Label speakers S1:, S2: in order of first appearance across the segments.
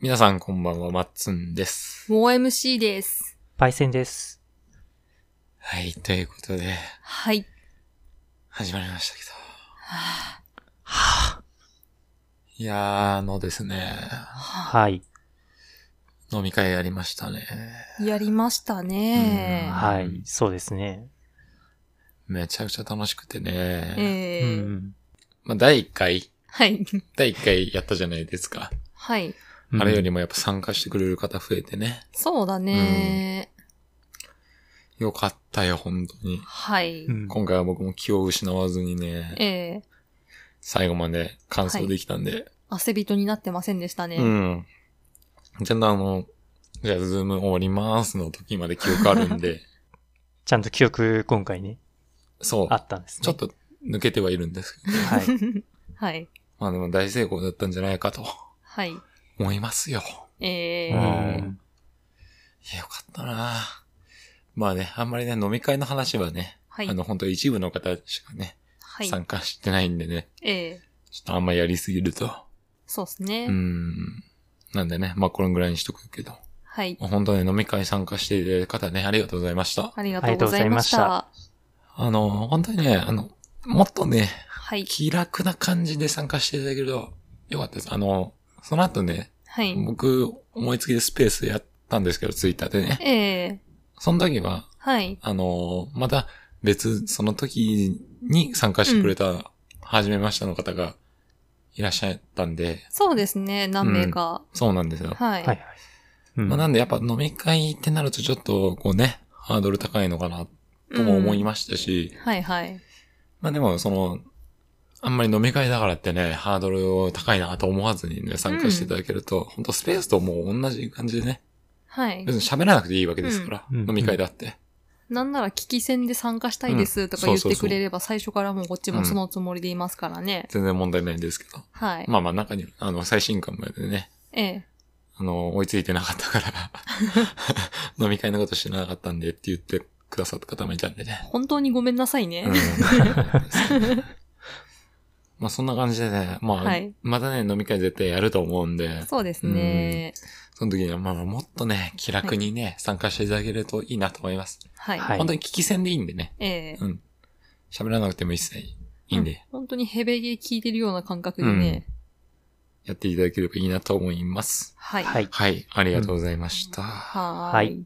S1: 皆さんこんばんは、まっつんです。
S2: もう MC です。
S3: パイセンです。
S1: はい、ということで、
S2: はい。
S1: 始まりましたけど。いやー、あのですね、
S3: はい。
S1: 飲み会やりましたね。
S2: やりましたね。
S1: うん
S3: は
S1: うん
S3: い。そうですね。
S1: めちゃくちゃ楽しくてね。
S2: え
S3: う
S2: え
S3: ん。
S1: まあ、第1回、
S2: はい。
S1: 第1回やったじゃないですか。
S2: はい。
S3: うん
S1: あれよりもやっぱ参加してくれる方増えてね。
S2: そうだね、
S1: よかったよ、本当に。
S2: はい。
S3: うん
S1: 今回は僕も気を失わずにね、
S2: ええ
S1: 最後まで完走できたんで。
S2: 汗人になってませんでしたね。
S1: うん。ちゃんとあの、じゃあズーム終わりますの時まで記憶あるん で、
S3: ちゃんと記憶今回ね、
S1: そう
S3: あ。ったんですね。
S1: ちょっ。と抜けてはいるんですけど、
S3: はい。
S2: はい。
S1: まあでも大成功だったんじゃないかと
S2: はい。
S1: 思いますよ。
S2: ええ
S3: うん
S1: いや、よかったなまあね、あんまりね、飲み会の話はね、
S2: はい
S1: あ。の、本当一部の方しかね、
S2: はい。
S1: 参加してないんでね、
S2: ええ
S1: ちょっとあんまやりすぎると。
S2: そうですね、
S1: うん。なんでね、まあこのぐらいにしとくけど。
S2: はい。
S1: まあ本当に飲み会参加している方ね、ありがとうございました。
S2: ありがとうございました。
S3: あ
S1: あの、本当にね、あの、もっとね、
S2: はい。
S1: 気楽な感じで参加していただけると、よかったです。あの、その後ね、
S2: はい。
S1: 僕、思いつきでスペースやったんですけど、ツイッターでね。
S2: ええ
S1: その時は、
S2: はい。
S1: あのーまた別、その時に参加してくれた、初めましての方がいらっしゃったんで、
S2: そうですね、何名か。
S1: そうなんですよ。
S2: は
S3: はいはい
S2: い。。
S3: うん
S1: まあ、なんでやっぱ飲み会ってなるとちょっと、こうね、ハードル高いのかな、とも思いましたし、
S2: す。はいはい。
S1: まあでも、その、あんまり飲み会だからってね、ハードルを高いなと思わずにね、参加していただけると、ほん、本当スペースともう同じ感じでね、
S2: はい。
S1: 別に喋らなくていいわけですから、
S3: うん
S1: 飲み会だって。
S2: なんなら聞き戦で参加したいですとか言ってくれれば、最初からもうこっちもそのつもりでいますからね。
S1: 全然問題ないんですけど。
S2: はい。
S1: まあまあ中には、あの、最新刊までね、
S2: ええ。
S1: あの、追いついてなかったから、 飲み会のことしてなかったんでって言ってくださった方もいたんでね。
S2: 本当にごめんなさいね。
S1: うんまあそんな感じでね、まあ、
S2: はい
S1: またね、飲み会絶対やると思うんで、
S2: そうですね。
S1: その時には、まあ、もっとね、気楽にね、参加していただけるといいなと思います。
S2: はい。
S3: はい
S1: 本当に聞き戦でいいんでね。
S2: ええ。
S1: うん。喋らなくても一切いいんで、
S2: 本当にヘベゲ聞いてるような感覚でね。
S1: やっていただければいいなと思います。
S2: はい。
S3: はい。
S1: はい、ありがとうございました。
S2: は
S3: は
S2: ーい
S3: い。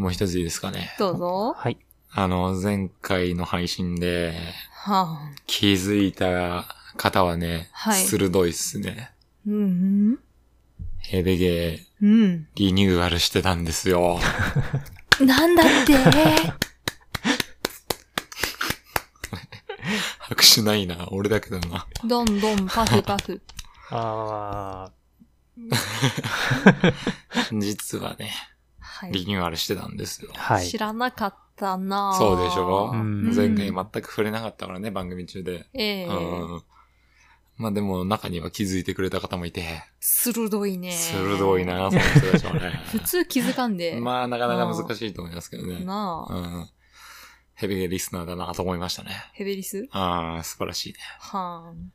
S1: もう一ついいですかね。
S2: どうぞ。
S3: はい。
S1: あの、前回の配信で
S2: はぁ。
S1: 気づいた方はね、
S2: はい
S1: 鋭いっすね。
S2: うん
S1: ヘベゲ
S2: うん。うん。
S1: リニューアルしてたんですよ。
S2: なんだって
S1: 拍手ないな、俺だけだな。
S2: どんどんパフパフ。
S3: あ
S1: 実はね、
S2: は
S1: リ
S2: い。
S1: ニューアルしてたんですよ
S3: あ、。はい
S2: 知。らなかったなぁ
S1: そうでしょ
S3: うん
S1: 前回全く触れなかったからね、番組中で。
S2: ええ。
S1: うん。まあでも中には気づいてくれた方もいて、
S2: 鋭いね。
S1: 鋭い。 な、その人たちは
S2: 普
S1: ね。
S2: 通気づかんで。
S1: まあなかなか難しいと思いますけどね。
S2: な
S1: う
S2: あ。
S1: ん。ヘビーリスナーだなと思いましたね。
S2: ヘベリス
S1: ああ、素晴らしいね。
S2: はーん。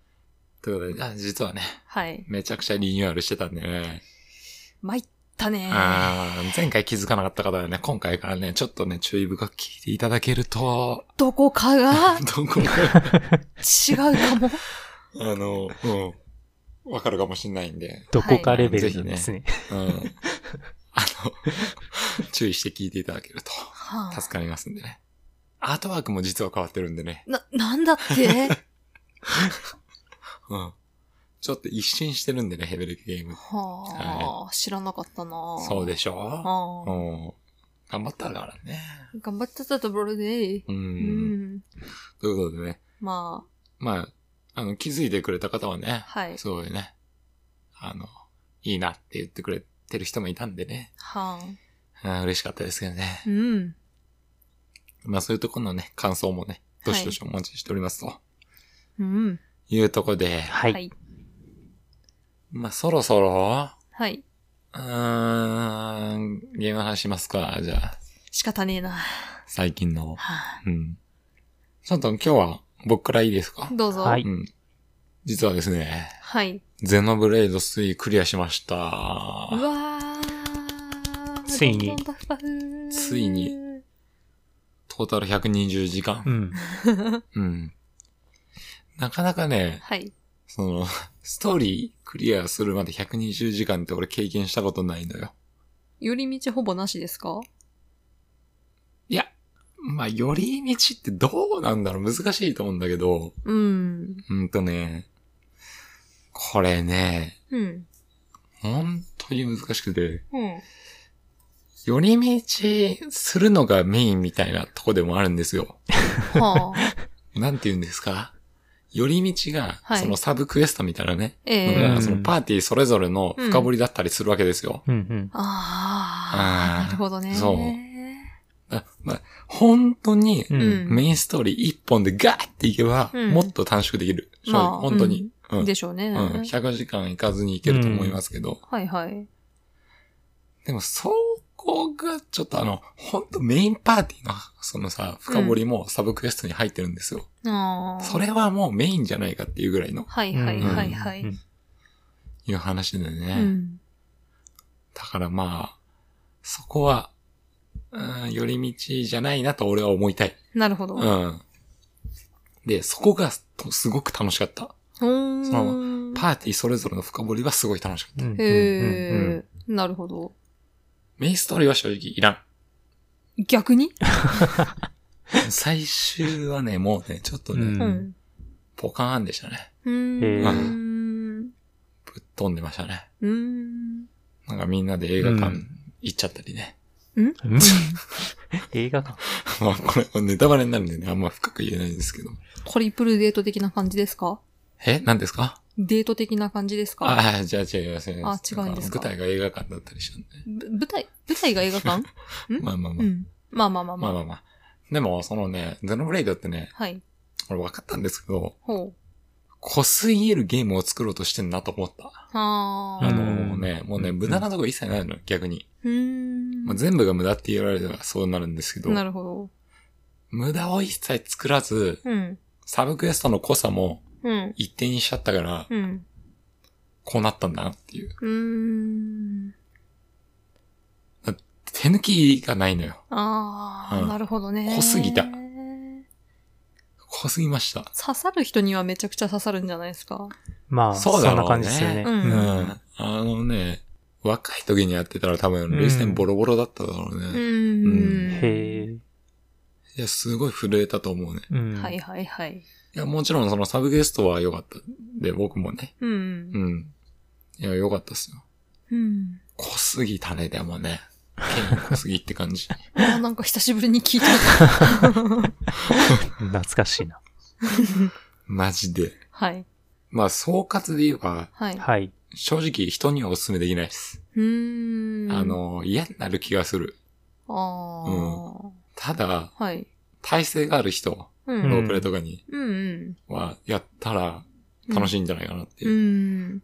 S1: ということで、あ実はね、
S2: はい。
S1: めちゃくちゃリニューアルしてたんでね。
S2: 参ったね。
S1: ああ、前回気づかなかった方はね、今回からね、ちょっとね、注意深く聞いていただけると、
S2: どこかが
S1: どこか、
S2: 違うかも。
S1: あの、うん、わかるかもしれないんで。
S3: どこかレベルなんですね。
S1: うん。あの、注意して聞いていただけると
S2: はあ、
S1: 助かりますんでね。アートワークも実は変わってるんでね。
S2: な、なんだって
S1: うん。ちょっと一新してるんでね、ヘベルゲーム。
S2: はあ、知らなかったな
S1: そう
S2: で
S1: でしょ
S2: は
S1: う
S2: あ、
S1: ん。頑張ったからね。
S2: 頑張ってたところで、
S1: う。
S2: うんん。
S1: ということでね。
S2: ま
S1: まあ、あの、気づいてくれた方はね
S2: あ、、はい。
S1: すごいね、あの、いいなって言ってくれてる人もいたんでね。
S2: はあ、
S1: うん嬉しかったですけどね。
S2: うん。
S1: まあそういうところのね、感想もね、どしどしお待ちしておりますと。
S2: うん。
S1: いうとこで、
S3: は。
S2: はいい。
S1: まあそろそろ、
S2: はい。
S1: うーん、ゲームの話しますか、じゃあ、
S2: 仕方ねえな。は
S1: 最近の。
S2: あ、
S1: うん。ちょっと今日は僕からいいですか
S2: どうぞ。
S3: は
S1: う
S3: い
S1: ん。実はですね、
S2: はい。
S1: ゼノブレイド3クリアしました
S2: う。わー。
S3: ついに
S2: ロンドンダフパフ
S1: ついに。トータル120時
S3: う
S1: 間。
S3: ん。
S1: うん。なかなかね、
S2: はい。
S1: その、ストーリークリアするまで120時間って俺経験したことないのよ。
S2: 寄り道ほぼなしですか
S1: いや、まあ、寄り道ってどうなんだろう難しいと思うんだけど、
S2: うん。
S1: うんとね、これね、
S2: うん。
S1: 本当に難しくて、
S2: うん。
S1: 寄り道するのがメインみたいなとこでもあるんですよ。
S2: はあ。
S1: なんて言うんですか寄り道が、
S2: はい
S1: そのサブクエストみたいなね、
S2: ええ
S1: の
S3: う
S1: が
S3: ん
S1: そのパーティーそれぞれの深掘りだったりするわけですよ。
S3: うんうん。
S2: あ
S1: あー
S2: あ、なるほどね。
S1: そうだまあ、本当に
S3: う
S2: うん
S3: ん。
S1: メインストーリー一本でガーっていけば、
S2: うん
S1: もっと短縮できる。正
S2: まあ
S1: 直本当に。うん
S2: でしょうね。
S1: うん、100時間いかずにいけると思いますけど、
S2: はいはい。
S1: でもそこがちょっとあの、ほんとメインパーティーのそのさ、深掘りもサブクエストに入ってるんですよ。
S2: ああ。
S1: それはもうメインじゃないかっていうぐらいの、
S2: はいはいはいはい。
S3: うん
S1: いう話でね。
S2: うん。
S1: だからまあ、そこは、うん、寄り道じゃないなと俺は思いたい。
S2: なるほど。
S1: う。
S2: うん
S1: で、そこがとすごく楽しかった。
S2: ーん。
S1: そパーティーそれぞれの深掘りはすごい楽しかった。
S3: うんうんうん
S2: へえ、なるほど。
S1: メインストーリーは正直いらん。
S2: 逆に
S1: 最終はね、もうね、ちょっとね、
S3: うん
S2: うん。
S1: ポカーンでしたね。
S2: うーん。
S1: ぶっ飛んでましたね。
S2: うーん。
S1: なんかみんなで映画
S3: う
S1: 館
S3: ん
S1: 行っちゃったりね。
S3: うん映画館。
S1: まあこれネタバレになるんでね、あんま深く言えないんですけど。
S2: トリプルデート的な感じですか
S1: え何ですか
S2: デート的な感じですか
S1: ああ、じゃあ違います。違います
S2: あ違うんですか
S1: な舞台が映画館だったりしたんで。
S2: ぶ舞台、舞台が映画館ん
S1: まあまあま
S2: う
S1: あ。
S2: ん。まあまあまあ
S1: まあ
S2: まあ。
S1: まあまあ。でも、そのね、ゼノブレイドってね、
S2: はい。
S1: 俺分かったんですけど、
S2: ほう。
S1: 濃すぎるゲームを作ろうとしてんなと思った。
S2: は
S1: あ
S2: あ。
S1: のね、もうね、
S3: うん
S1: 無駄なとこ一切ないの、逆に。
S2: うーん。
S1: まあ、全部が無駄って言われたらそうなるんですけど、
S2: なるほど。
S1: 無駄を一切作らず、
S2: うん。
S1: サブクエストの濃さも
S2: うん。
S1: 一定にしちゃったから、
S2: うん。
S1: こうなったんだなっていう。
S2: うーん。
S1: 手抜きがないのよ。
S2: ああ、
S1: うん
S2: なるほどね。
S1: 濃すぎた濃すぎました。
S2: 刺さる人にはめちゃくちゃ刺さるんじゃないですか。
S3: まあ、
S1: そう
S3: そん
S1: だろうね
S3: な感じですよね。
S2: う
S1: うんん。あのね、若い時にやってたら多分、累戦ボロボロだっただろうね。
S2: う
S1: い
S2: ん。
S3: へえ。
S1: や、すごい震えたと思うね。
S3: うん。
S2: はいはいはい。
S1: いや、もちろんそのサブゲストは良かった。で、僕もね。
S2: うん。
S1: うん。いや、良かったっすよ。
S2: うん。
S1: 濃すぎたね、でもね。剣濃すぎって感じ。
S2: あーなんか久しぶりに 聞いた。
S3: 懐かしいな。
S1: マジで。
S2: はい。
S1: まあ、総括で言えば、
S2: はい。
S3: はい。
S1: 正直人にはお勧めできないです。
S2: うーん。
S1: あ、の、嫌になる気がする。
S2: ああ、
S1: ただ、
S2: はい。
S1: 耐性がある人、
S2: う
S1: ロ
S2: ん。
S3: ん
S1: ープレとかに
S2: うんうん。
S1: は、やったら楽しいんじゃないかなっていうう。
S2: ん。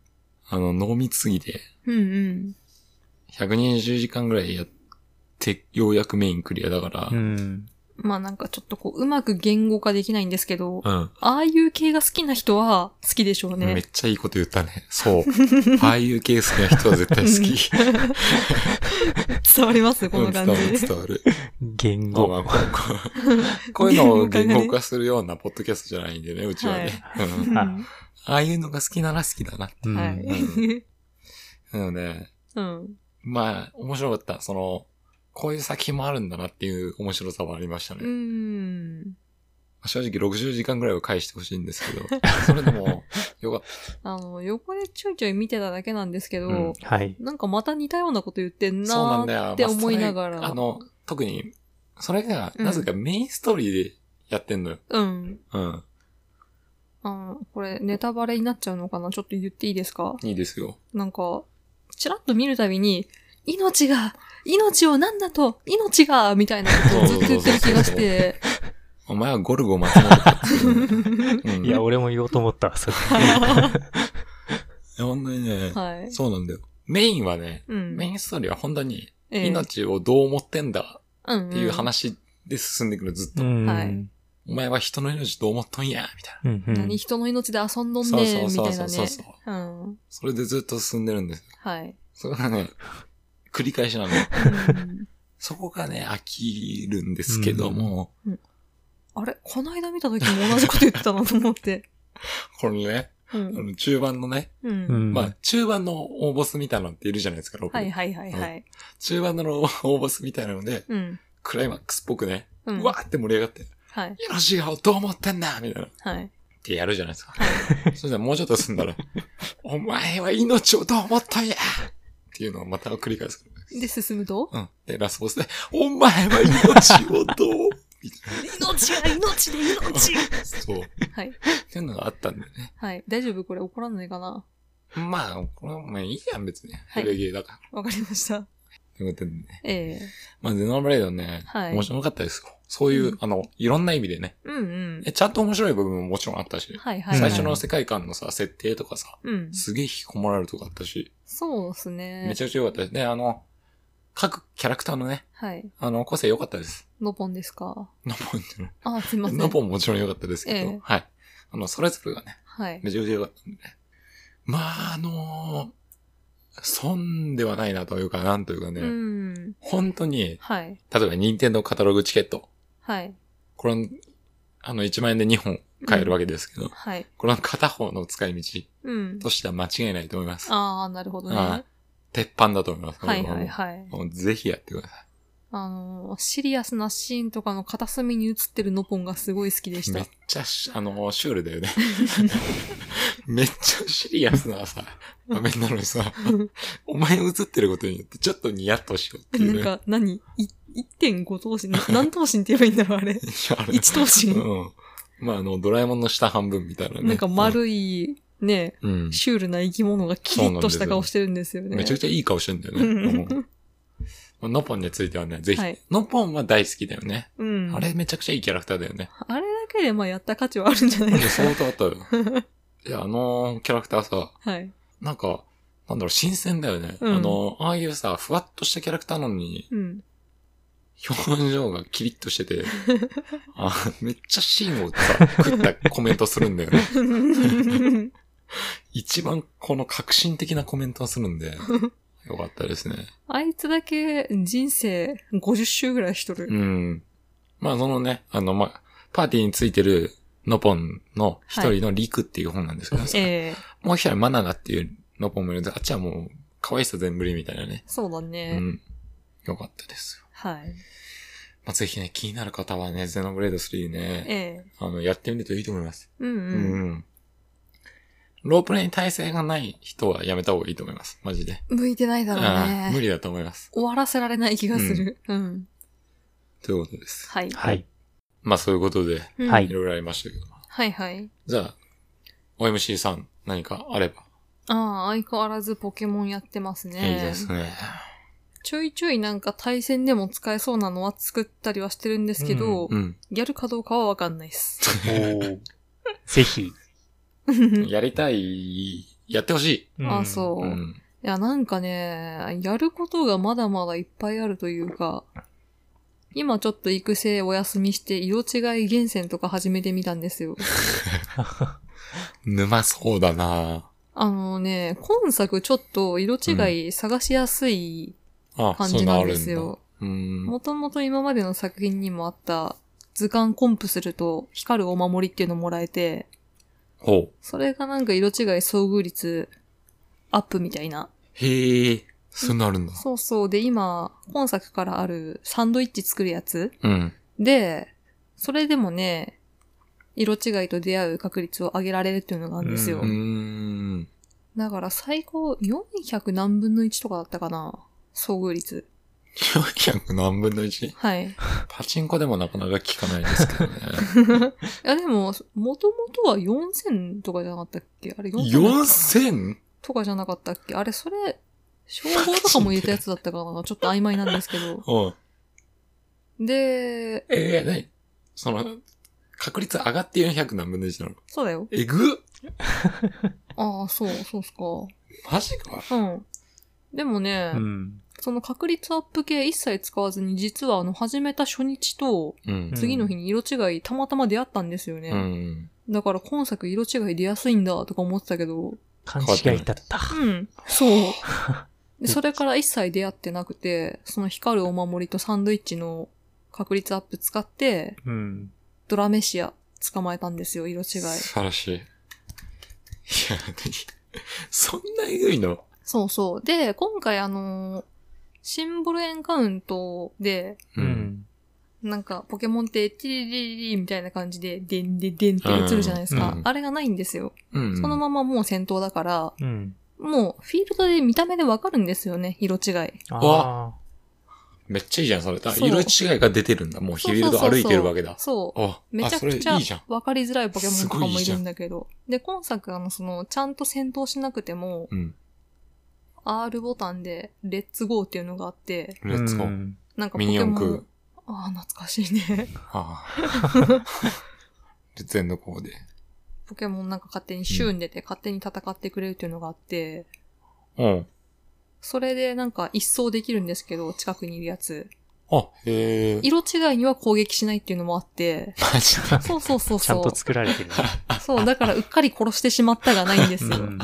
S1: あの、濃密すぎて、
S2: うんうん。
S1: 120時間ぐらいやって、ようやくメインクリアだから、
S3: うん。
S2: まあなんかちょっとこう、うまく言語化できないんですけど、
S1: うん
S2: ああいう系が好きな人は好きでしょう
S1: め
S2: ね
S1: っ。ちゃいいこと言ったね。そう。 ああいうケースな人は絶対好き。
S2: 伝わりますこ
S1: う
S2: の
S1: ん伝
S2: 感
S1: わ
S2: じ。
S1: る、伝わる。
S3: 言
S1: まあ
S3: 語。
S1: まあこうこういうのを言語化するようなポッドキャストじゃないんでね、うちはね。うん
S2: うん
S3: あ
S1: ああいうのが好きなら好きだな。
S3: うん
S2: は
S1: う
S2: い。
S1: なので、
S2: うん。
S1: まあ、面白かった。その、こういう作品もあるんだなっていう面白さはありましたね。
S2: うん。
S1: 正直60時間ぐらいは返してほしいんです けど、それでも、よかっ
S2: あの、横でちょいちょい見てただけなんですけど、
S1: うん
S3: はい。
S2: なんかまた似たようなこと言ってん
S1: た。そうなんだ
S2: な
S1: よ。
S2: ーって
S1: まあ
S2: 思いながら。
S1: それあの、特に、それが、
S2: うん
S1: なぜかメインストーリーでやってんのよ。
S2: うん。
S1: うん。
S2: あの、これネタバレになっちゃうのかなちょっと言っていいですか
S1: いいですよ。
S2: なんか、ちらっと見るたびに、命が、命をなんだと、命が、みたいなことをずっと言ってる気がして。
S1: お前はゴルゴ松本かって いうね、うん
S3: いや、俺も言おうと思 った。それ
S1: いや本当にね、
S2: はい。
S1: そうなんだよ。メインはね、
S2: うん。
S1: メインストーリーは本当に、
S2: ええ
S1: 命をどう思ってんだ
S2: うんうん
S1: っていう話で進んでくる、ずっと。
S3: うん
S2: はい
S1: お前は人の命どう思っとんや、みたいな。
S3: うんうん。
S2: 何人の命で遊んどん
S1: そ
S2: ね
S1: う
S2: ーみ
S1: そう
S2: たい
S1: そ
S2: な
S1: うそう
S2: ね。
S1: そう。
S2: うん。
S1: それでずっと進んでるんですよ。
S2: はい。
S1: それがね、繰り返しなの。
S2: うん
S1: そこがね、飽きるんですけども、
S2: あれこないだ見た時も同じこと言ってたなと思って。
S1: これね、あ
S2: うん。
S1: の中盤のね、
S2: う。
S3: うんん。
S1: まあ中盤の大ボスみたいなのっているじゃないですか、ロボ
S2: はいはいはいはい。
S1: 中盤の大ボスみたいなので、
S2: うん。
S1: クライマックスっぽくね、
S2: う。
S1: うんわーって盛り上がって、
S2: はい。
S1: よろしいよ、どう思ってんだみたいな。っ
S2: はい。
S1: てやるじゃない ですか。そしたらもうちょっと進んだら、お前は命をどう思ったんやっていうのをまた繰り返す。
S2: で、進むと
S1: うん。で、ラスボスで、お前は命をどうみたい
S2: 命が命で命
S1: な。そう。っ
S2: はい。
S1: ていうのがあったんでね。
S2: はい。大丈夫これ怒らないかな
S1: まあ、これはもういいやん、別に。
S2: い
S1: ヘレゲーだから。
S2: わかりました。
S1: ということでね。
S2: ええ
S1: まあ、ゼノブレイドね、
S2: はい
S1: 面白かったですよ。そういう、
S2: うん
S1: あの、いろんな意味でね。
S2: うんうん。
S1: え、ちゃんと面白い部分ももちろんあったし、
S2: はいはい。
S1: 最初の、世界観のさ、設定とかさ、
S2: うん。
S1: すげえ引き込まれるとこあったし、
S2: そうですね。
S1: めちゃくちゃ良かったです。で、あの、各キャラクターのね、
S2: はい。
S1: あの、個性良かったです。
S2: ノポンですか
S1: ノポンっていう
S2: あ、すいません。
S1: のノポンもちろん良かったですけど、
S2: ええ
S1: はい。あの、それぞれがね、
S2: はい。
S1: めちゃくちゃ良かったんでね。まあ、あのー損ではないなというか、なんというかね、
S2: うん。
S1: 本当に、
S2: はい。
S1: 例えば、任天堂カタログチケット。
S2: はい。
S1: これ、あの、1万円で2本買えるわけですけど、
S2: はい。
S1: これは片方の使い道
S2: うん。
S1: としては間違いないと思います。
S2: ああ、なるほどね。
S1: あ
S2: は
S1: 鉄板だと思います。
S2: いはいはい。
S1: もうぜひやってくださ
S2: あのー、シリアスなシーンとかの片隅に映ってるノポンがすごい好きで
S1: い。
S2: し
S1: め
S2: た
S1: っ。ちゃし、あの、シュールだよね。 めっちゃシリアスなさ、場面なのにさ、お前映ってることによってちょっとニヤッとしようっていう、
S2: なん
S1: ね。いや
S2: か何、い1.5頭身な何頭身って言えばいいんだろう、あ
S1: あ
S2: れ。
S1: れ
S2: 1頭身。
S1: うん。まあ、あの、ドラえもんの下半分みたいなね。
S2: なんか丸い、ね、
S1: うん。
S2: シュールな生き物がキリッとした顔してるんですよね。
S1: めちゃく
S2: ち
S1: ちゃいい顔してんだよ
S2: う
S1: ね
S2: ん。
S1: うんノポンについてはね、ぜひ。
S2: はい
S1: ノポンは大好きだよね。
S2: うん。
S1: あれめちゃくちゃいいキャラクターだよね。
S2: あれだけでまあやった価値はあるんじゃない
S1: い
S2: で
S1: や
S2: す
S1: 相当あ ったよ。いや、あのキャラクターさ、
S2: か。はい。
S1: なんか、なんだろう、新鮮だよね。
S2: うん
S1: あの、ああいうさ、ふわっとしたキャラクターなのに、
S2: うん。
S1: 表情がキリッとして て、あめっちゃシーンをさ、食ったコメントするんだよね。一番この革新的なコメントをするんで、よかったですね。
S2: あいつだけ人生50周ぐらいしとる。
S1: うん。まあ、そのね、あの、まあ、パーティーについてるノポンの一人のリクっていう本なんですけど、
S2: ええ
S1: もう一人マナナっていうノポンもいるんで、あっちはもう、可愛さ全振りみたいなね。
S2: そうだ
S1: う
S2: ね。
S1: ん。よかったですよ。
S2: はい。
S1: まあ、ぜひね、気になる方はね、ゼノブレード3ね、
S2: ええ
S1: あの、やってみるといいと思います。
S2: うん
S1: う
S2: うん。
S1: ん。ロープレイに耐性がない人はやめた方がいいと思います。マジで。
S2: 向いてないだろう
S1: ああ無
S2: ね。
S1: 理だと思います。
S2: 終わらせられない気がする。うん。
S1: ということです。
S2: はい。
S3: はい。
S1: まあ、そういうことで、
S2: うん
S3: はい
S1: いろいろありましたけど。
S2: はいはい。
S1: じゃあ、OMC さん、何かあれば。
S2: ああ、相変わらずポケモンやってますね。
S1: いいですね。
S2: ちょいちょいなんか対戦でも使えそうなのは作ったりはしてるんですけど、
S1: うん。
S2: やるかどうかはわかんないっす。
S3: おーぜひ。
S1: やりたい、やってほしい。
S2: ああ、
S3: う
S2: そう。
S1: う
S2: い
S1: ん。
S2: や、なんかね、やることがまだまだいっぱいあるというか、今ちょっと育成お休みして、色違い厳選とか始めてみたんですよ。
S1: 沼そうだな
S2: あのね、今作ちょっと色違い探しやすい
S1: あ
S2: 感じなんですよ。。
S1: そういうのあるんだ
S2: もともと今までの作品にもあった、図鑑コンプすると光るお守りっていうのもらえて、
S1: うん。ほう。
S2: それがなんか色違い遭遇率アップみたいな。
S1: へえ、そういうのあるんだ。
S2: そうそう。で、今、本作からあるサンドイッチ作るやつ
S1: うん。
S2: で、それでもね、色違いと出会う確率を上げられるっていうのがあるんですよ。
S1: うーん。
S2: だから最高400何分の1とかだったかな。遭遇率。
S1: 400何分の 1?
S2: はい。い
S1: パチンコでもなかなか効かないですけど ね。
S2: やでも、もともとは4000とかじゃなかったっけあれ 4000?
S1: ?4000?
S2: とかじゃなかったっけあれそれ、称号とかも入れたやつだったかなちょっと曖昧なんですけど。
S1: うん。
S2: で、
S1: ええー、何その、確率上がって400何分の1なの
S2: そうだよ。
S1: えぐっ
S2: ああ、そう、そうっすか。
S1: マジか
S2: うん。でもね、
S3: うん。
S2: その確率アップ系一切使わずに、実はあの、始めた初日と、
S1: うん
S3: うん。
S2: 次の日に色違いたまたま出会ったんですよね。
S1: うん。
S2: だから今作色違い出やすいんだとか思ってたけど、
S3: 勘違いだった。
S2: うん、 そう。で、それから一切出会ってなくて、その光るお守りとサンドイッチの確率アップ使って、
S3: うん。
S2: ドラメシア捕まえたんですよ、色違い
S1: 素。晴らしい。いや、 そんなえぐいの
S2: そうそう。で、今回あのーシンボルエンカウントで、
S3: う。ん。
S2: なんか、ポケモンって、ティリリリリみたいな感じで、でんでんでんって映るじゃないですか。
S1: うんうん
S2: あれがないんですよ。
S1: うん。
S2: そのままもう戦闘だから、
S3: うん。
S2: もう、フィールドで見た目でわかるんですよね、色違い。
S3: あ
S1: めっちゃいいじゃん、それ。あ
S2: そう
S1: 色違いが出てるんだ。もうヒールド
S2: そうそうそうそう
S1: 歩いてるわけだ。
S2: そう。
S1: あ、
S2: め
S1: あ、
S2: ちゃ
S1: そ
S2: く
S1: れいい
S2: ちゃ
S1: じゃん。
S2: 分かりづらいポケモンとか
S1: すご
S2: も
S1: い
S2: い
S1: じゃ
S2: る
S1: ん
S2: んだけど。で、今作、あの、その、ちゃんと戦闘しなくても、
S1: うん。
S2: R ボタンで、レッツゴーっていうのがあって、
S3: あ。
S1: レッツゴ
S3: う
S1: ー。
S3: ん
S2: なんかポ
S1: ミ
S2: ケモ
S1: ニ
S2: ン。
S1: 四駆。
S2: ああ、懐かしいね。
S1: あ あ。全のこうで。
S2: ポケモンなんか勝手にシュン出て、勝手に戦ってくれるっていうのがあって、
S1: うん。
S2: それでなんか一掃できるんですけど、近くにいるやつ。
S1: あ、へえ。
S2: 色違いには攻撃しないっていうのもあって、
S1: マジで。
S2: そうそうそう
S3: ちゃ
S2: そ
S3: ん
S2: う
S3: と。作られてるね。
S2: そう、だからうっかり殺してしまったがないんですよ。
S3: うん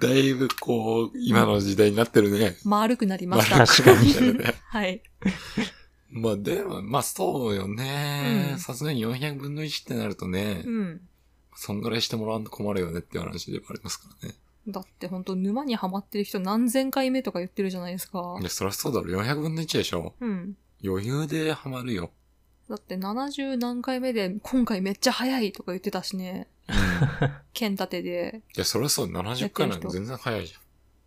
S1: だいぶこう、今の時代になってるね。
S2: 丸くなりまし
S1: まあ
S2: た。
S1: 確かにだよね
S2: はい。
S1: まあでも、まあそうよね
S2: う。ん
S1: さすがに400分の1ってなるとね、
S2: うん。
S1: そんぐらいしてもらわんと困るよねっていう話ではありますからね。
S2: だって本当沼にはまってる人何千回目とか言ってるじゃないですか
S1: い。や、そりゃそうだろ。400分の1でしょ。
S2: うん。
S1: 余裕でハマるよ。
S2: だって70何回目で今回めっちゃ早いとか言ってたしね。
S1: うんい
S2: 剣立てで。
S1: や、そりゃそう。70回なんて全然早いじ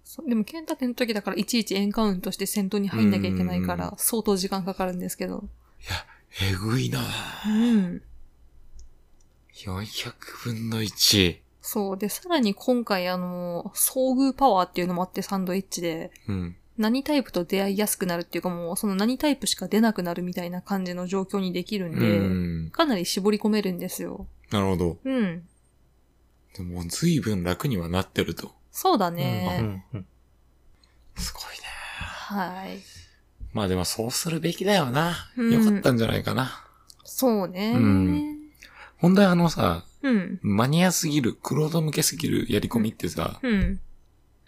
S2: そでも剣立ての時だからいちいちエンカウントして戦闘に入んなきゃいけないか
S1: う
S2: ら相当時間かかるんですけど。
S1: ゃん。えぐいな
S2: うん。
S1: 400分の1。
S2: そう。で、さらに今回あの、遭遇パワーっていうのもあってサンドイッチで。
S1: うん。
S2: 何タイプと出会いやすくなるっていうかもうその何タイプしか出なくなるみたいな感じの状況にできるん
S1: う
S2: で、
S1: ん。
S2: かなり絞り込めるんですよ。
S1: なるほど。
S2: うん。
S1: でも、随分楽にはなってると。
S2: そうだ
S3: う
S2: ね。
S3: んうん
S1: すごいね。
S2: はい。
S1: まあでも、そうするべきだよな。
S2: うん
S1: よかったんじゃないかな。
S2: そうね。
S1: う
S2: うんん。
S1: 本題あのさ、
S2: うん。
S1: マニアすぎる、クロード向けすぎるやり込みってさ、
S2: うん。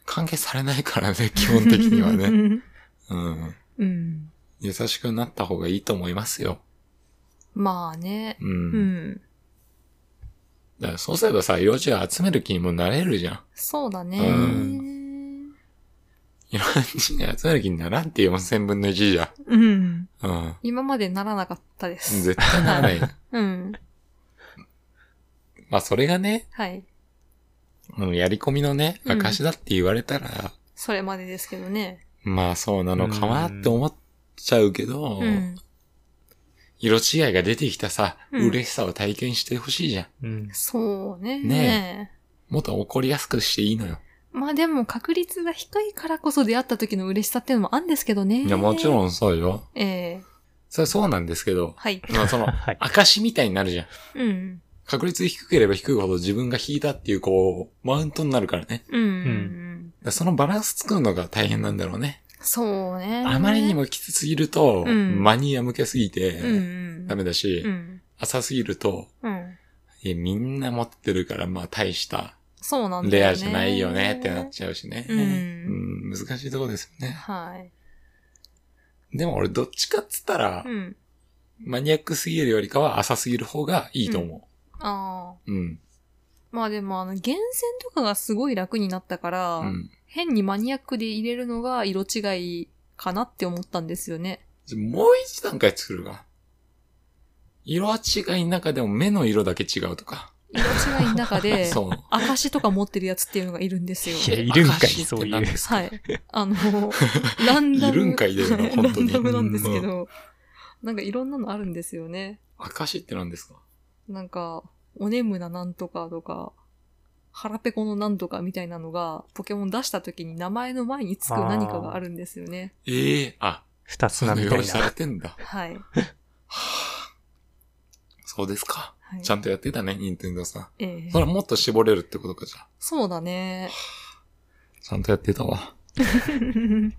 S1: 関係されないから ね、基本的には ね。うん。
S2: うん。
S1: 優しくなった方がいいと思いますよ。
S2: まあね。
S1: うん。
S2: うん。
S1: だからそうすればさ、色違い集める気にもなれるじゃん。
S2: そうだね。
S1: う
S2: うん。
S1: 色違い集める気にならんって4000分の1じゃん。うん。
S2: 今までならなかったです。
S1: 絶対ならない。
S2: うん。
S1: まあそれがね、
S2: はい。
S1: あのやり込みのね、
S2: うん
S1: 証だって言われたら、
S2: それまでですけどね。
S1: まあそうなのかなって思っちゃうけど、
S2: うん。
S1: 色違いが出てきたさ、
S2: うん
S1: 嬉しさを体験してほしいじゃん。
S3: うん。
S2: そうね。
S1: ねもっと怒りやすくしていいのよ。
S2: まあでも確率が低いからこそ出会った時の嬉しさっていうのもあるんですけどね。
S1: いや、もち
S2: ん。
S1: ろんそうよ。
S2: ええ
S1: それはそうなんですけど、
S2: はい。
S1: まあ その、
S3: はい。
S1: 証みたいになるじゃん。
S2: うん。
S1: 確率低ければ低いほど自分が引いたっていう、こう、マウントになるからね。
S2: うん。
S1: だ
S3: う
S1: からそのバランス作るのが大変なんだろうね。
S2: そうね。
S1: あまりに。もきつすぎると、
S2: うん
S1: マニア向けすぎて、
S2: うん。
S1: ダメだし、
S2: うん。
S1: 浅すぎると、
S2: うん。
S1: いやみんな持ってるから、まあ大した、
S2: そうなんだよね。
S1: レアじゃないよねってなっちゃうしね。
S2: うん
S1: うん難しいとこですよね。
S2: はい。
S1: でも俺どっちかっつったら、
S2: うん。
S1: マニアックすぎるよりかは浅すぎる方がいいと思
S2: ああ。
S1: う。うん。
S2: まあでも、あの、厳選とかがすごい楽になったから、
S1: うん。
S2: 変にマニアックで入れるのが色違いかなって思ったんですよね。
S1: じゃあもう一段階作るか。色は違いの中でも目の色だけ違うとか。
S2: 色違いの 中で、
S1: そう。
S2: 証とか持ってるやつっていうのがいるんですよ。
S3: いや、いるんかい、
S1: 証って
S3: そうい
S1: 何
S3: う
S1: で。すか
S2: はい。あの、ランダム。
S1: いるんかいだよな 本当に
S2: ランダムなんですけど、なんかいろんなのあるんですよね。
S1: 証って何ですか
S2: なんか、おねむななんとかとか、腹ペコのなんとかみたいなのが、ポケモン出した時に名前の前につく何かがあるんですよね。
S1: ええあ、
S3: 二つ
S1: そ
S3: な
S1: の
S3: み
S1: 用
S3: た
S1: 意
S3: い
S1: さ
S3: な
S1: れ。てんだ。
S2: はい。
S1: そうですか。
S2: はい、
S1: ちゃんとやってたね、任天堂さん。
S2: ええ
S1: それはもっと絞れるってことかじゃあ。
S2: そうだね。
S1: ちゃんとやってたわ。うん。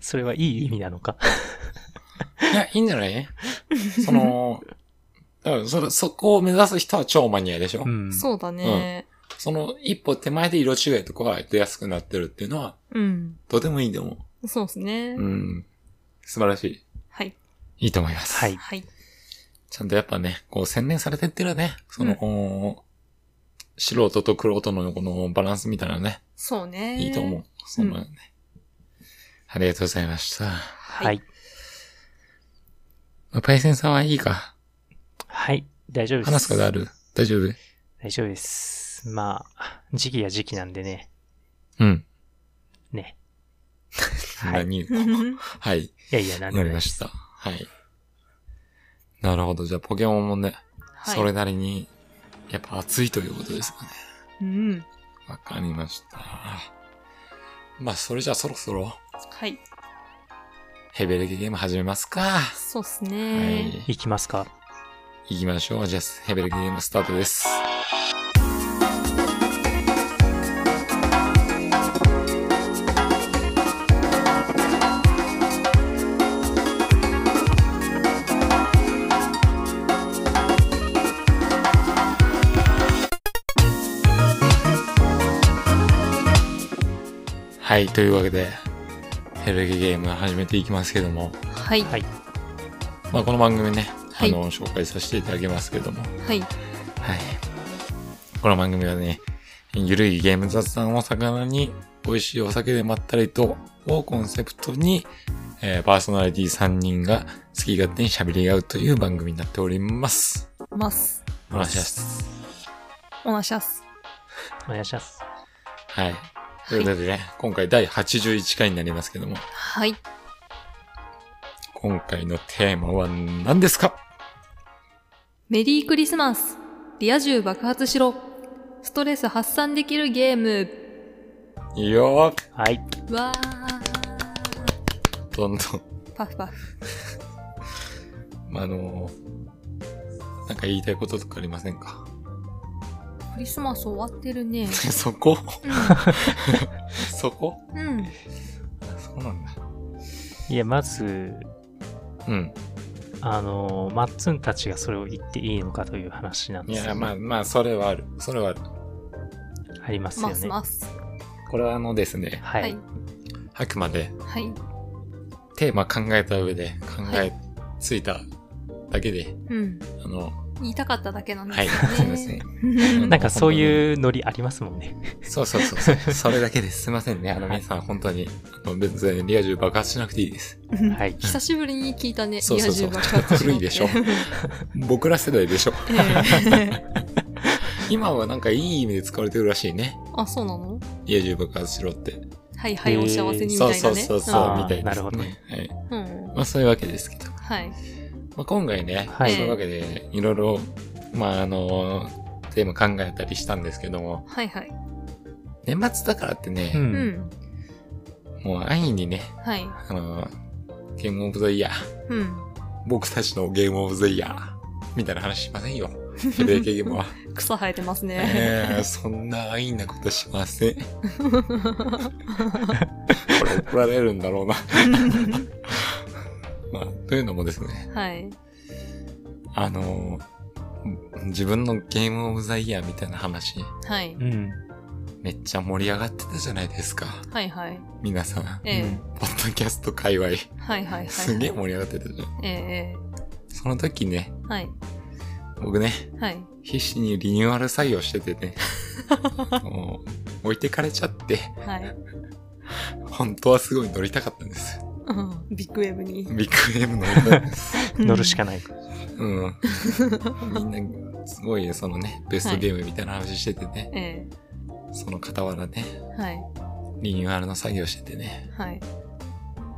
S3: それはいい意味なのか。
S1: いや、いいんじゃないその、だからそそこを目指す人は超マニアでしょ、
S3: うん。
S2: そうだね。
S1: その一歩手前で色違いとかが出やすくなってるっていうのは、
S2: うん。
S1: とてもいいと思
S2: そうですね
S1: う。。うん。素晴らし
S2: はい。
S1: い。いいと思います。
S3: はい。
S2: はい。
S1: ちゃんとやっぱね、こう洗練されてってるね。その、こう素人と黒人のこのバランスみたいなのね。
S2: そうね。
S1: いいと思う。そのね、ありがとうございました。
S3: はい。
S1: まあパイセンさんはいいか
S3: はい。大丈夫です。
S1: 話すことある大丈夫
S3: 大丈夫です。まあ、時期や時期なんでね。
S1: うん。
S3: ね。はい。い
S1: 何
S2: う。
S1: はい。
S3: やいや、なん
S1: なりま
S3: で。
S1: した。はい。なるほど。じゃあ、ポケモンもね、
S2: はい。
S1: それなりに、やっぱ熱いということですかね。
S2: うん。
S1: わかりました。まあ、それじゃあそろそろ、
S2: はい。
S1: ヘベレケゲーム始めますか。は
S2: そうですね。
S1: い。
S3: いきますか。
S1: 行きましょう。じゃあ、ヘベレケゲームスタートです。はい。というわけで、ヘベレケゲーム始めていきますけども、
S2: はい。
S3: はい。
S1: まあ、この番組ね、
S2: はい
S1: あの、紹介させていただきますけども、
S2: はい。
S1: はい。この番組はね、ゆるいゲーム雑談を魚に、美味しいお酒でまったりと、をコンセプトに、えーパーソナリティ3人が好き勝手に喋り合うという番組になっております。
S2: ます。
S1: お願いします。
S2: おなしゃす。
S3: お願いします。
S1: はい。ということでね、今回第81回になりますけども、
S2: はい。
S1: 今回のテーマは何ですか
S2: メリークリスマス。リア充爆発しろ。ストレス発散できるゲーム。
S1: いいよ
S3: はい。
S2: わー。
S1: ーどんどん。
S2: パフパフ。
S1: まあ、あのなんか言いたいこととかありませんか
S2: クリスマス終わってるね。
S1: そこそこ
S2: うん。
S1: そうなんだ。
S3: いや、まず、
S1: うん。
S3: あの、マッツンたちがそれを言っていいのかという話なん
S1: い
S3: です
S1: や、
S3: よ
S1: まあまあ、それはある。それはある。
S3: ありますよ
S2: ます
S3: ね。
S2: ます。
S1: これはあのですね、
S3: は
S2: はいい。。
S1: あくまで
S2: はい。
S1: テーマ考えた上で考
S2: は
S1: え
S2: い
S1: ついただけで、
S2: うん。
S1: あの、
S2: 言いたかっただけなん です
S1: はい、
S2: よね。
S1: そうですね。
S3: なんかそういうノリありますもんね。
S1: そうそうそうそう。それだけです。すいませんね。あの
S3: はい
S1: 皆さん、本当に、あの別にリア充爆発しなくていいです。
S2: うん
S3: はい。
S2: 久しぶりに聞いたね、
S1: そうそうそう
S2: リア充爆発しろって
S1: 古いでしょ僕ら世代でしょ。
S2: ええ
S1: 今はなんかいい意味で使われてるらしいね。
S2: あ、そうなの
S1: リア充爆発しろって。
S2: はいはい、
S3: えー
S2: お幸せにみたい
S1: そ
S2: な
S1: う
S2: ね。
S1: そうそうそう、
S3: あー
S1: みたいです、ね。
S3: なるほど
S1: はい。
S2: うん。うん
S1: まあそういうわけですけど。
S2: はい。
S1: まあ、今回ね、
S3: はい
S1: そういうわけで、いろいろ、まあ、あの、テーマ考えたりしたんですけども、
S2: はいはい。
S1: 年末だからって
S3: う。
S1: ね、
S2: うんん。
S1: もう安易にね、
S2: はい。
S1: あの、ゲームオブザイヤー、
S2: うん。
S1: 僕たちのゲームオブザイヤー、みたいな話しませんよ。ヘベレケゲー ムは。
S2: 草生えてますね。
S1: えー、そんな安易なことしま せん。これ怒られるんだ ろうな。まあ、というのもですね、
S2: はい。
S1: あの、自分のゲームオブザイヤーみたいな話、
S2: はい。
S3: うん。
S1: めっちゃ盛り上がってたじゃないですか。
S2: はいはい。
S1: 皆さん。
S2: ええ
S3: うん
S1: ポッドキャスト界隈。
S2: はいはいはい。
S1: すげえ盛り上がってたじゃん。
S2: えええ
S1: その時ね、
S2: えはい。
S1: 僕ね、
S2: はい。
S1: 必死にリニューアル採用してて ね。もう、置いてかれちゃって、
S2: はい。
S1: 本当はすごい乗りたかったんです。
S2: うんビッグウェブに。
S1: ビッグエム乗りたかったんです。
S3: 乗るしかない。
S1: うん。みんな、すごい、そのね、ベストゲームみたいな話しててね。
S2: うん。 え
S1: その傍らね、
S2: えはい。
S1: リニューアルの作業しててね、
S2: はい。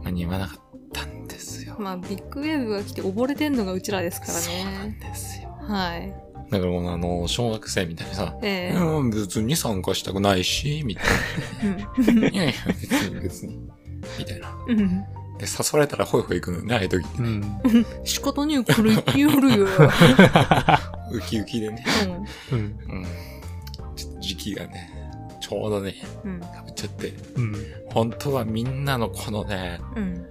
S1: 何言わなかったんですよ。
S2: まあ、ビッグウェブが来て溺れてんのがうちらですか
S1: そう
S2: ら
S1: なん
S2: ね。
S1: ですよ。
S2: はい。
S1: だからもうあの、小学生みたいにさ、
S2: ええ
S1: うん、別に参加したくないし、みたいな。いやいや、別に別に。みたいな。
S2: うん。うん。
S1: で、誘われたらホイホイ行くのね、ああいう時って
S3: う
S1: ね。
S3: ん。
S2: 仕方ねえから言ってやるよ。
S1: ウキウキでね。
S2: うん。
S3: うん。
S1: うん。ちょっと時期がね、ちょうどね、
S2: うん。
S1: 食べちゃって、
S3: うん。
S1: 本当はみんなのこのね、
S2: うん。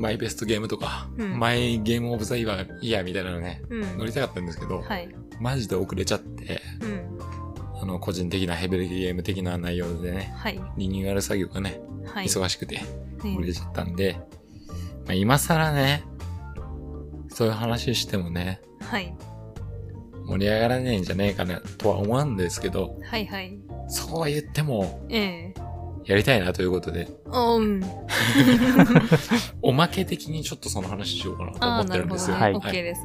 S1: マイベストゲームとか、
S2: うん
S1: マイゲームオブザイヤーイヤーみたいなのね、
S2: うん。
S1: 乗りたかったんですけど、
S2: はい。
S1: マジで遅れちゃって、
S2: うん。
S1: あの、個人的なヘブルゲーム的な内容でね、
S2: はい。
S1: リニューアル作業がね、
S2: はい。
S1: 忙しくて、
S2: うん
S1: 遅れちゃったんで、まあ、今更ね、そういう話してもね、
S2: はい。
S1: 盛り上がらねえんじゃねえかなとは思うんですけど、
S2: はいはい。
S1: そうは言っても、
S2: ええ。
S1: やりたいなということで、
S2: うん。
S1: おまけ的にちょっとその話しようかなと
S2: あ
S1: 思
S2: あ、
S1: って
S2: な
S1: る
S2: る
S1: ん
S2: ほ
S1: で
S2: ど
S1: すよ。
S2: ね。
S1: はい
S2: OK です。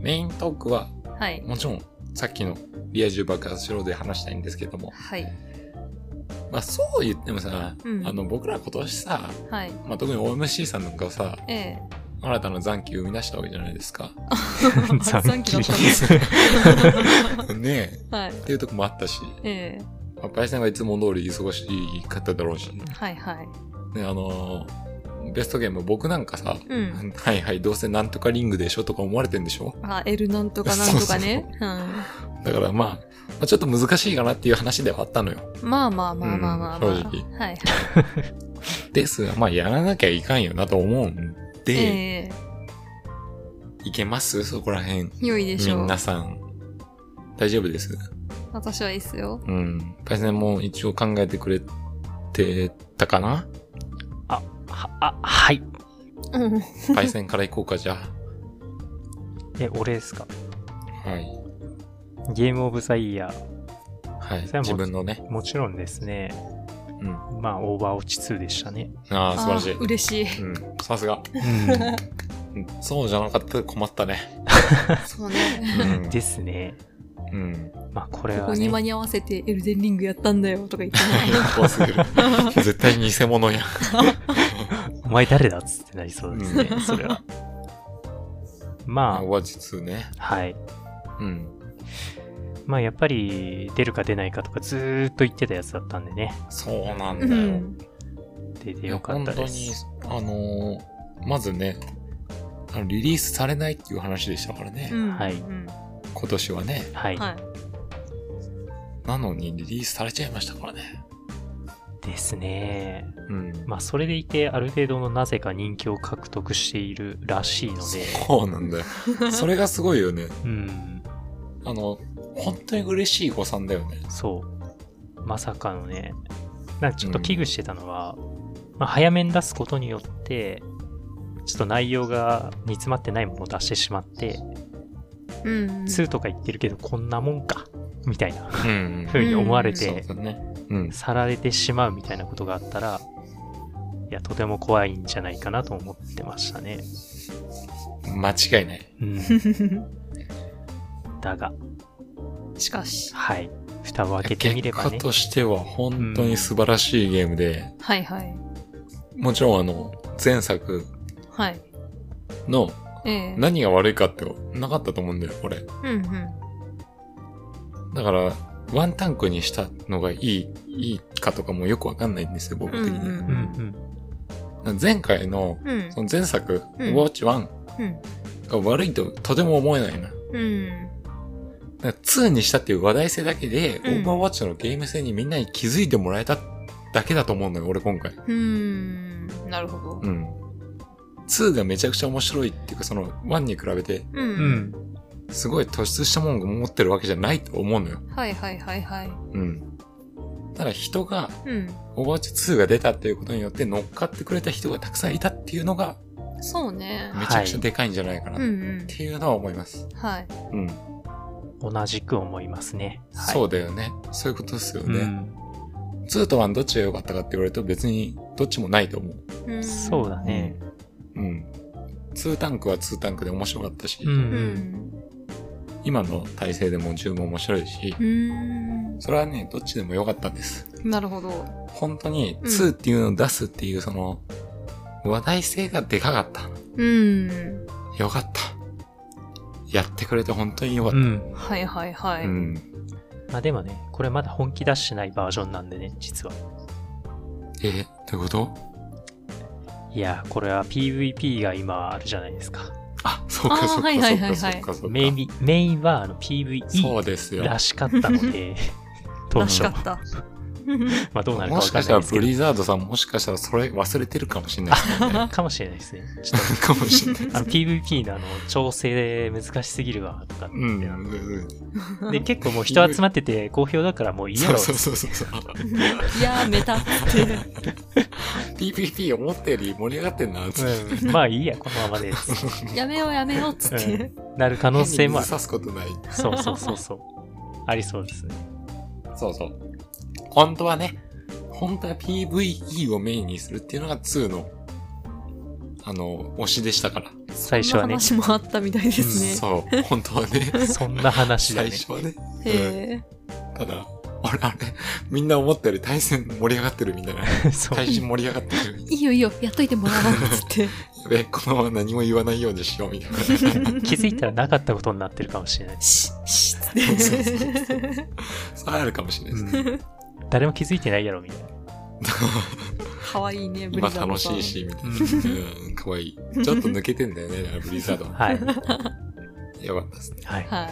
S1: メイントークは、
S2: はい。
S1: もちろん、さっきのリア充爆発しろで話したいんですけども、
S2: はい。
S1: まあそう言ってもさ、
S2: うん
S1: あの僕ら今年さ、
S2: はい。
S1: まあ特に OMC さんなんかはさ、
S2: え え。
S1: 新たな残機を生み出したわけじゃないですか。
S2: 残
S3: 残
S2: 機だ
S3: 機
S2: ったんですね
S1: ね
S2: はい
S1: え。。っていうとこもあったし、
S2: ええ。
S1: まあ、パイセンがいつも通り忙しかっただろうし、ね、
S2: はいはい。
S1: あのーベストゲーム僕なんかさ、
S2: うん。
S1: はいはい、どうせなんとかリングでしょとか思われてんでしょ
S2: あ、L なんとかなんとかね。
S1: だからまあ、まあちょっと難しいかなっていう話ではあったのよ。
S2: うん。まあまあまあまあまあまあ。
S1: うん正直
S2: はいはい。
S1: ですが、まあやらなきゃいかんよなと思うんで、
S2: ええ。
S1: いけますそこら辺。
S2: 良いでし
S1: み。
S2: ょうん
S1: なさん。大丈夫です。
S2: 私はいいっすよ。
S1: うん。パイセンも一応考えてくれてたか な
S3: は あ、はい。
S2: うん。
S1: パイセンから行こうか、じゃ
S3: え、俺ですか
S1: あ。はい。
S3: ゲームオブザイヤー。
S1: はい
S3: それはも。う
S1: 自分のね。
S3: もちろんですね。
S1: うん。
S3: まあ、オーバーウォッチ2でしたね。
S1: ああ、素晴らしい
S2: あー。嬉 しい。
S1: うん。さすが。
S3: う
S1: うんそうじゃなかったら困ったね。
S2: そうね。
S1: うん
S3: ん。ですね。
S1: うん。
S3: まあ、これ
S2: ここ
S3: は
S2: に間
S3: ね。
S2: に合わせてエルデンリングやったんだよとか言ってない。
S1: 怖すぎ る。絶対偽物や。
S3: お前誰だっつってなりそうです
S1: う
S3: ね、
S1: ん
S3: それは。
S1: あ
S3: ま
S1: 話術ね。
S3: あ、はい。
S1: うん。
S3: まあ、やっぱり、出るか出ないかとかずーっと言ってたやつだったんでね。
S1: そうなんだ
S2: う
S1: よ。
S2: ん。
S3: 出
S1: い
S3: て
S1: や
S3: よかったです。
S1: 本当に、あのーまずね、あのリリースされないっていう話でしたからね。
S2: うん
S3: はい
S2: うん
S1: 今年はね。
S3: はい。
S2: はい。
S1: なのにリリースされちゃいましたからね。
S3: ですね。
S1: うん。
S3: まあ、それでいて、ある程度のなぜか人気を獲得しているらしいので、
S1: そうなんだよ。それがすごいよね。
S3: うん、
S1: あの、本当に嬉しい誤算だよね。
S3: そう。まさかのね、なんかちょっと危惧してたのは、まあ、早めに出すことによって、ちょっと内容が煮詰まってないものを出してしまって、
S2: うん。
S3: 2とか言ってるけど、こんなもんか、みたいな
S1: うん
S3: 風に思われ
S1: そう
S3: て、
S1: だね。うん。
S3: さられてしまうみたいなことがあったら、いや、とても怖いんじゃないかなと思ってましたね。
S1: 間違いない。
S3: うん、 だが、
S2: しかし。
S3: はい。蓋を開けてみればね
S1: 結果。としては本当に素晴らしいゲームで、
S2: はいはい。
S1: もちろんあの、前作
S2: はい。
S1: の
S2: ええ。
S1: 何が悪いかってなかったと思うんだよ、これ。
S2: うんうん。
S1: だから、ワンタンクにしたのがいい、いいかとかもよくわかんないんですよ、僕的に。
S2: うん
S3: うんうん。
S1: 前回の、
S2: うん。
S1: その前作、
S2: うん
S1: ウォッチ1
S2: うん。
S1: が悪いととても思えないな。
S2: うん。
S1: だから2にしたっていう話題性だけで、オ
S2: うん
S1: ーバーワッチのゲーム性にみんなに気づいてもらえただけだと思うのよ、俺今回。
S2: うん。なるほど
S1: う。ん。2がめちゃくちゃ面白いっていうか、その1に比べて、
S2: う。
S3: うんん。
S1: すごい突出したものを持ってるわけじゃないと思うのよ。
S2: はいはいはいはい。
S1: うん。ただ人が、
S2: うん。
S1: オーバーワッチ2が出たっていうことによって乗っかってくれた人がたくさんいたっていうのが、
S2: そうね。
S1: めちゃくちゃでかいんじゃないかな
S2: うん
S1: っ
S2: うん。
S1: ていうのは思います。
S2: はい。
S1: うん。
S3: 同じく思いますね。はい、
S1: そううだよね。そういうことですよ
S3: で
S1: ね。2と1どっちが良かったかって言われると別にどっちもないと思う。
S2: うん
S3: そうだね。
S1: うん。2タンクは2タンクで面白かったし、
S3: う。
S2: うんん。
S1: 今の体制でも十分面白いし、
S2: うん。
S1: それはね、どっちでも良かったんです。
S2: なるほど。
S1: 本当に
S2: うん
S1: 2っていうのを出すっていうその、話題性がでかかった。
S2: うん。
S1: 良かった。やってくれて本当に良かっ
S3: う
S1: た。
S3: ん。
S2: はいはいはい。
S1: うん。
S3: まあでもね、これまだ本気出してないバージョンなんでね、実は。
S1: え、どういうこと
S3: いや、これは PVP が今あるじゃないですか。
S1: あ、そうか
S2: あー
S1: そう
S2: はい
S1: か
S2: は
S1: そ
S2: いうはいは
S1: か
S2: い
S1: そうかそうか。
S3: メインメインはあ
S1: そ
S3: の
S1: う
S3: PVE
S1: ですよ。
S3: らしかったので、当
S2: らし
S3: 初
S2: か。った。
S3: まあどうなるか
S1: も
S3: わ
S1: し
S3: か
S1: か
S3: ん
S1: し
S3: ない
S1: たら
S3: ですけ
S1: ブ
S3: ど。
S1: リザードさんもしかしたらそれ忘れてるかもしれない ですね
S3: かもしれないですね。ちょっ
S1: かもしれない。
S3: と、あの PVP のあの、調整難しすぎるわ、とか って
S1: う
S3: なって
S1: ん。うん
S3: で、結構もう人集まってて好評だからもういいや
S1: そう
S3: ろ。
S1: そうそうそう。
S2: いやー、メタって。
S1: PVP 思ったより盛り上がってんな、つって。
S3: うんまあいいや、このまま で。
S2: やめようやめようっつって。
S3: なる可能性もある
S1: 変に水。差すことない。
S3: そうそうそうそう。ありそうですね。
S1: そうそう。今度はね、本当は PVE をメインにするっていうのが2の、あの、推しでしたから。
S3: 最初はね、
S2: そんな話もあったみたいですね。
S1: そう、本当はね、
S3: そんな話だ
S1: 最
S3: ね。
S1: 初はね。
S2: へ
S1: ただ、あれあれ、みんな思ったより対戦盛り上がってるみたいな。
S3: そう
S1: 対戦盛り上がってるみ
S2: え。いいよいいよ、やっといてもらおうっつって。
S1: たいな。え、このまま何も言わないようにしようみたいな。
S3: 気づ いたらなかったことになってるかもしれない。
S2: し、しっつっ
S1: そうそうそうそう
S2: て。
S1: そうあるかもしれ ないです。
S3: 誰も気づいてないやろ、みたいな。
S2: かわいいね、ブ
S1: 今
S2: リザードさん。
S1: 楽しいし、みたいな。うん、かわいい。ちょっと抜けてんだよね、ブリザード。
S3: はい。
S1: よかったですね。
S3: はい。
S2: は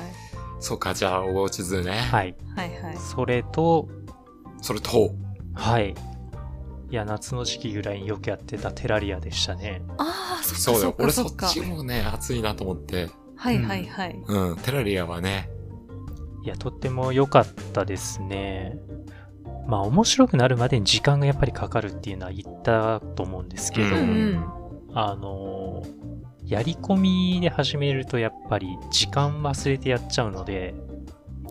S1: そうか、じゃあ、オーバーウォッチ2ね。
S3: はい。
S2: い。はいはい。
S3: それと、
S1: それと、
S3: はい。いや、夏の時期ぐらいによくやってたテラリアでしたね。
S2: ああ、そ
S1: そ
S2: っ
S1: うだ
S2: かそっ
S1: よ。俺
S2: か
S1: そ
S2: そっ
S1: っ
S2: か。
S1: ちもね、熱いなと思って。
S2: はいはいはい。
S1: うん、テラリアはね、
S3: いや、とっても良かったですね。まあ、面白くなるまでに時間がやっぱりかかるっていうのは言ったと思うんですけど、
S2: う
S1: うんん
S3: あのーやり込みで始めるとやっぱり時間忘れてやっちゃうので、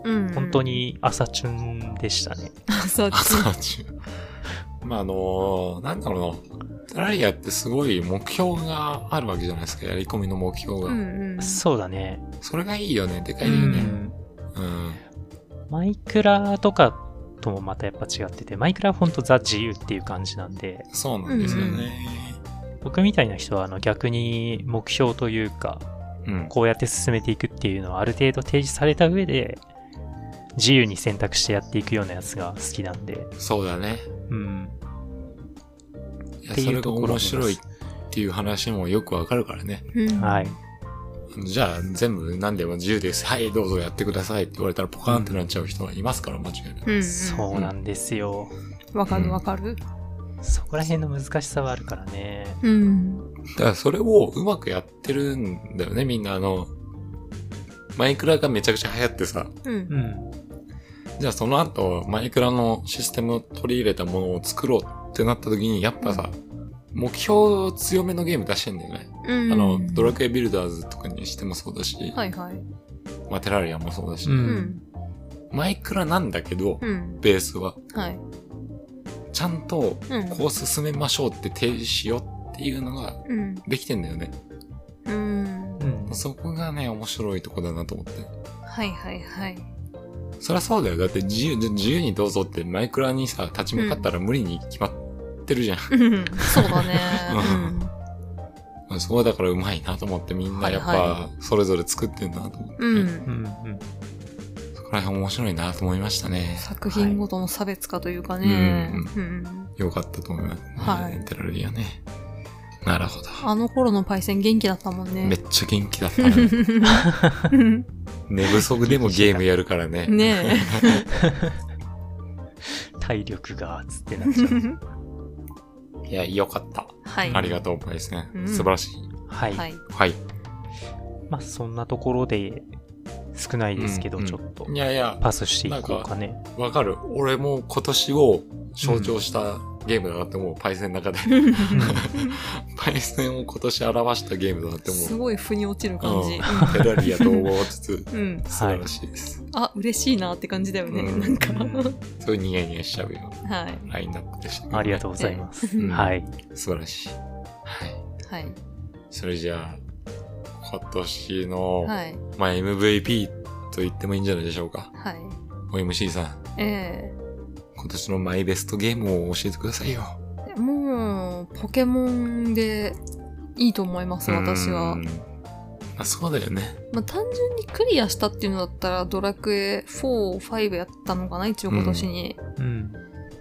S2: うん。うん
S3: 本当。に朝チュンでしたね。
S2: あ、そう。
S1: 朝中。 まあ、あのーなんだろうな。テラリアってすごい目標があるわけじゃないですか。やり込みの目標が。
S2: うんうん。
S3: そうだね。
S1: それがいいよね。でか
S2: う
S1: いよ
S2: ん
S1: ね。うん。
S3: マイクラとかともまたやっぱ違ってて、マイクラはほんとザ自由っていう感じなんで、
S1: そうなんですよね。
S3: 僕みたいな人はあの逆に目標というか、
S1: うん。
S3: こうやって進めていくっていうのはある程度提示された上で、自由に選択してやっていくようなやつが好きなんで、
S1: そうだね。
S3: うん。
S1: いや
S3: って
S1: それ
S3: いう
S1: が
S3: ところ
S1: 面白いっていう話もよくわかるからね。
S2: うん
S3: はい。。
S1: じゃあ、全部何でも自由です。はい、どうぞやってくださいって言われたらポカーンってなっちゃう人はいますから、間違いない。
S2: うんうん。
S3: そうなんですよ。
S2: わかるわかる。
S3: そこら辺の難しさはあるからね。
S2: うん。
S1: だからそれをうまくやってるんだよね、みんな。あの、マイクラがめちゃくちゃ流行ってさ、
S2: うん。
S3: うん。
S1: じゃあその後、マイクラのシステムを取り入れたものを作ろうってなった時に、やっぱさ、目標強めのゲーム出してんだよね。
S2: うん。
S1: あの、ドラクエビルダーズとかにしてもそうだし、
S2: はいはい。
S1: まあ、テラリアもそうだし、
S3: うん
S2: うん。
S1: マイクラなんだけど、
S2: うん。
S1: ベースは、
S2: はい。
S1: ちゃんと
S2: うん。
S1: こう進めましょうって提示しようっていうのが
S2: うん。
S1: できてんだよね。
S2: うん
S3: う。ん。
S1: そこがね、面白いとこだなと思って。
S2: はいはいはい。
S1: そりゃそうだよ。だって自由、自由にどうぞってマイクラにさ、立ち向かったら無理に決まってるじゃん。
S2: うんそうだね。
S1: そこはだからう まいなと思ってみんなやっ
S2: はい
S1: ぱ
S2: は
S1: それぞれ作ってんだなと思って。
S2: うん。う。
S3: うんん。うん。
S1: そこら辺面白いなと思いましたね。
S2: 作品ごとの差別化というかね。うん。
S1: よかったと思います、ね。
S2: はい
S1: テラリアね。なるほど。
S2: あの頃のパイセン元気だったもん
S1: め
S2: ね。
S1: っちゃ元気だった ね。寝不足でもゲームやるからね。
S2: ね
S3: 体力が、つってなっ
S2: え。
S3: ちゃう。
S1: いや、よかった。
S2: はい。
S1: ありがとう、パイセン
S2: うん
S1: 素晴らしい。
S3: はい。
S2: はい。
S1: はい。
S3: まあ、そんなところで、少ないですけど、
S1: うん
S3: ちょっと、
S1: いやいや、
S3: パスしていこうかね。
S1: わかる。俺も今年を象徴したゲームだなって思う、パイセンの中で。パイセンを今年表したゲームだなって
S2: す
S1: 思う。
S2: ごい腑に落ちる感じ。
S1: テラリアと思いつつ、
S2: うん。
S1: 素晴らしいです。
S2: あ、嬉しいなって感じだよね。なんか。
S1: そういうニヤニヤしちゃうよう
S2: はい。
S1: なラインナップでしたけどね、
S3: ありがとうございます。
S1: うん
S3: はい。
S1: 素晴らしい。はい。
S2: はい。
S1: それじゃあ、今年の、
S2: はい。
S1: まあ MVP と言ってもいいんじゃないでしょうか。
S2: はい。
S1: OMC さん、
S2: え
S1: 今年のマイベストゲームを教えてくださいよ。
S2: えもう、ポケモンでいいと思います、私は。
S1: うん。あ、そうだよね。
S2: まあ、単純にクリアしたっていうのだったら、ドラクエ4、5やったのかな一応今年に。
S3: うん。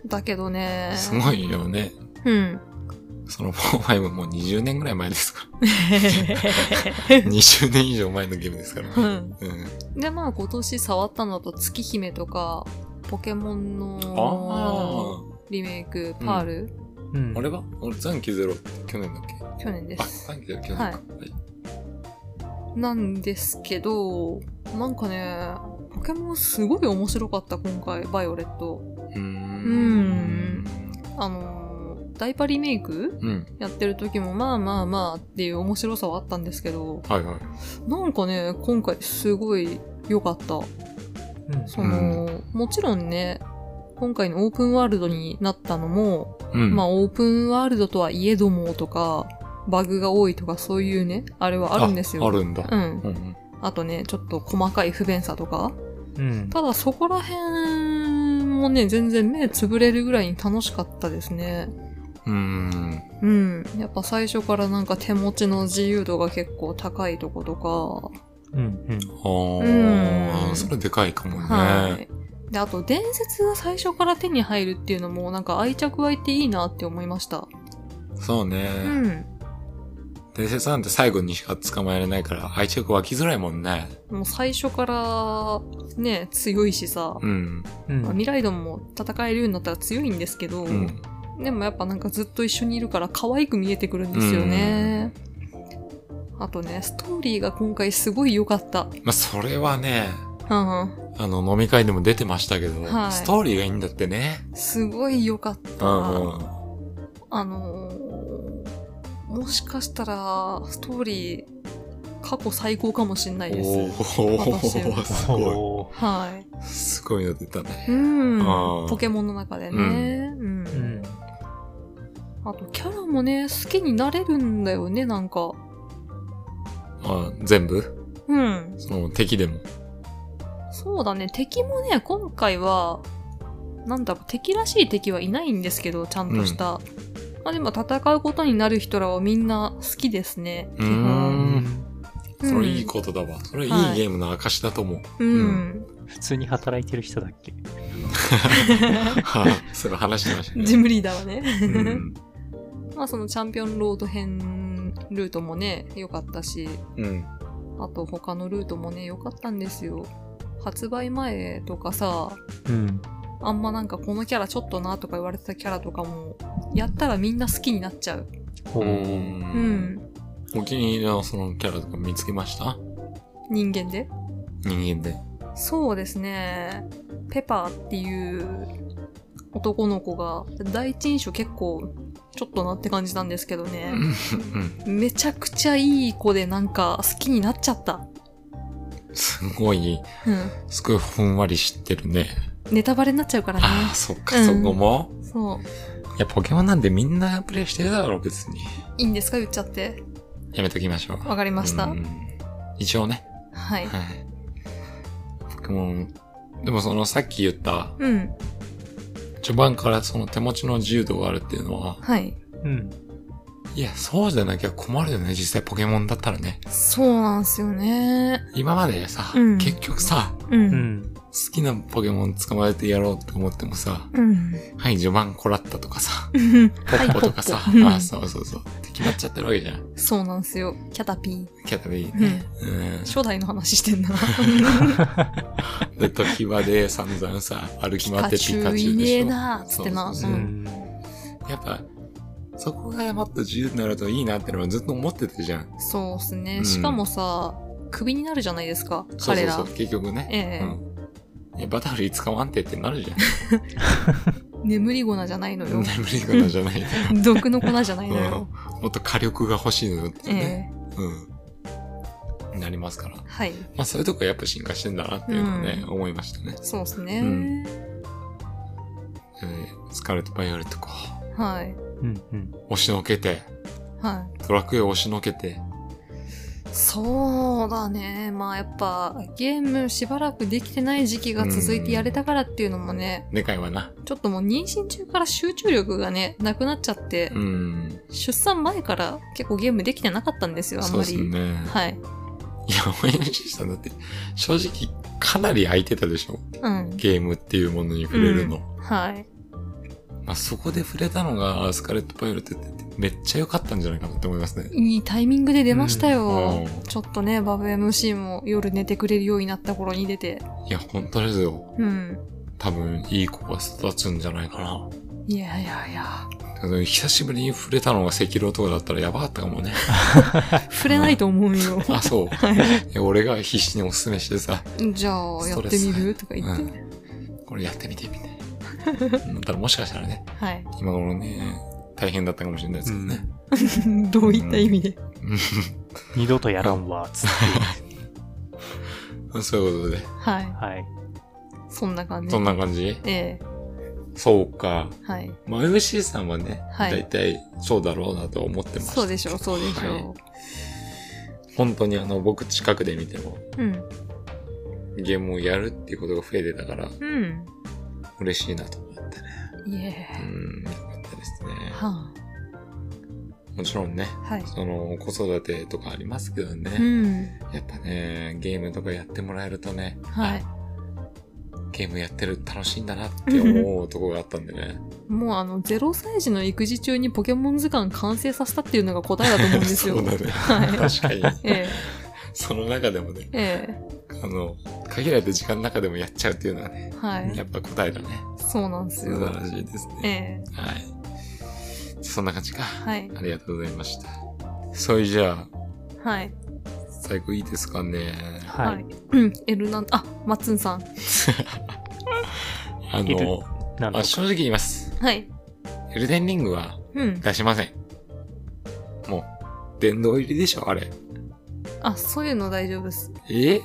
S2: だけどね。
S1: すごいよね。
S2: うん。
S1: その4、5もう20年ぐらい前ですから。20年以上前のゲームですから。
S2: うん
S1: うん。
S2: で、まあ今年触ったのだと月姫とか、ポケモンの
S1: あ
S2: リメイク、パール、
S3: うん
S1: あ。あれは俺、残機ゼロって去年だっけ
S2: 去年で
S1: あ、
S2: す。
S1: 残機ゼロ去年か。
S2: はい
S1: はい
S2: なんですけど、なんかね、ポケモンすごい面白かった、今回、バイオレット。
S1: うー
S2: んあのー、ダイパリメイク
S1: うん。
S2: やってる時も、まあまあまあっていう面白さはあったんですけど、
S1: はいはい。
S2: なんかね、今回すごい良かった。
S3: うん
S2: その、もちろんね、今回のオープンワールドになったのも、
S1: うん。
S2: まあオープンワールドとはいえどもとか、バグが多いとかそういうね、あれはあるんですよ。
S1: あるんだ。
S2: うん。
S1: うんうん。
S2: あとね、ちょっと細かい不便さとか。
S3: うん。
S2: ただそこら辺もね、全然目つぶれるぐらいに楽しかったですね。
S1: うーん。
S2: うん。やっぱ最初からなんか手持ちの自由度が結構高いとことか、
S3: うん。うん。
S1: あ
S2: う
S1: あ、
S2: ん
S1: それでかいかも
S2: は
S1: ね。
S2: い。で、あと、伝説が最初から手に入るっていうのも、なんか愛着湧いていいなって思いました。
S1: そう
S2: う
S1: ね。
S2: ん。
S1: 伝説なんて最後にしか捕まえられないから、愛着湧きづらいもんね。
S2: もう最初から、ね、強いしさ。
S1: うん。
S3: うん
S2: まあ、未来ドンも戦えるようになったら強いんですけど、
S1: うん。
S2: でもやっぱなんかずっと一緒にいるから可愛く見えてくるんですよね。あとね、ストーリーが今回すごい良かった。
S1: まあ、それはね、
S2: うん。
S1: あの、飲み会でも出てましたけど、
S2: はい
S1: ストーリーがいいんだってね。
S2: すごい良かった。
S1: うんうん。
S2: あのーもしかしたら、ストーリー、過去最高かもしんないです。
S1: お
S2: 私
S1: ー、すごい。
S3: おー
S2: は
S1: すごいの出たね。
S2: い。うん
S1: あー。
S2: ポケモンの中でね。うん。
S3: うん。
S2: あと、キャラもね、好きになれるんだよね、なんか。
S1: あ全部
S2: うん。
S1: その敵でも。
S2: そうだね、敵もね、今回は、なんだろう、敵らしい敵はいないんですけど、ちゃんとした。まあでも戦うことになる人らはみんな好きですね。
S1: うー。
S3: うんん
S1: それいいことだわ。それいい
S2: はい
S1: ゲームの証だと 思う。
S2: う。
S1: うん
S3: 普通に働いてる人だっけ
S1: はい。それ話してましたね。
S2: ジムリーダーはね。
S1: うん。
S2: まあそのチャンピオンロード編ルートもね、良かったし、
S1: うん。
S2: あと他のルートもね、良かったんですよ。発売前とかさ、
S3: うん。
S2: あんまなんかこのキャラちょっとなとか言われてたキャラとかも、やったらみんな好きになっちゃう。
S3: お
S2: う
S3: ー
S1: うん。
S2: ん。
S1: お気に入りのそのキャラとか見つけました
S2: 人間で。
S1: 人間で。
S2: そうですね。ペパーっていう男の子が、第一印象結構、ちょっとなって感じなんですけどね。
S1: うん。
S2: めちゃくちゃいい子でなんか好きになっちゃった。
S1: すごい、
S2: うん。
S1: すごいふんわり知ってるね。
S2: ネタバレになっちゃうからね。
S1: ああ、そっ
S2: う
S1: か、そ
S2: ん
S1: こも。
S2: そう。
S1: いや、ポケモンなんてみんなプレイしてるだろう、別に。
S2: いいんですか言っちゃって。
S1: やめときましょう。
S2: わかりました。
S1: うん一応ね。
S2: はい。
S1: はい。ポケモン、でもそのさっき言った、
S2: うん。
S1: 序盤からその手持ちの自由度があるっていうのは、
S2: はい。
S3: うん。
S1: いや、そうじゃなきゃ困るよね、実際ポケモンだったらね。
S2: そうなんすよね。
S1: 今までさ、
S2: うん
S1: 結局さ、
S2: う。
S3: うんん。
S1: 好きなポケモン捕まえてやろうって思ってもさ、
S2: うん。
S1: はい、序盤こらったとか さ、
S2: はい、
S1: ことかさ、
S2: うん
S1: あ、そうそうそう、って決まっちゃってるわけじゃん。
S2: そうなんすよ。キャタピー。
S1: キャタビー
S2: うん
S1: ね。。うん。
S2: 初代の話して んな。
S1: で、時場で散々さ、歩き
S2: ピ
S1: 回っ
S2: カ
S1: て
S2: チ
S1: ピ
S2: ュ
S1: カ
S2: ウ
S1: チュ
S2: い
S1: ウで
S2: ね
S1: し
S2: え
S1: ょ。
S2: なーっつってな。
S1: そう
S2: う。
S1: そうんやっぱ、そこがもっと自由になるといいなってのはずっと思ってたじゃん。
S2: そうっす
S1: う
S2: ね。
S1: ん
S2: しかもさ、クビになるじゃないですか。
S1: そうそ
S2: 彼
S1: う
S2: ら
S1: そ。う、結局ね。
S2: ええ
S1: うんいやバタフリー捕まんてってなるじゃん。
S2: 眠り粉じゃないのよ
S1: 眠。りかなじゃないのよ。
S2: 毒の粉じゃないのよ。
S1: もっと火力が欲しいのよってね。
S2: ええ。
S1: うん。なりますから。ま
S2: はい。
S1: あそういうとこやっぱ進化してんだなっていうのをね、思いましたね。
S2: そうっすね
S1: う。えースカーレット・バイオレットか。
S2: はい。
S3: うん。うん。
S1: 押しのけて、
S2: はい。
S1: ドラクエ押しのけて。
S2: そうだね。まあやっぱゲームしばらくできてない時期が続いてやれたからっていうのもね、
S1: でかいわな。
S2: ちょっともう妊娠中から集中力がね、なくなっちゃって、
S1: うん。
S2: 出産前から結構ゲームできてなかったんですよ、あん
S1: そう
S2: ま
S1: です
S2: り。
S1: ね。
S2: はい。
S1: いや、おやじさんだって、正直かなり空いてたでしょ
S2: うん。
S1: ゲームっていうものに触れるの。
S2: はい。
S1: まあ、そこで触れたのが、スカレット・パイロットってめっちゃ良かったんじゃないかなって思いますね。
S2: いいタイミングで出ました
S1: う
S2: よ。
S1: ん
S2: ちょっとね、バブ MC も夜寝てくれるようになった頃に出て。
S1: いや、本当ですよ。
S2: うん。
S1: 多分いい子が育つんじゃないかな。
S2: いやいやいや。
S1: だけど久しぶりに触れたのが赤色とかだったらやばかったか もね。
S2: 触れないと思 うよ。
S1: あ、そう
S2: はい。
S1: え俺が必死におすすめしてさ、
S2: じゃあ、やってみるとか言って。
S1: うん、これやってみてみたいな。だからもしかしたらね、
S2: はい。
S1: 今頃ね、大変だったかもしれないですけどね。
S2: どういった意味で。
S3: 二度とやらんわ、つっ て。
S1: そういうことで、
S2: はい。
S3: はい。
S2: そんな感じ。
S1: そんな感じ
S2: ええ
S1: そうか。
S2: はい。
S1: まあ、MC さんはね、
S2: はい
S1: 大体そうだろうなと思ってます。
S2: そうでしょう、そうでしょ
S1: 本当にあの、僕近くで見ても、
S2: う。うん。
S1: ゲームをやるっていうことが増えてたから、
S2: うん。
S1: 嬉しいなと思ってね。う
S2: い
S1: ん
S2: え。、
S1: よかったですね。
S2: は
S1: もちろんね、
S2: あ。はい。
S1: その、子育てとかありますけどね。
S2: うん。
S1: やっぱね、ゲームとかやってもらえるとね、
S2: はい
S1: あゲームやってる楽しいんだなって思うとこがあったんでね。
S2: もうあの、0歳児の育児中にポケモン図鑑完成させたっていうのが答えだと思うんですよ。
S1: そうだね。
S2: はい。
S1: 確かに。
S2: え
S1: その中でもね
S2: え、え
S1: あの、限られた時間の中でもやっちゃうっていうのはね、
S2: えはい。
S1: やっぱ答えだね。
S2: そうなんです
S1: 素
S2: よ。
S1: 晴らしいです
S2: え
S1: ね。
S2: え
S1: はい。じゃあそんな感じか。
S2: はい。
S1: ありがとうございました。それじゃあ、
S2: はい。
S1: 最後いいですかね。
S3: はい。
S2: うん。エルナン、あ、マッツンさん。
S1: あ
S3: いる
S1: の、
S3: なん
S1: ま
S3: だ
S1: あ、正直言います。
S2: はい。
S1: エルデンリングは
S2: うん。
S1: 出しません。もう、殿堂入りでしょ、あれ。
S2: あ、そういうの大丈夫です。
S1: え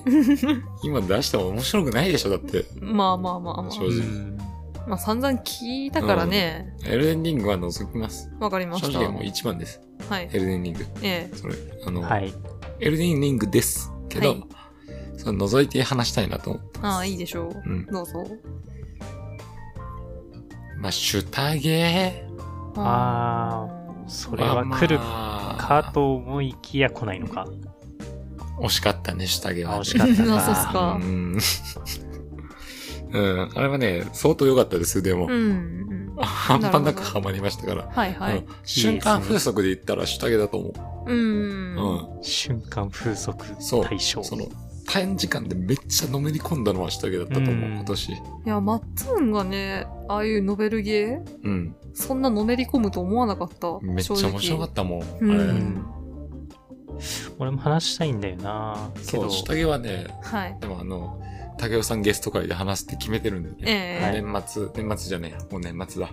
S1: 今出しても面白くないでしょだって。
S2: まあまあまあま
S1: 正直
S3: うん
S2: あ。まあ散々聞いたからね。
S1: エルデンリングは除きます。
S2: わかりま
S1: 正
S2: し
S1: 直もう
S2: た。
S1: 一番です。
S2: はい。
S1: エルデンリング。
S2: ええ。
S1: それ、あの、
S3: はい。
S1: エルデンリングです。けど、
S2: はい
S1: その覗いて話したいなと思ってます。
S2: ああ、いいでしょう。
S1: うん。
S2: どうぞ。
S1: まあ、シュタゲー
S3: あそれは来るか
S1: か
S3: と思いきや来ないのか。
S1: 惜しかったね、シュタゲは、ね。
S3: 惜しかった
S2: あ そうっす
S3: か。
S2: か
S1: うん。 うん。あれはね、相当良かったです、でも。
S2: うんうん。
S1: 半端な
S2: なる
S1: く
S2: ほど
S1: ハマりましたから。
S2: はいは
S1: う
S2: い
S1: ん。瞬間風速で言ったらシュタゲだと思う。
S2: うん。
S1: う
S3: 瞬間風速
S1: そう
S3: 対象。
S1: ん。その、短時間でめっちゃのめり込んだのは下着だったと思う、
S3: うん
S1: 今年。
S2: いや、マッツンがね、ああいうノベルゲー、
S1: うん。
S2: そんなのめり込むと思わなかった。
S1: めっちゃ面白かったもん。あれ
S2: うん
S3: うん俺も話したいんだよな。け
S1: そ
S3: ど
S1: う、、下着はね、
S2: た。はい。
S1: でもあの、竹雄さんゲスト会で話すって決めてるんでね。
S2: え
S1: 年末、年末じゃねえ、もう年末だ。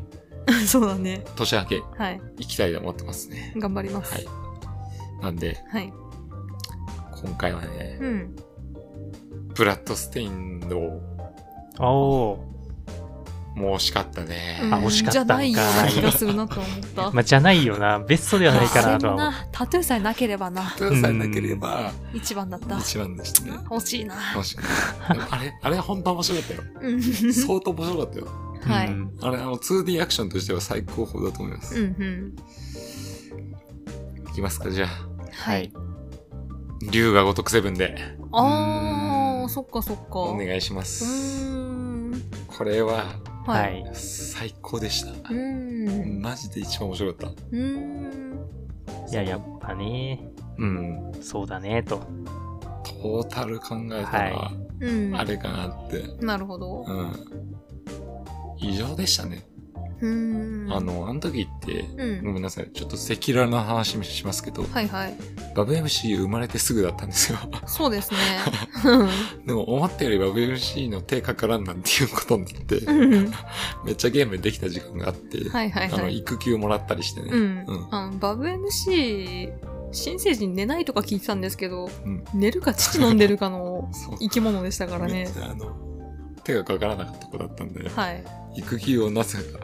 S2: え そうだね。
S1: 年明け、
S2: はい。
S1: 行きたいと思ってますね。
S2: 頑張ります。
S1: はい。なんで、
S2: はい。
S1: 今回はね、
S2: うん。
S1: ブラッドステインの、
S3: あお
S1: もう惜しかったね。
S2: うん
S3: あ惜しかったん
S2: じゃ
S3: か
S2: ないような気がするなと思った。
S3: ー、まあ、じゃないよな。ベストではないかなとは
S2: そん
S3: 思う。
S2: なタトゥーさえなければな
S1: 竹雄さんなければ、
S2: 一番だった
S1: 一番でしたね。
S2: 欲しいな
S1: 惜しかった。でもあれ、あれ本当面白かったよ。
S2: うん
S1: 相当面白かったよ。
S2: はいううん
S3: ん
S1: あれ、あの、2D アクションとしては最高峰だと思います。
S2: うん
S1: いきますか、じゃあ。
S2: は
S3: はいい。
S1: 竜が如くセブンで
S2: あ
S3: う
S2: ー
S3: ん
S2: そっかそっか
S1: お
S2: う
S1: 願いします。
S2: ーん
S1: これは
S2: は
S3: はいい。
S1: 最高でした。
S2: うーん
S1: マジで一番面白かった。
S2: うーん
S3: いや、やっぱね、
S1: うん。
S3: そうだね、と。
S1: トータル考えたら
S3: は、
S2: うん
S1: あれかなって。
S2: なるほど
S1: うん。異常でしたね。
S2: うーん
S1: あの、あの時って、
S2: うん
S1: ごめんなさい。ちょっと赤裸々な話しますけど、
S2: はいはい
S1: バブ MC 生まれてすぐだったんですよ。
S2: そうですね
S1: でも思ったよりバブ MC の手かからんなんていうことになって、
S2: うん
S1: めっちゃゲームできた時間があって、
S2: はいはい
S1: あの、
S2: はい
S1: 育休もらったりしてね。
S2: うん
S1: うん
S2: あのバブ MC 新成人寝ないとか聞いてたんですけど
S1: うん
S2: 寝るか乳飲んでる かの
S1: そう。
S2: 生き物でしたから
S1: め
S2: ね
S1: っちゃあの、手がかからなかった子だったんで、
S2: はい
S1: 育休をなぜか、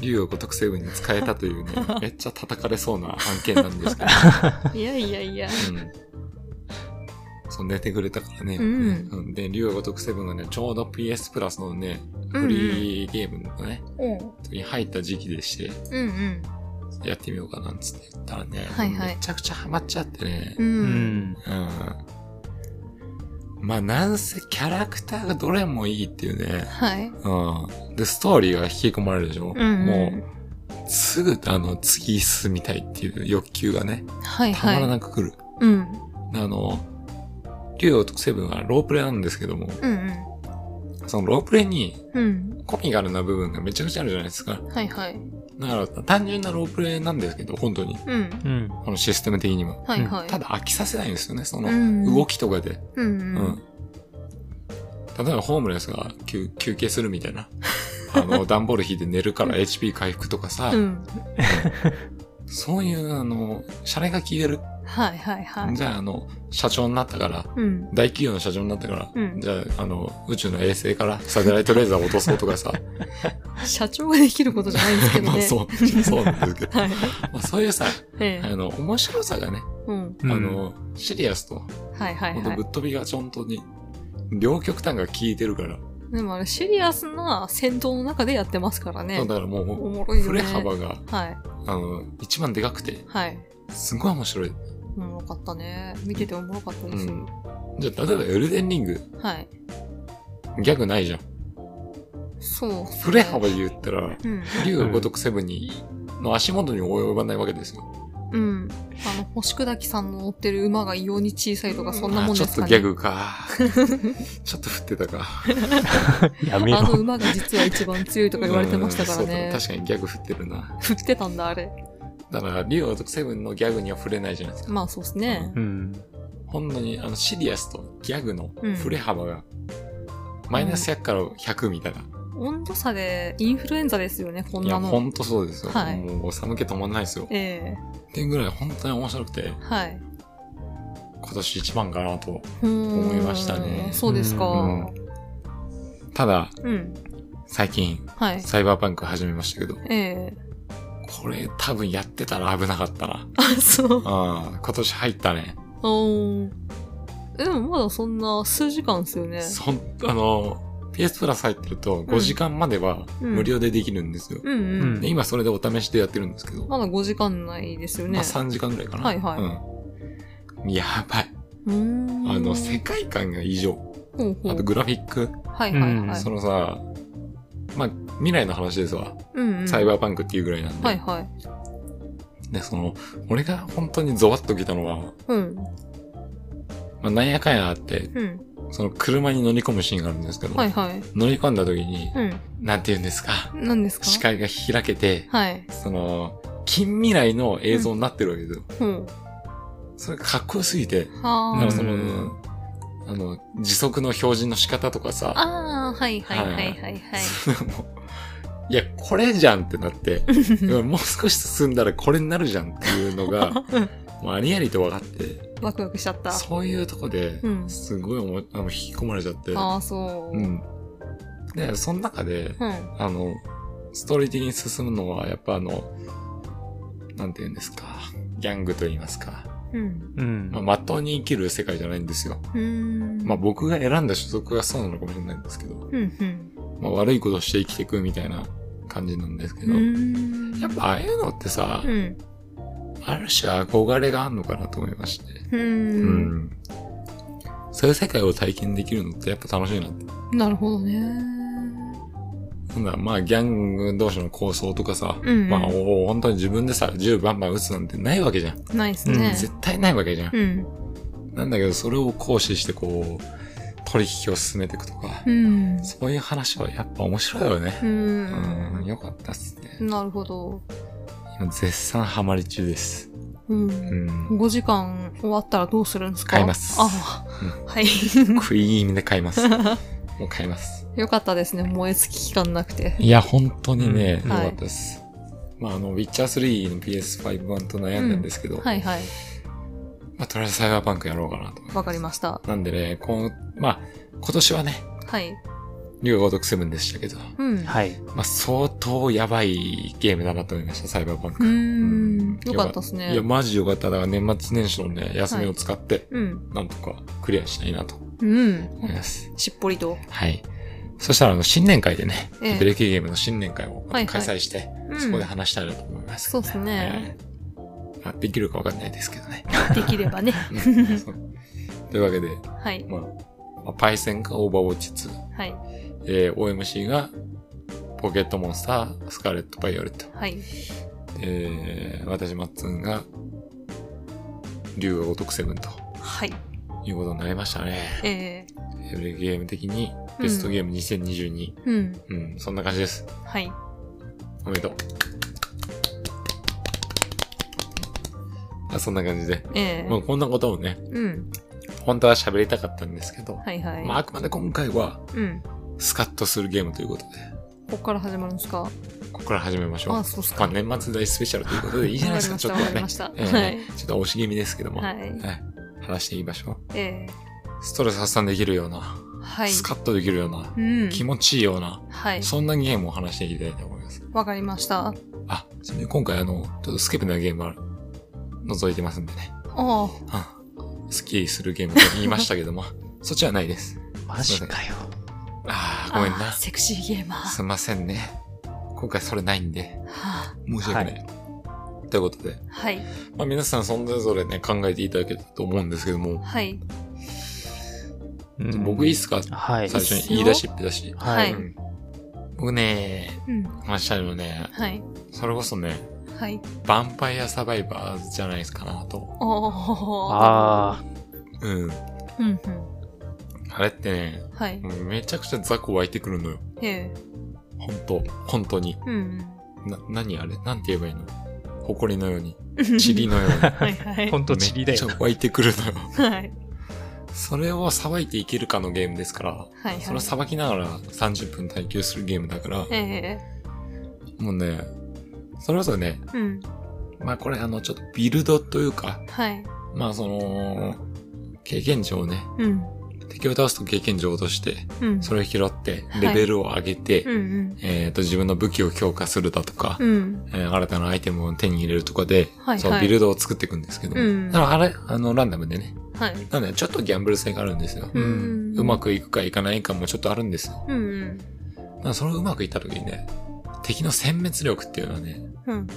S1: 竜をごとくセブンに使えたというね、 めっちゃ叩かれそうな案件なんですけど、
S2: いやいやいや
S1: うん。そう、寝てくれたからね。
S2: うん
S1: んで、竜をごとくセブンがね、ちょうど PS プラスのね、
S2: うん
S1: フリーゲームのね、
S2: うん
S1: に入った時期でして、
S2: うん
S1: やってみようかなんつって言ったらね、
S2: はいは
S1: め
S2: い
S1: ちゃくちゃハマっちゃってね、
S2: うんう
S3: うんん。
S1: うん。まあ、なんせキャラクターがどれもいいっていうね。
S2: はい
S1: うん。で、ストーリーが引き込まれるでしょ、
S2: うん
S1: もう、すぐ、あの、次進みたいっていう欲求がね、
S2: はい
S1: たまら
S2: はい
S1: なく来る。
S2: うん
S1: あの、竜王とセブンはロープレイなんですけども、
S2: うんうん
S1: そのロープレイに
S2: うん。
S1: コミカルな部分がめちゃくちゃあるじゃないですか。
S2: はいはい。
S1: だから単純なロープレイなんですけど、本当に。
S2: うん。
S3: うん。
S1: このシステム的にも。
S2: はいはい。
S1: ただ飽きさせないんですよね、その
S2: うん
S1: 動きとかで。
S2: うん
S1: う
S2: う、
S1: んん。例えばホームレスが休休憩するみたいな。 あの、段ボール引いて寝るから HP 回復とかさ、
S2: うん。
S1: そういう、あの、シャレが効いてる。
S2: はいはいはい。
S1: じゃあ、あの、社長になったから、
S2: うん。
S1: 大企業の社長になったから、
S2: うん
S1: じゃあ、あの、宇宙の衛星からサテライトレーザーを落とそうとか さ、
S2: 社長ができることじゃないんですけど
S1: まあ
S2: ね。
S1: そう、そうなんですけ ど、
S2: はい。
S1: まあ、そういうさ、
S2: え
S1: あ
S2: え。
S1: の、面白さがね、
S2: うん。
S1: あの、シリアスと、
S2: はいはい
S1: ほんと
S2: は
S1: ぶっ飛びがちょんとに、両極端が効いてるから、
S2: い。でもあれ、シリアスな戦闘の中でやってますから
S1: そ
S2: ね
S1: う。だからも
S2: おもろ
S1: う、
S2: いよ
S1: 振れ
S2: ね。
S1: 幅が、
S2: はい。
S1: あの、一番でかくて、
S2: はい。
S1: すごい面白い。
S2: おもろかったね。見てておもろかったです。
S1: うんじゃあ、例えばエルデンリング、
S2: はい。
S1: ギャグないじゃん。
S2: そうっすね。
S1: 振れ幅で言ったら、
S2: うん。
S1: 竜が如くセブンに、の足元に及ばないわけですよ。
S2: うん。あの、星砕きさんの乗ってる馬が異様に小さいとか、そんな
S1: あ
S2: もん
S1: ち
S2: で
S1: ょっ
S2: す
S1: と
S2: か
S1: ギャ
S2: ね。
S1: グか。 ちょっと振ってたか。
S3: やめ
S2: あの
S3: ろ。
S2: 馬が実は一番強いとか言われてましたから
S1: う
S2: ね
S1: ん。そうだ確かにギャグ振ってるな。
S2: 振ってたんだ、あれ。
S1: だから、竜が如くセブンのギャグには触れないじゃないですか。
S2: まあ、そうっすね。
S3: うん。
S1: ほんのに、あの、シリアスとギャグの
S2: うん
S1: 振れ幅が、マイナス100から100みたいな。
S2: 温度差でインフルエンザですよね、こん
S1: いや、
S2: な
S1: ほ
S2: の。
S1: んとそうですよ。
S2: はい
S1: もう、寒気止まんないですよ。っ
S2: ええ
S1: ていうぐらい、本当に面白くて、
S2: はい。
S1: 今年一番かなと。
S2: 思
S1: いましたね
S2: そうですか。
S1: う
S2: うん
S1: ん。ただ、
S2: うん。
S1: 最近、
S2: はい。
S1: サイバーパンク始めましたけど、
S2: ええ
S1: これ多分やってたら危なかった な。
S2: あ、そ
S1: う
S2: う。
S1: ん、今年入ったね。
S2: おーでもまだそんな数時間ですよね。
S1: そん、あの、PS プラス入ってると5時間までは
S2: うん
S1: 無料でできるんですよ。
S2: うんうん。
S3: うん
S1: で今それでお試しでやってるんですけど、
S2: まだ5時間ないですよね。
S1: まあ3時間ぐらいかな。
S2: はいはい
S1: うん。やばい。
S2: うーん。
S1: あの、世界観が異常。
S2: ほうほう
S1: あとグラフィック。
S2: はいはいは
S3: うん
S2: い
S1: そ。のさ、まあ、未来の話ですわ。
S2: うんうん。
S1: サイバーパンクっていうぐらいなんで。
S2: はいはい。
S1: で、その、俺が本当にゾワッときたのは、
S2: うん。
S1: まあ、なんやかんやあって、
S2: うん。
S1: その車に乗り込むシーンがあるんですけど、
S2: はいはい。
S1: 乗り込んだ時に、
S2: うん。
S1: なんて言うんですか、
S2: 何ですか
S1: 視界が開けて、
S2: はい。
S1: その、近未来の映像になってるわけですよ。
S2: ほう。
S1: それがかっこよすぎて、だ
S2: は
S1: から
S2: あ。
S1: その、
S3: うん
S1: あの、時速の表示の仕方とかさ、
S2: ああ、はいはいはいはいはい。
S1: そのいや、これじゃんってなって、 いやもう少し進んだらこれになるじゃんっていうの が、もうありありと分かって、
S2: ワクワクしちゃった。
S1: そういうとこで
S2: う、ん。
S1: すごいおもあの引き込まれちゃって、
S2: ああ、そう。
S1: う。ん。で、その中で、
S2: うん。
S1: あの、ストーリー的に進むのは、やっぱあの、なんて言うんですか、ギャングと言いますか、
S2: うん。
S3: うん
S1: まあ、。まっとうに生きる世界じゃないんですよ。
S2: うーん。
S1: まあ、僕が選んだ所属がそうなのかもしれないんですけど、
S2: うんうん。
S1: まあ、悪いことして生きていくみたいな感じなんですけ
S2: う
S1: ど、
S2: ーん。
S1: やっぱああいうのってさ、
S2: うん。
S1: ある種憧れがあるのかなと思いまして、
S2: う。
S1: うんん。そういう世界を体験できるのってやっぱ楽しいなって。
S2: なるほどね。
S1: なんだ、まあ、ギャング同士の構想とかさ、
S2: うんうん
S1: まあ、お本当に自分でさ、銃バンバン撃つなんてないわけじゃん。
S2: ないっす
S3: うん
S2: ね。
S1: 絶対ないわけじゃん。
S2: うん。
S1: なんだけど、それを行使してこう、取引を進めていくとか、
S2: うん。
S1: そういう話はやっぱ面白いよね
S2: う。
S1: うん、
S2: ん。
S1: よかったっすね。
S2: なるほど。
S1: 今絶賛ハマり中です。
S2: う。
S1: うんん。
S2: 5時間終わったらどうするんですか
S1: 買います
S2: ああ、はい。
S1: 食い意味で買います。もう買います。
S2: よかったですね。燃え尽き期間なくて。
S1: いや、本当にね、
S3: う
S1: 良
S2: んはい
S1: かったです。まあ、あの、ウィッチャー3の PS5 版と悩んだんですけど、
S2: はいはい。
S1: まあ、とりあえずサイバーパンクやろうかなと。
S2: わかりました。
S1: なんでね、この、まあ、今年はね、
S2: はい。
S1: 竜が如くセブンでしたけど、
S2: うん。い。
S3: はい。
S1: まあ、相当やばいゲームだなと思いました、サイバーパン
S2: う
S1: ク。
S2: ん。よかったです
S1: いや、
S2: ね。
S1: マジよかった。だから年末年始のね、休みを使って、
S2: うん。
S1: なんとかクリアしたいなと
S2: うん。
S1: 思います。
S2: しっぽりと。
S1: はい。そしたら、あの、新年会でね、
S2: ええ
S1: ブレーキゲームの新年会を
S2: はいは
S1: 開催
S2: い
S1: して、
S2: うん
S1: そこで話したいなと思いますけど、
S2: そうっすね
S1: はいまあできるかわかんないですけど ね。
S2: できればね。
S1: うんそうというわけで、
S2: はい。
S1: まあ、まあパイセンかオーバーウォッチ2、
S2: はい。
S1: えー、OMC がポケットモンスター、スカーレット・バイオレット。
S2: はい。
S1: えー、私、マッツンが、竜が如くセブンと
S2: はい。
S1: いうことになりましたね。
S2: え
S1: ブレーキゲーム的に
S2: ー、
S1: ベストゲーム2022。
S2: うん。
S1: うん、そんな感じです。
S2: はい。
S1: おめでとう。あ、そんな感じで。
S2: ええ
S1: まあ、こんなことをね、
S2: うん。
S1: 本当は喋りたかったんですけど、
S2: はいはい。
S1: まあ、あくまで今回は、
S2: うん。
S1: スカッとするゲームということで、
S2: ここから始まるんですか
S1: ここから始めましょう。
S2: あ、そうっす
S1: ま
S2: か。
S1: あ、年末大スペシャルということで、いいじゃない
S2: わ
S1: で
S2: かり
S1: すか、
S2: ま
S1: ち
S2: し
S1: ょ
S2: た、
S1: っ
S2: わ
S1: と
S2: か
S1: はね。
S2: りました。
S1: ええ
S2: はい。
S1: ちょっと押し気味ですけども、
S2: はい。
S1: はい話していきましょう。
S2: ええ
S1: ストレス発散できるような、
S2: はい。
S1: スカッとできるような、
S2: うん。
S1: 気持ちいいような、
S2: はい。
S1: そんなゲームを話していきたいと思います。
S2: わかりました。
S1: あ、ちなみに今回あの、ちょっとスケベなゲームは覗いてますんでね。
S2: ああ、
S1: うん。スッキリするゲームと言いましたけども、 そっちはないです。
S3: マジかよ。
S1: ああ、ごめん
S2: あ
S1: な
S2: ー。セクシーゲーマー。
S1: すいませんね。今回それないんで、
S2: はあ
S1: 申し訳ない。ということで、
S2: はい。
S1: まあ皆さんそれぞれね、考えていただけたと思うんですけども、
S2: はい。
S3: うん
S1: 僕いいっすか
S3: はい。
S1: 最初に言い出しっぺだし。
S2: は
S1: う
S2: い。
S1: ん僕ね、
S2: うん。
S1: 話したいのね、
S2: はい。
S1: それこそね、
S2: はい。
S1: ヴァンパイアサバイバーズじゃないですかなと。
S2: おお。
S3: あ
S1: うん。
S2: あ。うんうん。
S1: あれってね、
S2: はい。
S1: めちゃくちゃ雑魚湧いてくるのよ。
S2: へえ。
S1: ほんと、本当に。
S2: うん
S1: な、何あれなんて言えばいいの誇りのように、
S2: うん。
S1: 塵のように。
S2: はいは
S3: あ、
S2: い
S3: ほ。んとチリだ
S1: めっ
S3: よ
S1: ち。ゃ湧いてくるのよ。
S2: はい。
S1: それをさばいていけるかのゲームですから、
S2: はい
S1: それを
S2: は
S1: さばきながら30分耐久するゲームだから
S2: い。、ええ。
S1: もうね、それこそね、
S2: うん。
S1: まあこれあの、ちょっとビルドというか、
S2: はい。
S1: まあその、経験値をね、
S2: うん。
S1: 敵を倒すと経験値を落として、
S2: うん。
S1: それを拾って
S2: は、い
S1: レベルを上げて、
S2: うん
S1: えっと、自分の武器を強化するだとか
S2: うん。う、ん。
S1: えー新たなアイテムを手に入れるとかで、
S2: はいはい
S1: そのビルドを作っていくんですけど、
S2: うん
S1: だからあれ、あの、ランダムでね。
S2: はい。
S1: なので、ちょっとギャンブル性があるんですよ。
S2: うん
S1: うまくいくかいかないかもちょっとあるんですよ。
S2: うんうん。
S1: だからそれをうまくいった時にね、敵の殲滅力っていうのはね、
S2: うん。
S1: と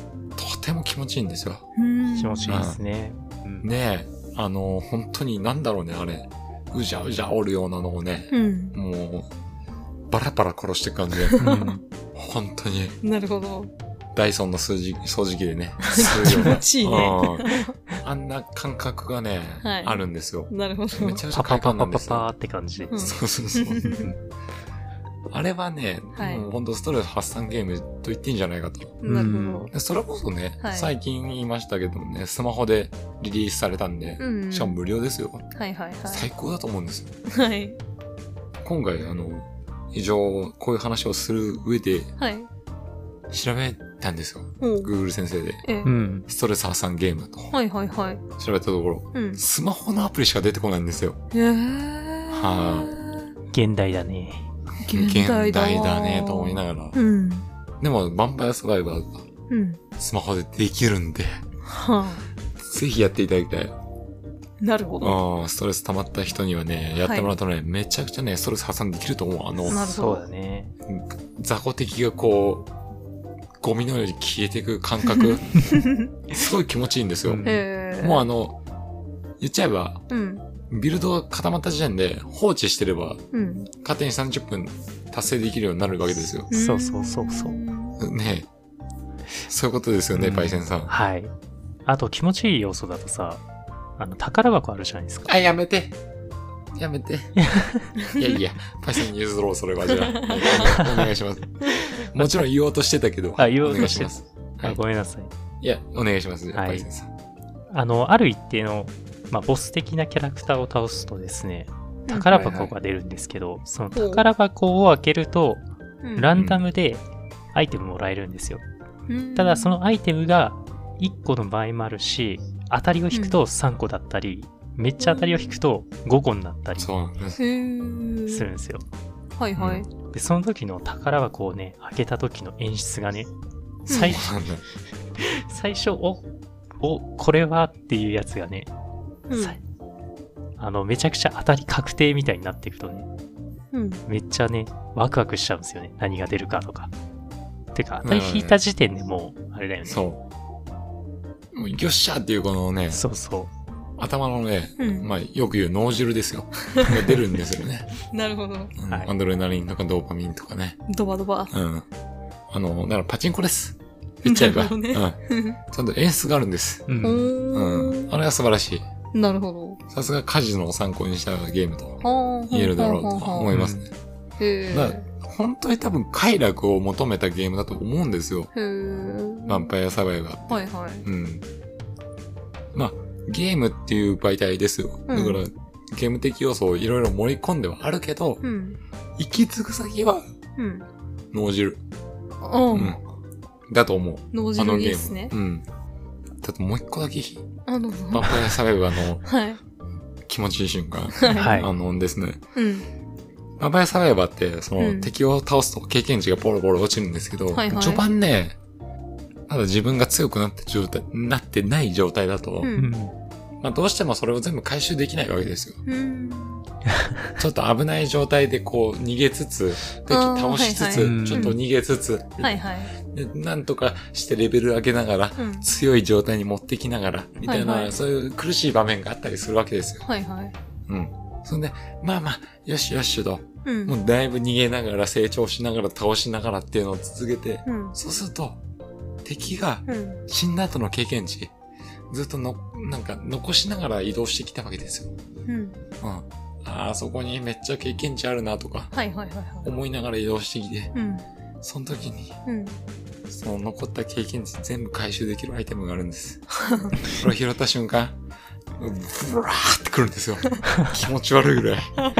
S1: ても気持ちいいんですよ。
S2: うん
S3: 気持ちいいですね。うん
S1: ねえ、あの、本当になんだろうね、あれ。うじゃうじゃおるようなのをね、
S2: うん。
S1: もう、バラバラ殺していく感じで、
S3: うん
S1: 本当に、
S2: なるほど。
S1: ダイソンの数字、掃除機でね、気
S2: 気持ち いいね。
S1: あんな感覚がね、
S2: はい
S1: あるんですよ。
S2: なるほど
S1: め。ちゃめちゃ
S3: パパ
S1: 快
S3: パ
S1: 感な
S3: パ
S1: んで
S3: パ
S1: す
S3: パ
S1: よ。
S3: ーって感じ。
S2: うん
S1: そうそうそう。あれはね、
S2: はい
S1: もう本当ストレス発散ゲームと言っていいんじゃないかと。
S2: なるほど。
S1: でそれこそね、
S2: はい
S1: 最近言いましたけどもね、スマホでリリースされたんで、
S2: うん。
S1: しかも無料ですよ。
S2: はいはい
S1: 最高だと思うんですよ。
S2: はい。はい。
S1: 今回、あの、以上、こういう話をする上で、
S2: はい。
S1: 調べたんですよ。
S2: おう。
S1: Google 先生で。
S2: ええ
S3: う。ん。
S1: ストレス発散ゲームと。
S2: はいはいはい。
S1: 調べたところ、
S2: うん。
S1: スマホのアプリしか出てこないんですよ。
S2: ええ。
S1: は
S3: 現代だね。
S2: 現代だわ
S1: 現代だね、と思いながら。
S2: うん。
S1: でも、ヴァンパイアサバイバーが
S2: うん。
S1: スマホでできるんで、
S2: は
S1: ぜひやっていただきたい。
S2: あ。なるほど。
S1: ああ、ストレス溜まった人にはね、やってもらうとね、めちゃくちゃね、ストレス発散できると思う。あの、
S2: なるほ
S3: そう
S2: ど。
S3: だね。
S1: 雑魚敵がこう、ゴミのように消えていく感 覚、すごい気持ちいいんですよ。
S3: うん
S2: ええ。
S1: もうあの、言っちゃえば、
S2: うん。
S1: ビルドが固まった時点で放置してれば、
S2: うん。
S1: 勝手に30分達成できるようになるわけですよ。
S3: そうそうそうそう。
S1: ねえそういうことですよね、
S3: うん
S1: パイセンさん。
S3: はい。あと気持ちいい要素だとさ、あの、宝箱あるじゃないですか。
S1: あ、やめて。やめて。 いやいや、パイセンに譲ろう、それは。じゃあ、お願いし ます。もちろん言おうとしてたけど。
S3: あ言おうとして
S1: お願います。は
S3: あ
S1: い
S3: ごめんなさい。
S1: いや、お願いします、じゃあ
S3: はい
S1: パイセンさん。
S3: あの、ある一定の、まあ、ボス的なキャラクターを倒すとですね、宝箱が出るんですけど、その宝箱を開けると、ランダムでアイテムもらえるんですよ。ただ、そのアイテムが1個の場合もあるし、当たりを引くと3個だったり、めっちゃ当たりを引くと5個になったりす
S1: そうなんです。
S2: へ
S3: るん
S2: ー
S3: ですよ。
S2: はいはい。
S3: で、その時の宝箱をね、開けた時の演出がね、最初
S1: そうなんだ。
S3: 最初、お、お、これはっていうやつがね、
S2: うん
S3: さあの、めちゃくちゃ当たり確定みたいになっていくとね、
S2: うん。
S3: めっちゃね、ワクワクしちゃうんですよね。何が出るかとか。てか、当たり引いた時点でもう、あれだよね。
S1: そう。もう、よっしゃーっていうこのね、
S3: そうそ
S1: 頭のね、
S2: うん。
S1: まあ、よく言う脳汁ですよ。が出るんですよね。
S2: なるほど。
S1: うん
S3: はい
S1: アンドレナリンとかドーパミンとかね。
S2: ドバドバ。
S1: うん。あの、だからパチンコです。言っちゃえば。
S2: なるほどね
S1: うん。ちゃんと演出があるんです。
S3: う。う
S2: お
S3: ん。
S1: うん。
S2: ー
S1: あれは素晴らしい。
S2: なるほど。
S1: さすがカジノを参考にしたゲームと
S2: はあ
S1: 言えるだろうと
S2: はあはあはあ
S1: 思いますね。
S2: へ
S1: な本当に多分快楽を求めたゲームだと思うんですよ。
S2: え。へえ。
S1: ヴァンパイアサバイバー。
S2: はいはい。
S1: うん。まあ、ゲームっていう媒体ですよ。だから、
S2: う
S1: ゲーム的要素をいろいろ盛り込んではあるけど、
S2: うん。
S1: 行き着く先は
S2: うん。
S1: 脳汁。
S2: う
S1: うんん。。だと思う。
S2: 脳
S1: あ
S2: 汁
S1: の
S2: いい
S1: ゲ
S2: です
S1: ーム。
S2: ね。
S1: うん。だともう一個だけ、
S2: あの、
S1: バンパイアサバイバーの
S2: はい。
S1: 気持ちいい瞬間。
S2: は。
S3: はいい
S1: あのですね。
S2: うん。
S1: バンパイアサバイバーって、その、
S2: うん
S1: 敵を倒すと経験値がボロボロ落ちるんですけど、
S2: はいはい
S1: 序盤ね、まだ自分が強くなって状態、なってない状態だと、
S2: う。
S3: うんん。
S1: まあどうしてもそれを全部回収できないわけですよ。
S2: うん。
S1: ちょっと危ない状態でこう逃げつつ、敵
S2: あー
S1: 倒しつつ、
S3: はいはい
S1: ちょっと逃げつつ、
S2: はいはい。
S1: でなんとかしてレベル上げながら、
S2: うん。
S1: 強い状態に持ってきながら、みたいな、
S2: はいはい
S1: そういう苦しい場面があったりするわけですよ。
S2: はいはい。
S1: うん。そんで、まあまあ、よしよしと、
S2: うん。
S1: もうだいぶ逃げながら、成長しながら、倒しながらっていうのを続けて、
S2: うん。
S1: そうすると、敵が
S2: うん。
S1: 死んだ後の経験値、ずっとの、なんか残しながら移動してきたわけですよ。
S2: うん。
S1: うん。あーあ、そこにめっちゃ経験値あるなとか、
S2: はいはいはいはい。
S1: 思いながら移動してきて、
S2: うん。
S1: その時に、
S2: うん。
S1: その残った経験値全部回収できるアイテムがあるん です。これを拾った瞬間、ブワーってくるん ですよ。気持ち悪いぐらい。あ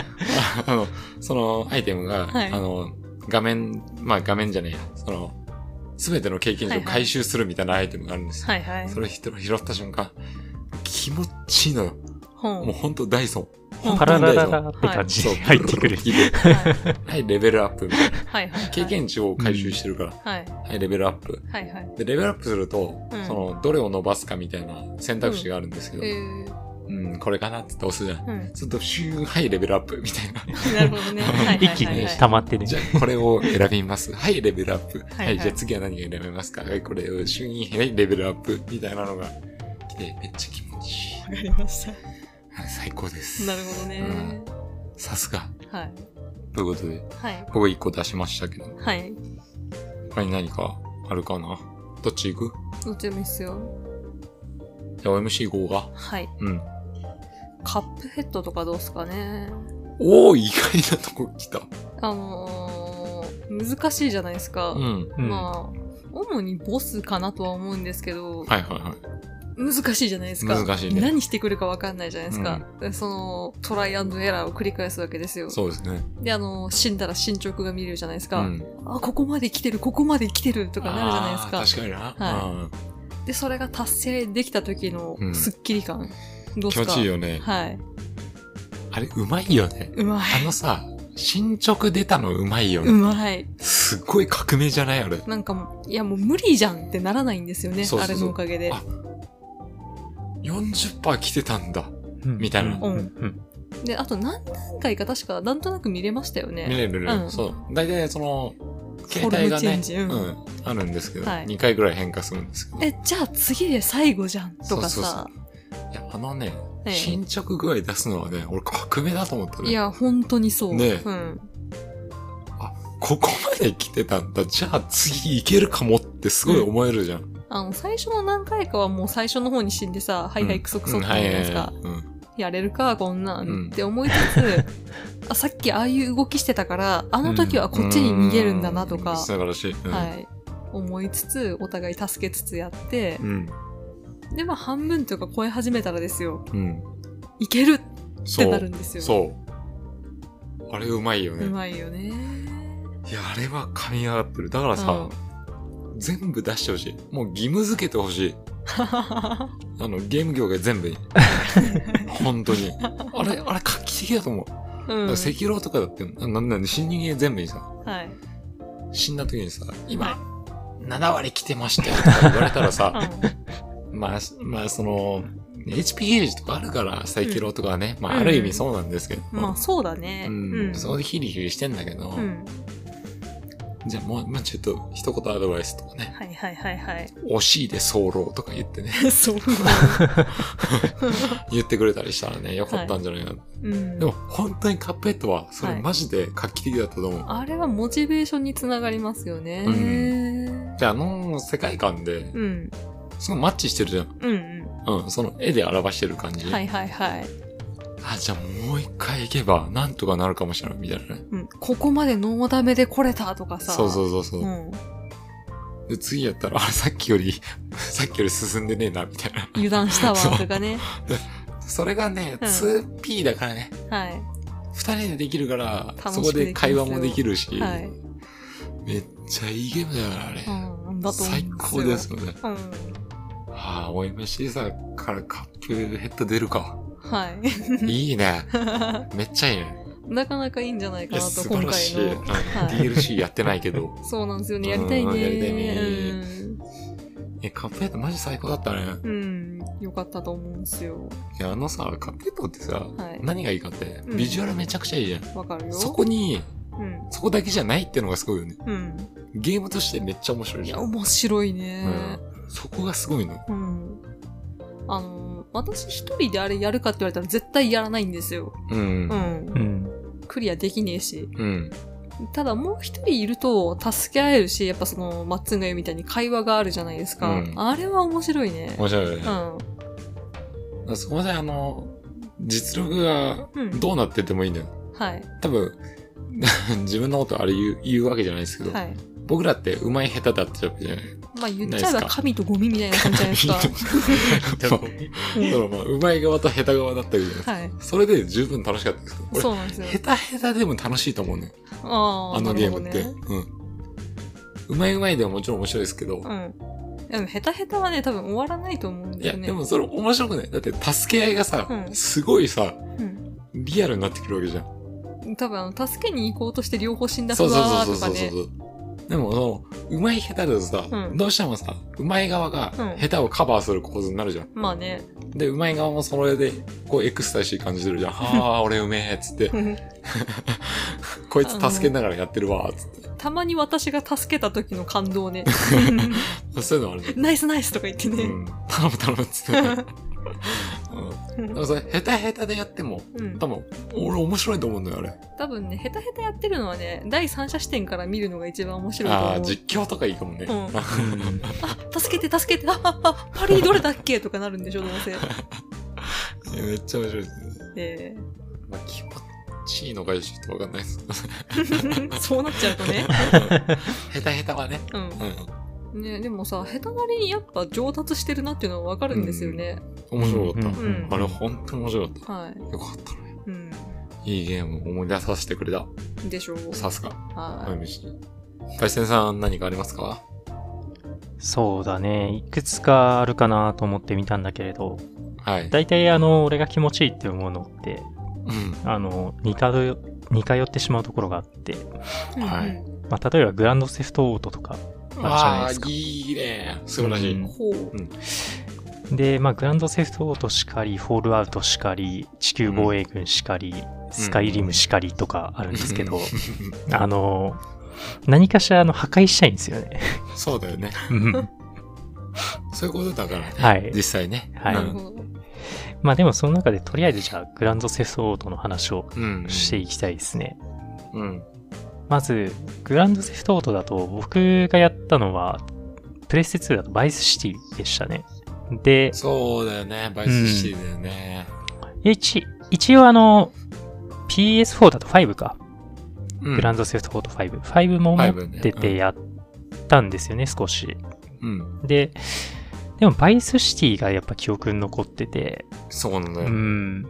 S1: あの、そのアイテムが、
S2: はい
S1: あの、画面、まあ画面じゃねえや、その、すべての経験値を回収するみたいなアイテムがあるんですよ。
S2: はいはい。
S1: それを拾った瞬間、気持ちいいのよ。
S2: ほ
S1: もう
S2: う。
S1: ほんとダイソン。
S2: うん
S3: パララララって感じ
S1: そう、
S3: で入ってくる。
S2: はい
S1: はい、レベルアップみたいな。
S2: はいはい。
S1: 経験値を回収してるから、
S2: はい
S1: はい、レベルアップ。
S2: はいはい。
S1: で、レベルアップすると、
S2: うん
S1: その、どれを伸ばすかみたいな選択肢があるんですけど、
S2: え
S1: うん、
S2: ー。
S1: これかなって押すじゃん。
S2: うん。
S1: ちょっと、シューン、はい、レベルアップみたい な。
S2: なるほ どね。はいはいはいはい
S3: 一気に溜まってね
S1: じ。ゃあ、これを選びます。はい、レベルアップ。はい、
S2: はいはい
S1: じゃあ次は何が選べますかはい、これを、シューン、はい、レベルアップ。みたいなのが来て、めっちゃ気持ちいい。
S2: わかりました。
S1: あ最高です。
S2: なるほどね。
S1: さすが。
S2: はい。
S1: ということで、
S2: はい。
S1: 僕一個出しましたけど、
S2: はい。
S1: 他に何かあるかなどっち行く
S2: どっちでもいいっすよ。
S1: じゃあ OMC5 が。
S2: はい。
S1: うん。
S2: カップヘッドとかどうっすかね。
S1: おお意外なとこ来た。
S2: あのー、難しいじゃないですか。
S1: うん。
S3: うん。
S2: まあ、主にボスかなとは思うんですけど、
S1: はいはいはい。
S2: 難しいじゃないですか。
S1: 難しいね
S2: 何してくるかわかんないじゃないですか。でその、トライアンドエラーを繰り返すわけですよ。
S1: そうですね。
S2: で、あの、死んだら進捗が見れるじゃないです
S1: う
S2: か。
S1: ん。
S2: あ、ここまで来てる、ここまで来てるとかなるじゃないですか。
S1: あー確かにな。
S2: はで、それが達成できた時の
S1: うん
S2: スッキリ感。
S1: うん
S2: どう
S1: 気
S2: す
S1: 持
S2: か
S1: ちいいよね。
S2: はい。
S1: あれ、うまいよね。
S2: うまい。
S1: あのさ、進捗出たのうまいよね。
S2: うまい。
S1: すっごい革命じゃないあれ。
S2: なんかもう、いやもう無理じゃんってならないんですよね。
S1: そうそうそう
S2: あれのおかげで。
S1: あ40%来てたんだ。
S3: うん
S1: みたいな
S3: うんうん
S2: で、あと何段階か確かなんとなく見れましたよ
S1: 見
S2: ね。
S1: れる、
S2: うん
S1: そう。大体その、携帯が
S2: フォルムチェ
S1: ね
S2: ン、ジうん
S1: うん、あるんですけど、
S2: はい
S1: 2回ぐらい変化するんですけど。
S2: え、じゃあ次で最後じゃんとかさ。
S1: そうそういや、あのね、
S2: ええ
S1: 進捗具合出すのはね、俺革命だと思ったね。
S2: いや、本当にそう。
S1: ねえ
S2: うん。
S1: ここまで来てたんだ。じゃあ次いけるかもってすごい思えるじゃん。
S2: あの、最初の何回かはもう最初の方に死んでさ、はいはいクソクソ
S1: う
S2: っ
S1: ん
S2: てなるじゃないですか。
S1: はいはいはいうん
S2: やれるか、こんなん、
S1: うん
S2: って思いつ つ、あ、さっきああいう動きしてたから、あの時はこっちに逃げるんだなと
S1: うん
S2: か、
S1: 素晴らしい。うん
S2: はい。思いつつ、お互い助けつつやって
S1: う、ん。
S2: で、まあ半分とか超え始めたらですよ、
S1: うん。
S2: いけるっ
S1: そ
S2: てなる
S1: う。
S2: んですよ。
S1: そう。あれうまいよね。
S2: うまいよね。
S1: いや、あれは噛み上がってる。だからさ、全部出してほしい。もう義務付けてほしい。あの、ゲーム業界全部に。本当に。あれ、あれ画期的だと思う。だ
S2: うん。
S1: から赤狼とかだって、ななんだね、死人間全部にさ、
S2: はい。
S1: 死んだ時にさ、
S2: は
S1: 今、7割来てましたよとか言われたらさ、
S2: う
S1: まあ、まあ、その、HP ゲージとかあるから、サイキロとかはね、まあ、ある意味そうなんですけど、
S2: んまあそうだね。
S1: うん、そこでヒリヒリしてんだけど、
S2: うん。
S1: じゃあもう、まあ、ちょっと、一言アドバイスとかね、
S2: はいはいはいはい。
S1: 惜しいで候とか言ってね、
S2: そう。
S1: 言ってくれたりしたらね、よかったんじゃないかな。
S2: うん
S1: でも、本当にカップヘッドは、それ
S2: はい
S1: マジで画期的だったと思う。
S2: あれはモチベーションにつながりますよね。
S1: う
S2: うん。
S1: で、あの世界観で、
S2: うん。
S1: すごいマッチしてるじゃん。
S2: うん。
S1: うん、その絵で表してる感じ。
S2: はいはいはい。
S1: あ、じゃあもう一回行けば、なんとかなるかもしれない、みたいなね。
S2: うん、ここまでノーダメで来れたとかさ。
S1: そうそうそうそう。
S2: うん。
S1: で、次やったら、あれ、さっきより、 さっきより進んでねえな、みたいな。
S2: 油断したわと かね。
S1: それがね、
S2: うん
S1: 2P だからね。
S2: はい。
S1: 二人でできるから、
S2: 楽し
S1: そ
S2: く
S1: こで会話もできるし、
S2: はい
S1: めっちゃいいゲームだよな、あれ。
S2: うん、だと思うんす
S1: 最
S2: よ
S1: 高です。よね。
S2: うん。
S1: ああ、OMC さんからカップヘッド出る か。
S2: はい。
S1: いい ね。めっちゃいいね。
S2: なかなかいいんじゃない
S1: い
S2: か
S1: や
S2: なと、
S1: 素
S2: 今
S1: 晴
S2: 回
S1: らしい。うん
S2: の。はい
S1: DLC やってないけど。
S2: そうなんですよね。やりたい
S1: うん
S2: ね。
S1: やりたいね
S2: うん
S1: え、カップヘッドマジ最高だったね。
S2: うん、よかったと思うんですよ。
S1: いや、あのさ、カップヘッドってさ、
S2: はい
S1: 何がいいかって、
S2: うん
S1: ビジュアルめちゃくちゃいいじゃん。
S2: わかるよ。
S1: そこに、
S2: うん。
S1: そこだけじゃないってのがすごいよね。
S2: うん。
S1: ゲームとしてめっちゃ面白い
S2: い
S1: じゃ
S2: や、
S1: ん。
S2: 面白いうね。
S1: ん。そこがすごいの。
S2: うん。あの、私一人であれやるかって言われたら絶対やらないんですよ。
S1: うん
S2: う。。
S3: うんん。
S2: クリアできねえし。
S1: うん。
S2: ただもう一人いると助け合えるし、やっぱその、マッツンが言うみたいに会話があるじゃないですか。
S1: うん
S2: あれは面白いね。
S1: 面白いよね
S2: う。ん。
S1: そこであの、実力が
S2: うん
S1: どうなっててもいいんだよ。
S2: はい。
S1: 多分、 自分のことあれ言う言うわけじゃないですけど、
S2: はい。
S1: 僕らって上手い下手だってわけじゃない。
S2: まあ言っち
S1: ない
S2: ゃえ
S1: です
S2: ば
S1: か
S2: 神とゴミみたいな感じじゃないですか。
S1: そうそうまあ、上手い側と下手側だったけど、
S2: はい。
S1: それで十分楽しかったですけど、
S2: そうなんですよ
S1: 俺、。下手下手でも楽しいと思うね。
S2: ああ、
S1: あの
S2: な
S1: ゲ
S2: る
S1: ー
S2: ほ
S1: ム
S2: ど
S1: って。
S2: ね。
S1: うん。上手い上手いでももちろん面白いですけど、
S2: うん。でも、ヘタヘタはね、多分終わらないと思うん
S1: い
S2: だ
S1: や、
S2: よね。
S1: でもそれ面白くないだって助け合いがさ、
S2: うん
S1: すごいさ、
S2: うん。
S1: リアルになってくるわけじゃん。
S2: 多分、あの、助けに行こうとして両方死んだ不
S1: そうそう
S2: 安
S1: そう
S2: と
S1: そ
S2: か
S1: うそう
S2: ね。
S1: そう。でも、その、うまい下手だとさ、
S2: うん
S1: どうしてもさ、うまい側が
S2: うん
S1: 下手をカバーする構図になるじゃん。
S2: ま あね。
S1: で、うまい側もそれで、こうエクスタシー感じてる じゃん。ああ、俺うめえっつって、こいつ助けながらやってるわっつって。
S2: たまに私が助けた時の感 動ね。
S1: そういうのあるね。
S2: ナイスナイスとか言って
S1: う
S2: ね。
S1: ん。頼む頼むっつって。 うん。でもそれ、下手下手でやっても、
S2: うん
S1: 多。分、俺面白いと思うんだよ、あれ。
S2: 多分ね、ヘタヘタやってるのはね、第三者視点から見るのが一番面白いと
S1: ああ、
S2: 思う。
S1: 実況とかいいかもね。
S2: うん
S1: あ
S2: あ、助けて助けて、あ、あ、あ、パリどれだっけとかなるんでしょ、どう せ。
S1: めっちゃ 面白いですね。
S2: え
S1: まあ、気持ちいいのかちょっとわかんない です。
S2: ー そうなっちゃうとね。
S1: 下手下手はね。
S2: うん。
S1: う
S2: ね、でもさ、下手なりにやっぱ上達してるなっていうのはわかるんですよね。
S1: ん。面白かった。
S3: うん
S2: うん
S1: あれ、ほんと面白かっ
S2: はい。
S1: た。よかったね。
S2: うん。
S1: いいゲーム思い出させてくれた。
S2: でしょう。
S1: さすが、
S2: は
S1: OMC。大戦さん何かありますか
S3: そうだね。いくつかあるかなと思ってみたんだけれど、
S1: はい。
S3: 大体あの、俺が気持ちいいって思うのって、
S1: うん。
S3: あの、似たどよ似通ってしまうところがあって、
S2: い。
S1: はい
S2: うん
S3: まあ、例えばグランドセフトオートとか、
S1: わあ
S3: あるじゃないです、か
S1: いいね。素晴らしい。
S3: うん
S2: ほう。
S3: で、まあ、グランドセフトオートしかり、フォールアウトしかり、地球防衛軍しかり、スカイリムしかりとかあるんですけど、あの、何かしらあの破壊したいんですよね。
S1: そうだよね。そういうことだからね。
S3: はい
S1: 実際ね。
S3: はい
S2: なる
S1: う
S2: ほど。
S3: まあでもその中でとりあえずじゃあグランドセフトオートの話を
S1: ん。うん
S3: していきたいですね。
S1: うん。
S3: まず、グランドセフトオートだと僕がやったのは、プレステ2だとバイスシティでしたね。で、
S1: そうだよね。バイスシティだよね。
S3: 一一応あの、PS4 だと5か。
S1: うん
S3: グランドセフトオート5。5も持って
S1: 5ねうん
S3: てやったんですよね、少し。
S1: うん。
S3: で、でもバイスシティがやっぱ記憶に残ってて、
S1: そうなんだ
S3: う
S1: よ。
S3: ん。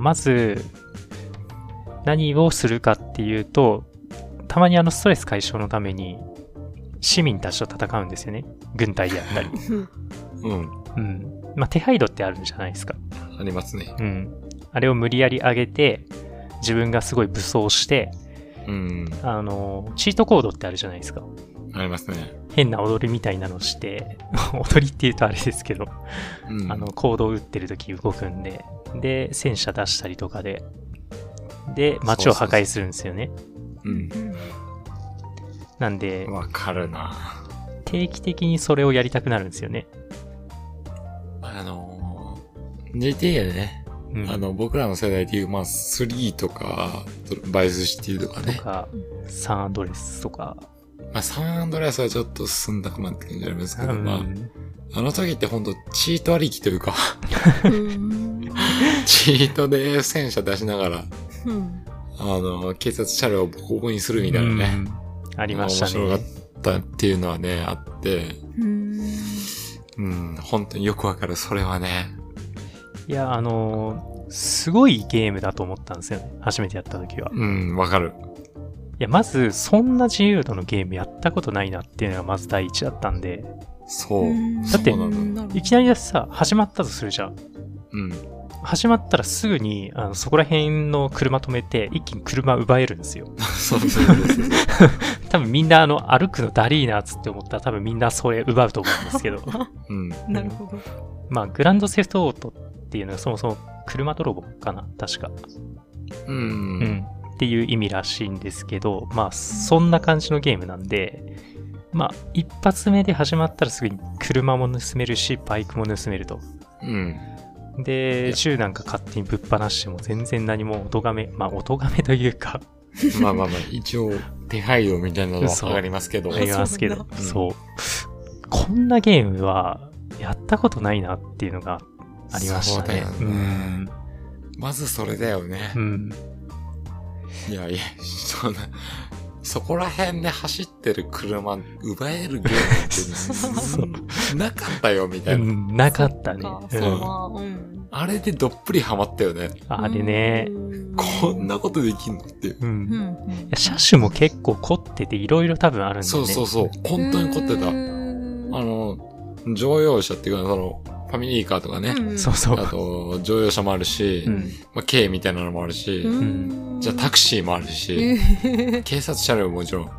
S3: まず、何をするかっていうと、たまにあのストレス解消のために、市民たちと戦うんですよね。軍隊で あったり。
S1: うん。
S3: うん。まあ、手配度ってあるじゃないですか。
S1: ありますね。
S3: うん。あれを無理やり上げて、自分がすごい武装して、
S1: うん。
S3: あの、チートコードってあるじゃないですか。
S1: ありますね。
S3: 変な踊りみたいなのして、 踊りって言うとあれですけど、
S1: うん
S3: あの、行動打ってる時動くんで、で、戦車出したりとかで、で、街を破壊するんですよね。
S1: うん。
S3: なんで、
S1: わかるな。
S3: 定期的にそれをやりたくなるんですよね。
S1: あのー、GTA でね、
S3: うん、
S1: あの、僕らの世代でいう、まあ、3とか、バイスシティとか
S3: と
S1: ね、
S3: か、サンアドレスとか、
S1: まあ、サンアンドレアスはちょっと進んだかなって感じありますけ
S3: う
S1: ど、ま
S3: ん
S1: あ、あの時ってほんとチートありきというか、
S2: うん
S1: チートで戦車出しながら、
S2: うん。
S1: あの、警察車両をボコボコにするみたいなね。
S3: うんありました
S1: 面白
S3: ね
S1: か。ったっていうのはね、あって、
S2: うん。
S1: うん、本当によくわかる、それはね。
S3: いや、あのーすごいゲームだと思ったんですよね。初めてやった時は。い
S1: うん、わかる。
S3: や、まず、そんな自由度のゲームやったことないなっていうのがまず第一だったんで、
S1: そう
S2: うん。
S1: そう
S3: だって
S1: なのよ
S2: なるほど
S3: いきなりだしさ、始まったとするじゃん。
S1: うん。
S3: 始まったらすぐにあのそこら辺の車止めて一気に車奪えるんですよ
S1: そうそうそうそう。
S3: 多分みんなあの歩くのダリーなっつって思ったら多分みんなそれ奪うと思うんですけど
S1: うん。
S2: なるほど。
S3: まあグランドセフトオートっていうのはそもそも車泥棒かな確か、
S1: う
S3: うん
S1: ん。
S3: っていう意味らしいんですけどまあそんな感じのゲームなんでまあ一発目で始まったらすぐに車も盗めるしバイクも盗めると
S1: うん。い
S3: で
S1: や
S3: 銃なんか勝手にぶっ放しても全然何もお咎めまあお咎めという か
S1: まあまあまあ、一応、手配をみたいなのは
S3: そう
S1: わかりますけど。
S3: ありますけど、
S1: そ
S3: そう。こんなゲームはやったことないなっていうのがありましたね。
S1: そうだよねまずそれだよね
S3: うん。う。ん。
S1: いやいや、そんな、そこら辺で走ってる車、奪えるゲ ームって、なかったよ、みたい
S3: う
S1: な。
S3: んなかったね。
S2: あ
S3: う
S2: そうんまあ、うん。
S1: あれでどっぷりハマったよね。
S3: あれね。
S2: うん
S1: こんなことできんのっていう。
S2: う
S3: う。
S2: んん。うん
S3: 車種も結構凝ってていろいろ多分あるんだよね。
S1: そうそうそう。本当に凝ってた。
S2: う
S1: あ
S2: ん
S1: の、乗用車っていうか、その、ファミリーカーとかね。
S2: ん
S3: そうそ
S1: あ
S3: う。
S1: と、乗用車もあるし、
S3: うん
S1: まあ、軽みたいなのもあるし、
S2: うん
S1: じゃあタクシーもあるし、
S2: へー
S1: 警察車両ももちろん、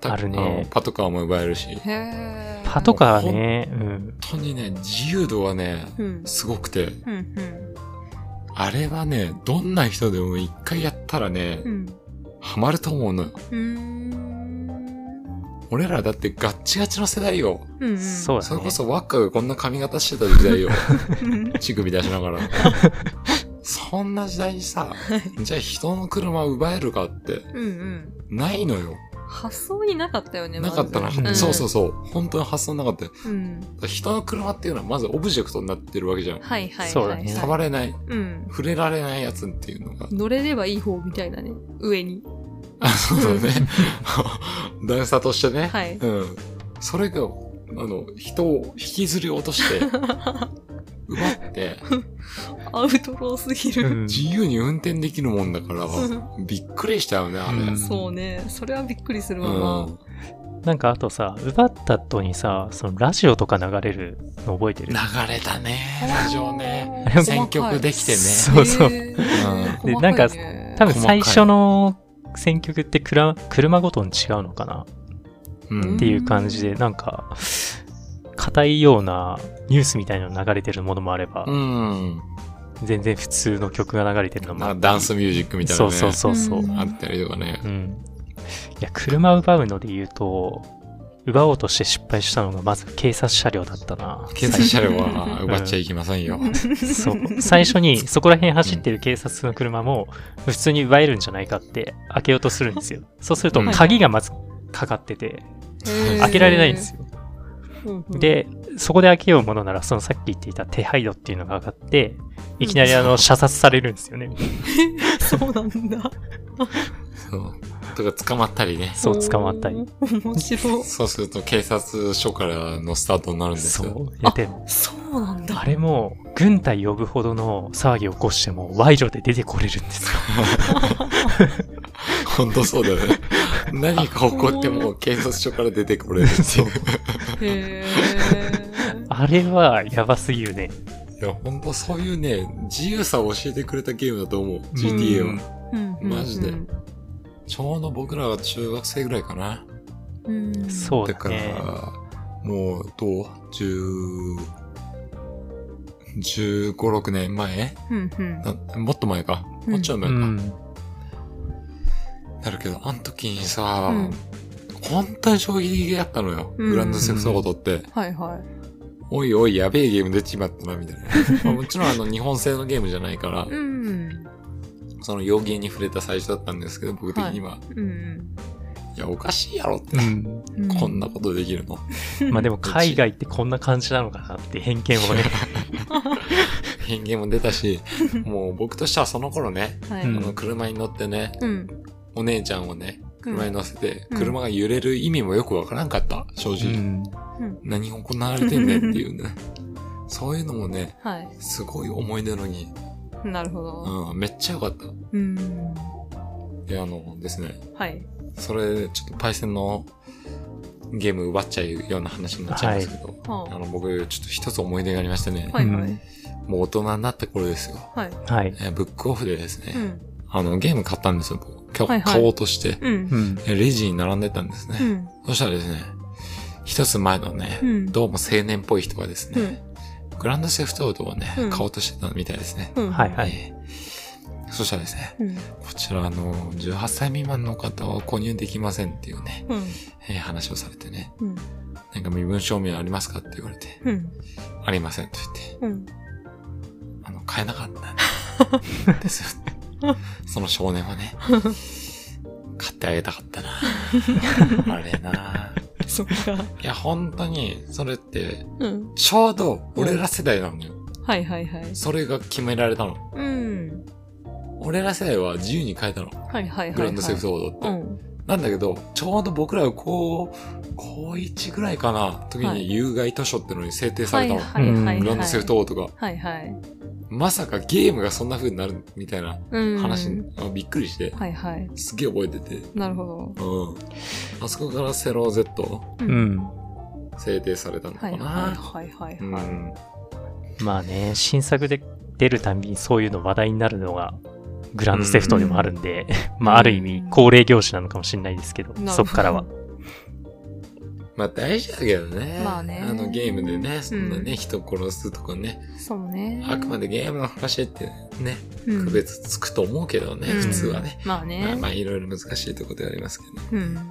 S1: た
S3: あるね
S1: のパトカーも奪えるし、本
S2: へー
S3: パトカーね。うん。
S1: 当にね、自由度はね、
S2: うん
S1: すごくて、
S2: うんうん
S1: あれはね、どんな人でも一回やったらね
S2: う、ん
S1: ハマると思うのよ。
S2: うーん
S1: 俺らだってガッチガチの世代よ。
S2: うんうん
S3: そうだ
S1: そ
S3: ね
S1: れこ。そワッカがこんな髪型してた時代 よ。
S2: うん
S1: 乳首出しながら。そんな時代にさ、じゃあ人の車奪えるかって、
S2: うんうん
S1: ないのよ。
S2: 発想になかったよね
S1: なかったな、
S3: まずうん
S1: そうそうそう。本当に発想なかったよ。
S2: う、うん、
S1: 人の車っていうのはまずオブジェクトになってるわけじゃん。
S2: はいはいはい
S3: そうだね
S1: 触れない、
S2: うん
S1: 触れられないやつっていうのが。
S2: 乗れればいい方みたいなね上に
S1: あ、そうだね。段差としてね。
S2: はい
S1: うん。それが、あの、人を引きずり落として、奪って、
S2: アウトローすぎ
S3: う
S2: る、
S3: ん
S1: 自由に運転できるもんだから
S2: う、
S1: びっくりしたよね、あれ。
S3: うん
S2: そうねそれはびっくりするわな、
S1: うん
S3: なんかあとさ、奪った後にさ、そのラジオとか流れるの覚えてる
S1: 流れたね、ラジオね。
S2: あー
S1: 選曲できてね。
S3: そうそう
S2: へー
S1: うん
S3: で
S2: 細かいね
S3: 多分最初の選曲ってくら車ごとに違うのかな
S1: う
S2: うん
S1: ん
S3: っていう感じで、なんか、硬いようなニュースみたいなの流れてるものもあれば、
S1: うん。
S3: 全然普通の曲が流れてるのも
S1: なん
S3: あ
S1: か
S3: っ
S1: ダンスミュージックみたいな
S3: そう
S1: ね。
S3: そうそうそう。
S2: うん
S1: あったりとかね。
S3: うん。いや、車奪うので言うと、奪おうとして失敗したのがまず警察車両だったな。
S1: 警察車両は奪っちゃいけませんよ。
S3: そう。最初にそこら辺走ってる警察の車も普通に奪えるんじゃないかって開けようとするんですよ。そうすると
S1: うん
S3: 鍵がまずかかってて、
S2: へー
S3: 開けられないんですよ。
S2: うんうん
S3: で、そこで開けようものなら、そのさっき言っていた手配度っていうのが上がって、いきなりあの、射殺されるんですよね。
S2: そうなんだ
S1: そう。とか捕まったりね。
S3: そう、捕まったり。
S2: おー面白い
S1: そうすると警察署からのスタートになるんです
S3: そ
S1: よ。
S3: う。いや、でも、
S2: そうなんだ
S3: あれも、軍隊呼ぶほどの騒ぎを起こしても、賄賂で出てこれるんですよ。
S1: 本当そうだよね。何か起こっても警察署から出てこれるっていう。
S2: へ ー
S3: あれは、やばすぎるね。
S1: いや、本当そういうね、自由さを教えてくれたゲームだと思う。GTA
S3: うん
S1: は。
S2: うん
S1: マジでちょうど僕らが中学生ぐらいかな。
S2: うん
S3: そう
S1: だ
S3: だ
S1: から、
S3: ね。
S1: もう、どう十、十五、六年前
S2: うんうん
S1: なもっと前か。
S2: うん
S1: もっちょいう前か。
S3: ん。
S1: なるけど、あの時にさ、
S2: うん
S1: 本当に衝撃的だったのよ。
S2: うん
S1: グランドセフトオートって。
S2: はいはい
S1: おいおい、やべえゲーム出ちまったな、みたいな。まあもちろんあの、日本製のゲームじゃないから
S2: う、ん
S1: その要件に触れた最初だったんですけど、僕的には。い、
S2: うん
S1: や、おかしいやろって。
S3: うん。
S2: うん
S1: こんなことできるの。
S3: まあでも、海外ってこんな感じなのかなって偏見をね。
S1: 変形も出たし、もう僕としてはその頃ね、
S2: は
S3: う
S1: あ
S3: ん
S2: い。
S1: の車に乗ってね、
S2: うん。
S1: お姉ちゃんをね、車に乗せて、
S2: うん
S1: 車が揺れる意味もよくわからんかった、正
S3: う
S1: 直。
S3: ん。
S2: うん。
S1: 何が行われてんねんっていうね。そういうのもね、
S2: は
S1: すごい思い出のに、
S2: い。なるほど。
S1: うん、めっちゃ良かった。
S2: うん。
S1: で、あのですね、
S2: はい。
S1: それ、ちょっとパイセンのゲーム奪っちゃうような話になっちゃいますけど、
S2: は
S1: あの、僕、ちょっと一つ思い出がありましてね、
S2: はいは
S3: う
S2: い
S3: ん。
S1: もう大人になった頃ですよ。
S2: はい。
S3: はい。
S1: えーブックオフでですね、
S2: うん。
S1: あの、ゲーム買ったんですよ、僕。今日、
S2: はいはい
S1: 買おうとして、
S2: うん。
S3: うん。
S1: えレジに並んでたんですね。
S2: うん。
S1: そしたらですね、一つ前のね、
S2: うん
S1: どうも青年っぽい人がですね、グランドセフトオートをね、
S2: うん
S1: 買おうとしてたみたいですね。
S2: うん。
S3: はいはい
S1: えーそしたらですね、
S2: うん。
S1: こちらあの、18歳未満の方は購入できませんっていうね、
S2: うん。
S1: えー話をされてね、
S2: うん。
S1: なんか身分証明ありますかって言われて、
S2: うん。
S1: ありませんと言って、
S2: うん。
S1: あの、買えなかったんです よ。その少年はね、買ってあげたかったなあれな
S2: そっか。
S1: いや、本当に、それって、
S2: うん。
S1: ちょうど俺ら世代なのよ。
S2: はいはいはい。
S1: それが決められたの。
S2: うん。
S1: 俺ら世代は自由に変えたの。
S2: はいはいはい。
S1: グランドセフ
S2: ト。
S1: トオードって。
S2: うん。
S1: なんだけど、ちょうど僕らがこう、高1ぐらいかな、時
S2: は
S1: に
S2: い
S1: 有害図書ってのに制定さ
S2: は
S1: れ
S2: い
S1: たの。
S2: はいはいはい。
S1: グランドセフトオートが。
S2: はいはい。
S1: まさかゲームがそんな風になるみたいな
S2: うん。
S1: 話に、あびっくりして、
S2: はいはい。
S1: すげえ覚えてて。
S2: なるほ
S1: うん。あそこからセロー Z
S2: ど。
S3: う。ん。
S1: 制定されたの
S2: は
S1: か
S2: いはい
S1: な。
S2: はいはいうはい。
S1: ん。
S3: まあね、新作で出るたびにそういうの話題になるのが、グランドセフトでもあるんで、 まあある意味、恒例行事なのかもしれないですけど、
S2: なるほど
S3: そっからは。
S1: まあ大事だけどね。
S2: まあね
S1: あのゲームでね、そんなね、人殺すとかね、
S2: そうね。
S1: あくまでゲームの話ってね、
S2: うん
S1: 区別つくと思うけどね、
S2: うん
S1: 普通はね。
S2: まあ
S1: まあ
S2: ね
S1: ま。あいろいろ難しいとこではありますけど、ね
S2: うん。
S1: ま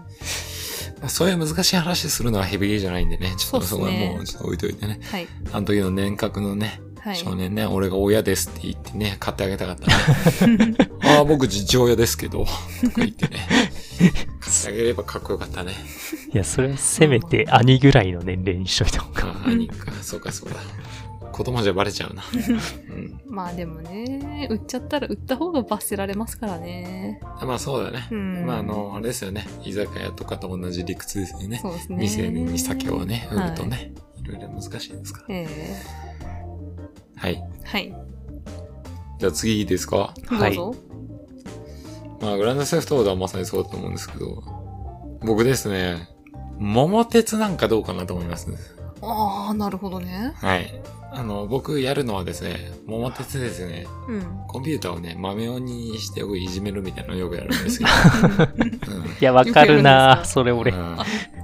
S1: あ、そういう難しい話するのはヘビーゲーじゃないんでね、ちょっとそ
S2: そう
S1: こ
S2: っ
S1: は
S2: すね
S1: もうちょっと置いといてね。
S2: はい。
S1: あの時の年格のね、
S2: はい。
S1: 少年ね、俺が親ですって言ってね、買ってあげたかった、ね。 ああ、僕父親ですけど、 とか言ってね。買ってあげればかっこよかったね。
S3: いや、それはせめて兄ぐらいの年齢にしといた方が。
S1: ああ、兄か、そうかそうだ。子供じゃバレちゃうな。うん。
S2: まあでもね、売っちゃったら売った方が罰せられますからね。
S1: まあそうだね。
S2: うん
S1: まああの、あれですよね。居酒屋とかと同じ理屈ですよね。
S2: そうですね。
S1: 未成年に酒をね、売
S2: はい
S1: るとね、い、ろいろ難しいですから。
S2: え
S1: はい。
S2: えはい。
S1: じゃあ次いいですか
S3: はい
S2: どうぞ。
S1: まあ、グランドセフトオーダーはまさにそうだと思うんですけど、僕ですね、桃鉄なんかどうかなと思いますね。
S2: ああ、なるほどね。
S1: はい。あの、僕やるのはですね、桃鉄ですね、
S2: うん。
S1: コンピューターをね、豆鬼にしてよくいじめるみたいなのをよくやるんですけ ど。うん
S3: いや、わかる
S2: よくやるん
S3: な
S2: ですか
S3: それ俺。
S1: う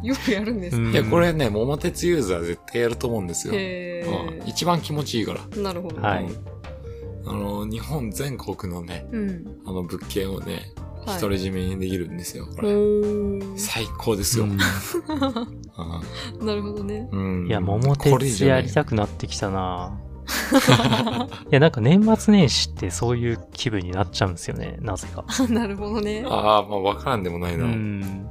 S2: よくやるんです
S3: うん
S1: んいや、これね、桃鉄ユーザー絶対やると思うんですよ。
S2: へ
S1: うん一番気持ちいいから。
S2: え。なるほど。
S3: はい
S1: あの、日本全国のね、
S2: うん。
S1: あの物件をね、
S2: はい
S1: 独り占めにできるんですよ、こ
S2: ほ
S1: れ。
S2: ー
S1: 最高ですよ。
S3: う
S1: うん
S2: なるほどね。
S1: ん
S3: いや、桃
S1: これ以
S3: 鉄
S1: 上な
S3: や
S1: い
S3: りたくなってきたな いや、なんか年末年始ってそういう気分になっちゃうんですよね、なぜか。
S2: なるほどね。
S1: ああ、まあわからんでもないうな。うん。
S3: ん。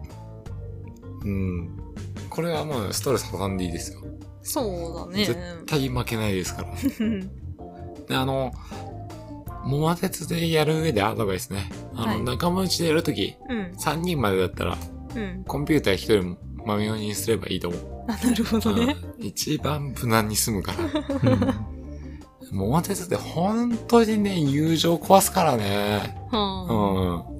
S1: これはもうストレス挟んでいいですよ。
S2: そうだ
S1: 絶
S2: ね。
S1: 対負けないですから。
S2: うん
S1: で、あの、桃鉄でやる上でアドバイスね。あの、
S2: はい
S1: 仲間内でやるとき、
S2: うん。
S1: 3人までだったら、
S2: うん。
S1: コンピューター1人も豆用にすればいいと思う。
S2: あ、なるほど ね。
S1: うん一番無難に済むから。
S3: うん
S1: 桃鉄って本当にね、友情壊すからね。う
S2: は
S1: ん。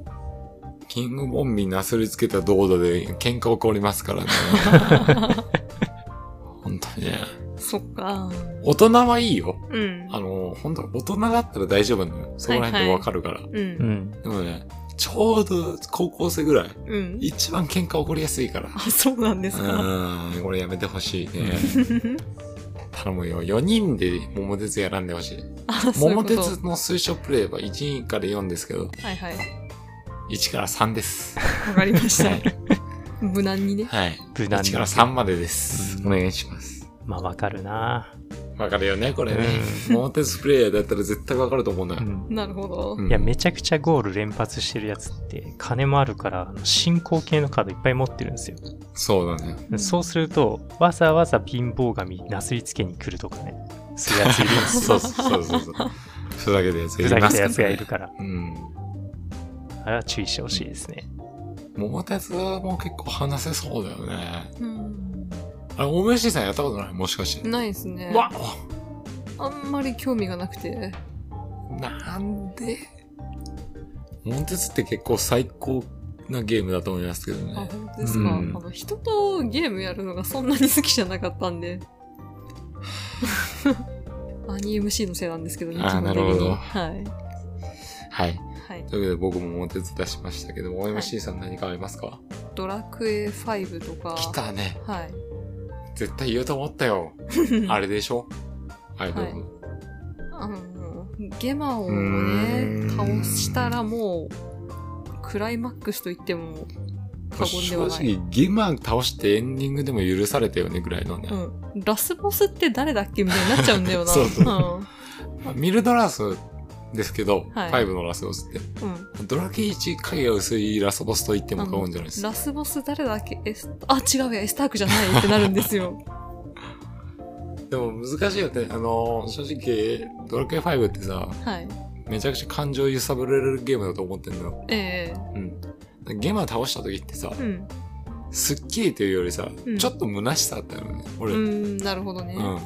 S1: キングボンビーなすりつけた道路で喧嘩起こります からね。本当にね。
S2: あ。そっか。
S1: 大人はいいよ。
S2: うん。
S1: あの、本当大人だったら大丈夫なのよ。そこら辺でわかるから。
S2: う。
S3: うんん。
S1: でもね、ちょうど高校生ぐらい。
S2: うん。
S1: 一番喧嘩起こりやすいから。
S2: あ、そうなんですか。
S1: うん、これやめてほしい ね。頼むよ。4人で桃鉄やらんでほしい。
S2: あ、そういう
S1: 桃
S2: こと。
S1: 鉄の推奨プレイは1から4ですけど、
S2: はいはい。
S1: 1から3です。
S2: わかりまし
S1: は
S2: た。
S1: い。
S2: 無難にね。
S1: はい。
S3: 無難に
S1: 1から3までです。
S3: う
S1: お
S3: ん
S1: 願いします。
S3: まあ、わかるな
S1: わかるよね、これね。桃鉄プレイヤーだったら絶対わかると思うのよ
S3: う。ん。
S2: なるほど。
S1: うん
S3: いや、めちゃくちゃゴール連発してるやつって、金もあるから、あの進行系のカードいっぱい持ってるんですよ。
S1: そうだね。
S2: うん
S3: そうすると、わざわざ貧乏神なすりつけに来るとかね。するやついるんですよ。
S1: そうそうそうそう。ふざけたやつ
S3: ふ
S1: が
S3: ざ
S1: い
S3: け
S1: ま
S3: た
S1: すか
S3: や
S1: ら
S3: つがい
S1: ね
S3: る。から。
S1: うん。
S3: あれは注意してほしいですね。
S1: 桃鉄も結構話せそうだよね。
S2: うん。
S1: あれ、大林さんやったことないもしかして。
S2: ないですね。
S1: わ
S2: あんまり興味がなくて。
S1: なんで桃鉄って結構最高なゲームだと思いますけど
S2: あ、
S1: ね。
S2: 本当ですか。
S1: うん
S2: あの人とゲームやるのがそんなに好きじゃなかったん で。アニ MC のせいなんですけどね、
S1: あー
S2: 基本的
S1: なるほ
S2: に。
S1: ど
S2: はい。
S1: はい。
S2: はい。
S1: というわけで僕も桃鉄出しましたけど、OMC さん何かありますか、
S2: ドラクエ5とか。
S1: 来たね。
S2: はい。
S1: 絶対言うと思ったよ。あれでしょはい、どうぞ。
S2: あの、ゲマを
S1: う
S2: ね、
S1: ー
S2: 倒
S1: ん
S2: したらもう、クライマックスと言っても過言で
S1: 正
S2: はない。
S1: 直、ギマ倒してエンディングでも許されたよねぐらいのね。
S2: うん。ラスボスって誰だっけみたいになっちゃうんだよな。
S1: そうそうんまあミルドラスですけど、
S2: はい
S1: 5のラスボスって。
S2: うん。
S1: ドラケ1影が薄いラスボスと言っても過言じゃないです。
S2: ラスボス誰だっけエスあ、違うや、エスタークじゃないってなるんで すよ。
S1: でも難しいよね。あのー、正直、ドラケ5ってさ、
S2: はい。
S1: めちゃくちゃ感情揺さぶられるゲームだと思ってんのよ。
S2: え
S1: うん。ゲマ倒した時ってさ
S2: え、うん。
S1: すっきりというよりさ、
S2: うん
S1: ちょっと虚しさあったよね。
S2: う
S1: 俺、
S2: ん、なるほどね。
S1: うん。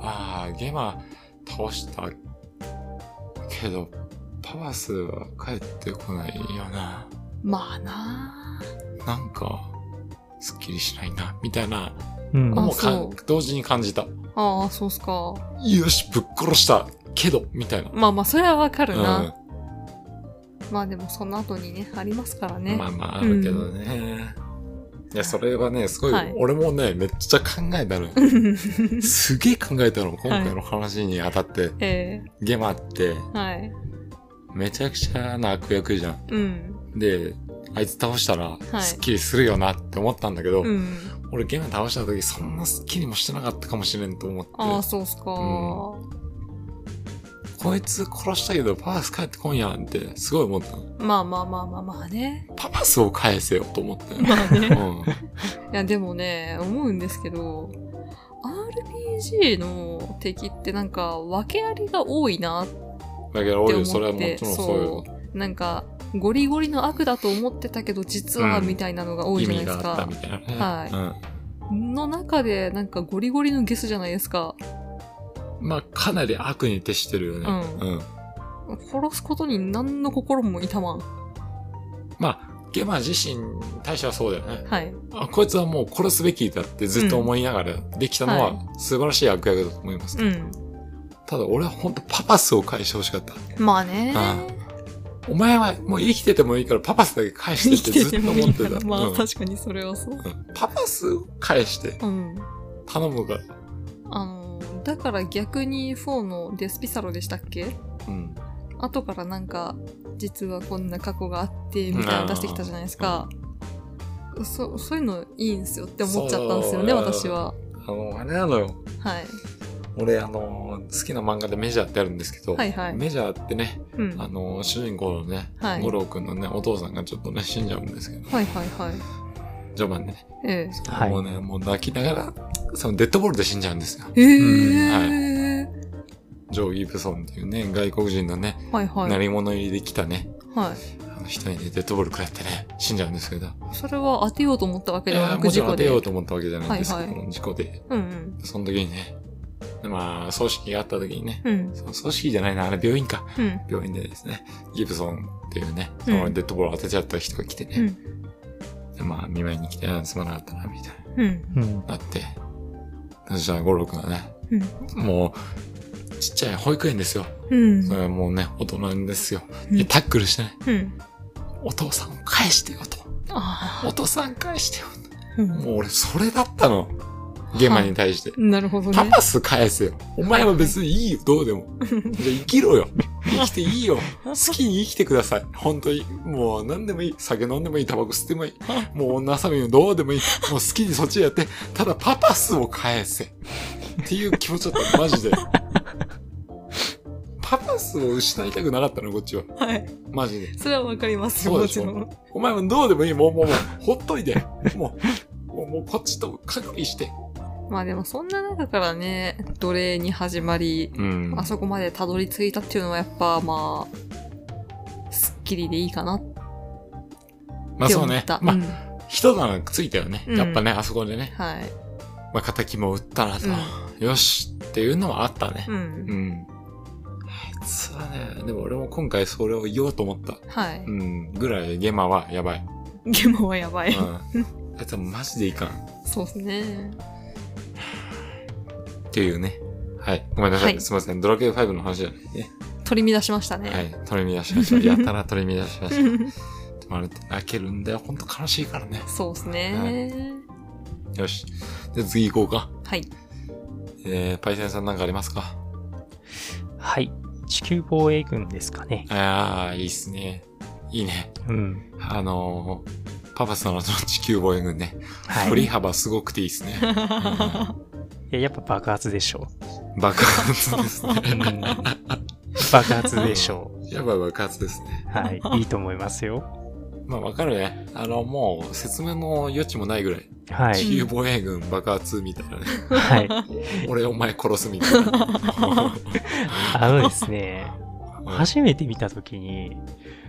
S1: ああ、ゲマ倒したけど、パワスは帰ってこないよな。
S2: まあなあ
S1: なんか、すっきりしないな、みたいな、
S3: うん。
S2: あ
S1: もうかん
S2: そ
S1: 同時に感じた。
S2: ああ、そうっすか。
S1: よし、ぶっ殺したけど、みたいな。
S2: まあまあ、それはわか
S1: う
S2: る
S1: ん。
S2: な。まあでも、その後にね、ありますからね。
S1: まあまあ、あるけどね。いや、それはね、すごい、
S2: はい
S1: 俺もね、めっちゃ考え たのよ。すげえ考えたの、今回の話にあたって、
S2: え
S1: ゲマって、
S2: えはい。
S1: めちゃくちゃな悪役じゃん。
S2: うん。
S1: で、あいつ倒したら
S2: い、
S1: スッキリするよなって思ったんだけど、
S2: うん。
S1: 俺ゲーム倒した時そんなスッキリもしてなかったかもしれんと思って、
S2: ああ、そうっすか。
S1: うこいつ殺したけどパワス帰ってこんやんってすごい思ったの。
S2: まあまあまあまあまあね。
S1: パワスを返せよと思ったよ。
S2: まあね。
S1: うん。
S2: いや、でもね、思うんですけど、RPG の敵ってなんか、訳ありが多いな。
S1: だけど俺
S2: って思って
S1: それはもちろんそうよ。
S2: なんか、ゴリゴリの悪だと思ってたけど、実は、
S1: うん
S2: みたいなのが多い
S1: 意
S2: じゃ
S1: 味
S2: ないで
S1: が
S2: す
S1: あった
S2: か
S1: み。たいなね。
S2: はの中で、なんかゴリゴリのゲスじゃないですか。
S1: うん。まあかなり悪に徹してるよね。
S2: う
S1: うん。
S2: 殺すことに何の心も痛まん。
S1: まあ、ゲマ自身に対してはそうだよね。
S2: はい。
S1: あ、こいつはもう殺すべきだってずっと思いながらできたの
S2: うんは
S1: は素晴らしい悪役だと思います。
S2: うん。
S1: ただ俺は本当パパスを返してほしかった。
S2: まあね。
S1: お前はもう生きててもいいからパパスだけ返してってずっと思ってた。
S2: まあ、
S1: うん
S2: 確かにそれはそう。
S1: うんパパスを返して
S2: うん。
S1: 頼むから。
S2: あの、だから逆に4のデスピサロでしたっけ
S1: うん。
S2: 後からなんか、実はこんな過去があって、みたいなの出してきたじゃないですか。そそういうのいいんすよって思っちゃったんですよね、
S1: そう
S2: 私は。
S1: あの、あれなのよ。
S2: はい。
S1: 俺、あの、好きな漫画でメジャーってあるんですけど、
S2: はいはい
S1: メジャーってね、
S2: うん。
S1: あ
S2: はい
S1: の、主人公のね、
S2: はい
S1: 五郎くんのね、お父さんがちょっとね、死んじゃうんですけど、
S2: はいはい。
S1: 序盤でね。
S2: え
S3: はい
S1: もうね、もう泣きながら、そのデッドボールで死んじゃうんですよ。
S2: え。ええ。
S1: ジョー・ギブソンっていうね、外国人のね、
S2: はいはい。
S1: 鳴り物入りで来たね、
S2: はい。
S1: あの人にね、デッドボール食らってね、死んじゃうんですけど、
S2: それは当てようと思ったわけではな
S1: も
S2: く
S1: ち
S2: 事
S1: ろん
S2: 故
S1: 当て
S2: で。
S1: よ
S2: う
S1: うと思ったわけじゃないんですけど、
S2: はいは
S1: 事故で。
S2: んうん。
S1: その時にね、でまあ、葬式があった時にね、
S2: うん。
S1: その葬式じゃないな、あれ病院か。
S2: うん。
S1: 病院でですね、ギブソンっていうね、そ
S2: うん
S1: のデッドボール当てちゃった人が来て
S2: う
S1: ね、でまあ、見舞いに来て、あすまなかったな、みたい
S2: うん。
S3: うん。
S1: な、なって、そしたら五郎くんはね、
S2: うん。
S1: もう、ちっちゃい保育園ですよ。
S2: うん
S1: それはもうね、大人ですよ。
S2: うん
S1: でタックルしてね、
S2: うん。
S1: お父さんを返してよと。
S2: あ
S1: お父さん返してよ。
S2: あ。うん
S1: もう俺、それだったの。ゲマに対して。
S2: なるほど
S1: パ
S2: ね。
S1: パス返せよ。お前は別にいいよ、どうでも。じゃあ生きろよ。生きていいよ。好きに生きてください。本当に。もう何でもいい。酒飲んでもいい。タバコ吸ってもいい。もう女遊びもどうでもいい。もう好きにそっちでやって。ただパパスを返せ。っていう気持ちだった。マジで。パパスを失いたくなかったの、こっちは。
S2: はい。
S1: マジで。
S2: それはわかりますよ、
S1: そう
S2: も
S1: で
S2: ち
S1: しょ
S2: ろん。
S1: お前もどうでもいい。もうもうもう、ほっといて。もう、もうもうこっちと隔離して。
S2: まあでもそんな中からね、奴隷に始まり、
S1: うん。
S2: あそこまでたどり着いたっていうのはやっぱまあ、すっきりでいいかなっ
S1: まあ
S2: て
S1: そう
S2: 思
S1: ね
S2: っ。た。
S1: まあ
S2: うん、
S1: 一段ついたよね。
S2: うん
S1: やっぱね、あそこでね。
S2: はい。
S1: まあ敵も打ったらさ、よしっていうのはあったね
S2: う。。
S1: うんん。あいつはね、でも俺も今回それを言おうと思った。
S2: はい。
S1: うん。ぐらいゲマはやばい。
S2: ゲモはやばい。
S1: うん。 あいつはマジでいかん。っ
S2: そうですね。
S1: ていうね。はい。ごめんなさい。
S2: はい
S1: すいません。ドラケイ5の話じゃないね。
S2: 取り乱しましたね。
S1: はい。取り乱しま した。やたら取り乱しました。でもあれって泣けるんだよ。ほんと悲しいからね。
S2: そうですね。
S1: よし。で、次行こうか。
S2: はい。
S1: えー、パイセンさんなんかありますか
S3: はい。地球防衛軍ですかね。
S1: ああ、いいっすね。いいね。
S3: うん。
S1: あのー、パパさんのその地球防衛軍ね。
S3: は
S1: 振
S3: い。
S1: り
S3: い
S1: 幅すごくていいっすね。
S3: や、やっぱ爆発でしょ
S1: 爆発ですね。
S3: う。うん、爆発でしょう。
S1: やばい爆発ですね。
S3: はい。いいと思いますよ。
S1: まあわかるね。あの、もう説明の余地もないぐらい。
S3: は
S1: 地
S3: い。
S1: 球防衛軍爆発みたいなね。
S3: はい。
S1: 俺お前殺すみた いな。
S3: あのですね、初めて見たときに、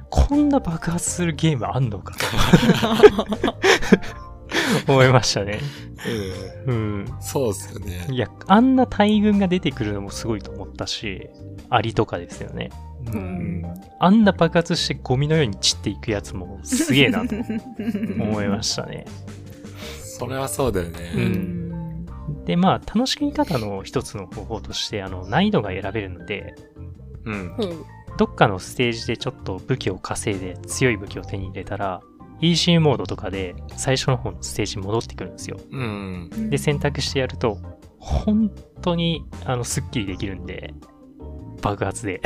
S3: こんな爆発するゲームあんの かと思いましたね。
S1: うん
S3: うん。
S1: そうっすよね。
S3: いや、あんな大群が出てくるのもすごいと思ったし、アリとかですよね。う
S1: うんん。
S3: あんな爆発してゴミのように散っていくやつも すげえ なと思いましたね。
S1: それはそうだよ
S2: う
S1: ね。
S2: ん。
S3: で、まあ、楽しみ方の一つの方法として、あの、難易度が選べるので、
S1: うん。
S2: ほう。
S3: どっかのステージでちょっと武器を稼いで強い武器を手に入れたら、EC モードとかで最初の方のステージに戻ってくるんですよ。
S1: うん。
S3: で、選択してやると、本当に、あの、スッキリできるんで、爆発で。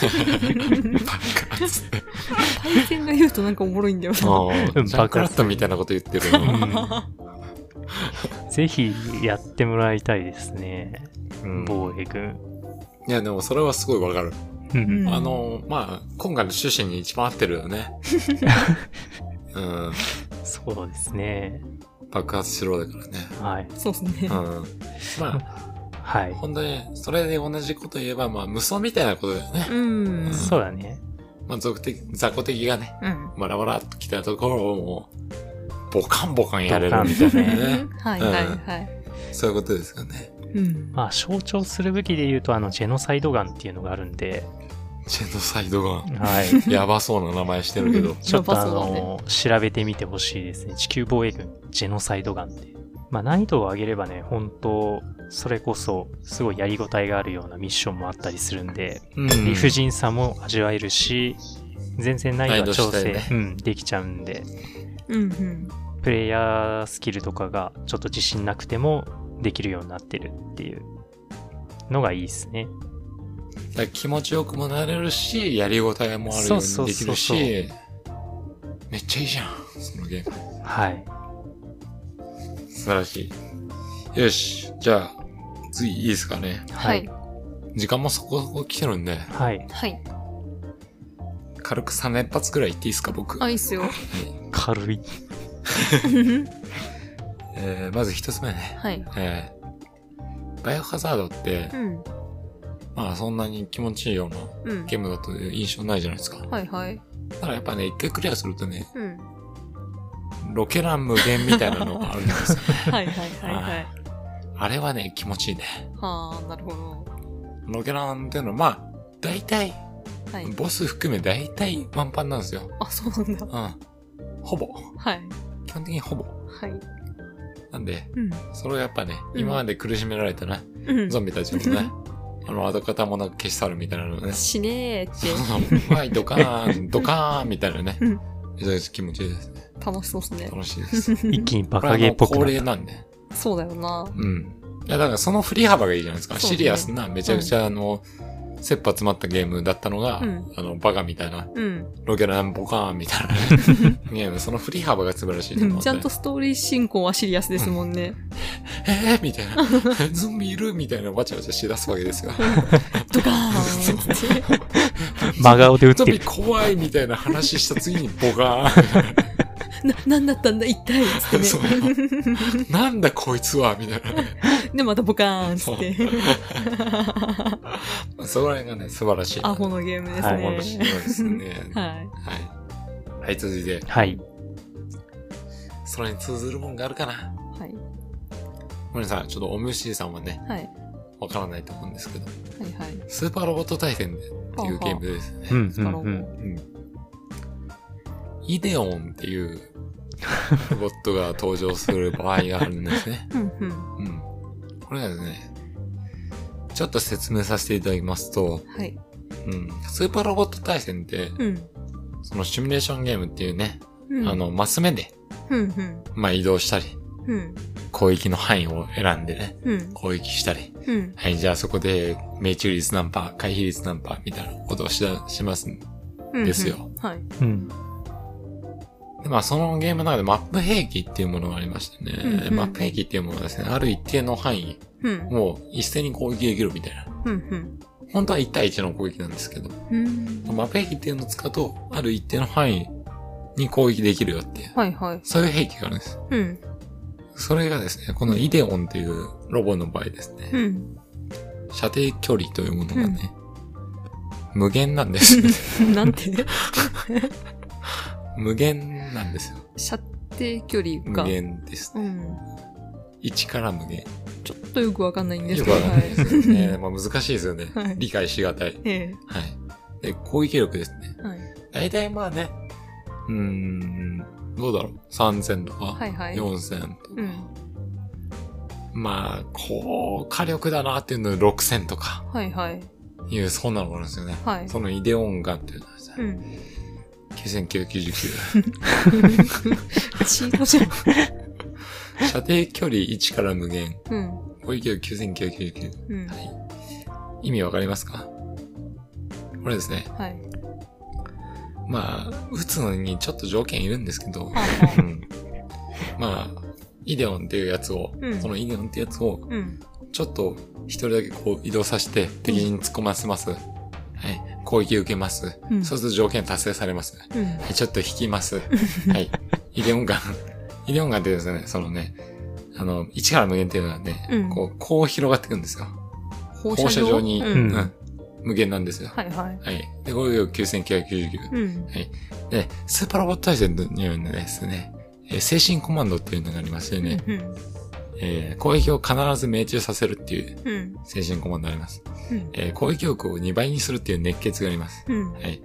S1: 爆発。
S2: 対戦が言うとなんかおもろいんだよ な。
S1: あ
S3: う
S1: あ、
S3: ん
S1: ジャンクラットみたいなこと言ってる
S3: う
S1: の。
S3: んぜひやってもらいたいですね。
S1: うん
S3: 防衛軍。
S1: いや、でもそれはすごいわかる。
S3: うん
S2: うん
S1: あの、まあ、今回の趣旨に一番合ってるよ ね。うん。
S3: そうですね。
S1: 爆発しろだからね。
S3: はい。
S2: そうですね
S1: う。ん。まあ、
S3: はい。
S1: 本当に、それで同じこと言えば、まあ、無双みたいなことだよね。
S2: うん。
S3: そうだね。
S1: まあ、俗的、雑魚敵がね、
S2: うん。
S1: バラバラっと来たところをもう、ボカンボカンやれるみたいなね。
S2: はいはいはい。
S1: そういうことですよね。
S2: うん。
S3: まあ、象徴する武器で言うと、あの、ジェノサイドガンっていうのがあるんで、
S1: ジェノサイドガン。
S3: はい。
S1: やばそうな名前してるけど。
S3: ちょっとあ
S2: やばそうだ
S3: の、調べてみてほしいですね。地球防衛軍、ジェノサイドガンって。まあ、難易度を上げればね、本当それこそ、すごいやりごたえがあるようなミッションもあったりするんで、
S1: うん
S3: 理不尽さも味わえるし、全然難易度は調整、
S1: 難易度次
S3: うん、できちゃうんで、
S2: うんうん。
S3: プレイヤースキルとかがちょっと自信なくてもできるようになってるっていうのがいいですね。
S1: だから気持ちよくもなれるし、やりごたえもあるよ
S3: そううそ
S1: に
S3: う
S1: でき
S3: そ
S1: る
S3: うそう
S1: し、めっちゃいいじゃん、そのゲーム。
S3: はい。
S1: 素晴らしい。よし、じゃあ、次いいですかね。
S2: はい。
S1: 時間もそこそこ来てるんで、
S3: はい。
S2: はい。
S1: 軽く3連発くらい言っていいですか、僕。
S2: あ、いいっ すよ。
S3: 軽い。
S1: えー、まず一つ目ね。
S2: はい。
S1: えー、バイオハザードって
S2: う、ん。
S1: まあそんなに気持ちいいような
S2: うん。
S1: ゲームだと印象ないじゃないですか。
S2: はいはい。
S1: だからやっぱね、一回クリアするとね、
S2: うん。
S1: ロケラン無限みたいなのがあるんですよ。
S2: はいはいはいはい。
S1: あれはね、気持ちいいね。
S2: はあ、なるほど。
S1: ロケランっていうのは、まあ、大体、
S2: はい。
S1: ボス含め大体ワンパンなんですよ。
S2: あ、そうなんだ。
S1: うん。ほぼ。
S2: はい。
S1: 基本的にほぼ。
S2: はい。
S1: なんで、
S2: うん。
S1: それをやっぱね、
S2: うん
S1: 今まで苦しめられたね、
S2: うん。
S1: ゾンビたちも ね、あの、跡形もなく消し去るみたいなのね。
S2: 死ねーっ
S1: そ
S2: て。
S1: うはい、ドカーン、ドカーンみたいなね
S2: うん。
S1: めちゃくちゃ気持ちいいですね。
S2: 楽しそうっすね。
S1: 楽しいです。
S3: 一気にバ
S1: これは
S3: カ
S1: あ
S3: ゲーっ
S1: の
S3: ぽく
S1: 恒
S3: な
S1: 例
S3: っ
S1: なんで。
S2: そうだよな。
S1: うん。いや、だからその振り幅がいいじゃないですか。
S2: そうね
S1: シリアスな、めちゃくちゃあの、切羽詰まったゲームだったのが、
S2: うん
S1: あの、バカみたいな、
S2: うん。
S1: ロケランボカーンみた いなねゲーム、その振り幅が素晴らしいと
S2: で
S1: 思う
S2: も
S1: ね。
S2: ちゃんとストーリー進行はシリアスですもんね。
S1: えー、みたいな。 ゾンビいるみたいなわちゃわちゃしだすわけです よ。
S2: ドカーンっつって。
S3: た。真顔で打っ
S1: ゾン
S3: て
S1: ビ
S3: る。
S1: 怖いみたいな話した次にボカーン。
S2: な、なんだったんだ、一体つって
S1: そう
S2: ね。
S1: なんだこいつはみたいなね。
S2: で、またボカーンつって。
S1: そこら辺がね、素晴らしい。
S2: アホのゲームです
S3: アホ
S1: 面白い
S2: ね。
S1: ですね。
S2: はい。
S1: はい。はい、続いて、
S3: はい。
S1: それに通ずるもんがあるかな。
S2: はい。
S1: ごめんなさい、ちょっとおむしさんはね、
S2: はい。
S1: わからないと思うんですけど、
S2: はい。はい。
S1: スーパーロボット対戦でっていうゲームでですね
S3: う、んう
S2: スパロ
S3: ん
S2: ボ
S3: うん。
S1: イデオンっていうロボットが登場する場合があるんです ね。
S2: うんうん。
S1: うん。これがですね、ちょっと説明させていただきますと、
S2: はい。
S1: うん、スーパーロボット対戦って、
S2: うん。
S1: そのシミュレーションゲームっていうね、
S2: うん。
S1: あ、の、マス目で、
S2: うんうん。
S1: まあ、移動したり、
S2: うん。
S1: 攻撃の範囲を選んでね、
S2: うん。
S1: 攻撃したり、
S2: うん。
S1: はい、じゃあそこで命中率何パー、回避率何パーみたいなことをしだします。で、
S2: うん。
S1: ですよ。
S2: はい。
S3: うん。
S1: まあそのゲームの中でマップ兵器っていうものがありましてね、
S2: うんうん
S1: マップ兵器っていうものはですね、ある一定の範囲
S2: うん。
S1: を一斉に攻撃できるみたいな。
S2: うん。
S1: 本当は1対1の攻撃なんですけど、
S2: うん。
S1: マップ兵器っていうのを使うと、ある一定の範囲に攻撃できるよっていう、
S2: はいはい。
S1: そういう兵器があるんです。
S2: うん。
S1: それがですね、このイデオンというロボの場合ですね、
S2: うん。
S1: 射程距離というものがね、無限なんです。
S2: なんて
S1: 無限なんですよ。
S2: 射程距離
S1: 無
S2: が。
S1: 限です。
S2: うん。
S1: 1から無限。
S2: ちょっとよくわかんないんです
S1: よ
S2: け
S1: く
S2: ど。
S1: わ
S2: は
S1: かんない
S2: い
S1: で。すよね。 まあ難しいですよね
S2: はい。
S1: 理解しがたい。
S2: ええ。
S1: はい。で、攻撃力ですね。
S2: はい。
S1: 大体まあね、うーん、どうだろう。3000とか、
S2: はいはい。
S1: 4000とか。
S2: うん。
S1: まあ、こう、火力だなっていうので6000とか、
S2: はいはい。
S1: いう、そんなのがあるんですよね。
S2: はい。
S1: そのイデオンガンっていうのはさ、
S2: うん。
S1: 9999。
S2: チートじゃん。
S1: 射程距離1から無限。
S2: うん。
S1: 攻撃力9999。
S2: うん。
S1: はい。意味わかりますかこれですね。
S2: はい。
S1: まあ、打つのにちょっと条件いるんですけど、
S2: はあは
S1: う
S2: あ
S1: んまあ、イデオンっていうやつを、
S2: うん
S1: そのイデオンってやつを、
S2: うん。
S1: ちょっと一人だけこう移動させて、敵に突っ込ませます。はい。攻撃受けます。
S2: うん
S1: そうすると条件達成されます。は
S2: うん。
S1: い、ちょっと引き ます。はい。イデオン ガン。イデオンガンってですね、そのね、あの、1から無限っていうのはね、
S2: うん
S1: こう、こう広がっていくんですよ。
S2: 放
S1: 放射状に、
S2: う
S1: うん
S2: ん。
S1: うん無限なんですよ。
S2: はいはい。
S1: はい。で、これが9999。
S2: うん。
S1: で、スーパーロボット対戦にはですね、えー精神コマンドっていうのがありましてね、
S2: うん。
S1: えー攻撃を必ず命中させるっていう
S2: うん。
S1: 精神コマンドがあります。
S2: うん。
S1: えー攻撃力を2倍にするっていう熱血があります。
S2: うん。
S1: はい。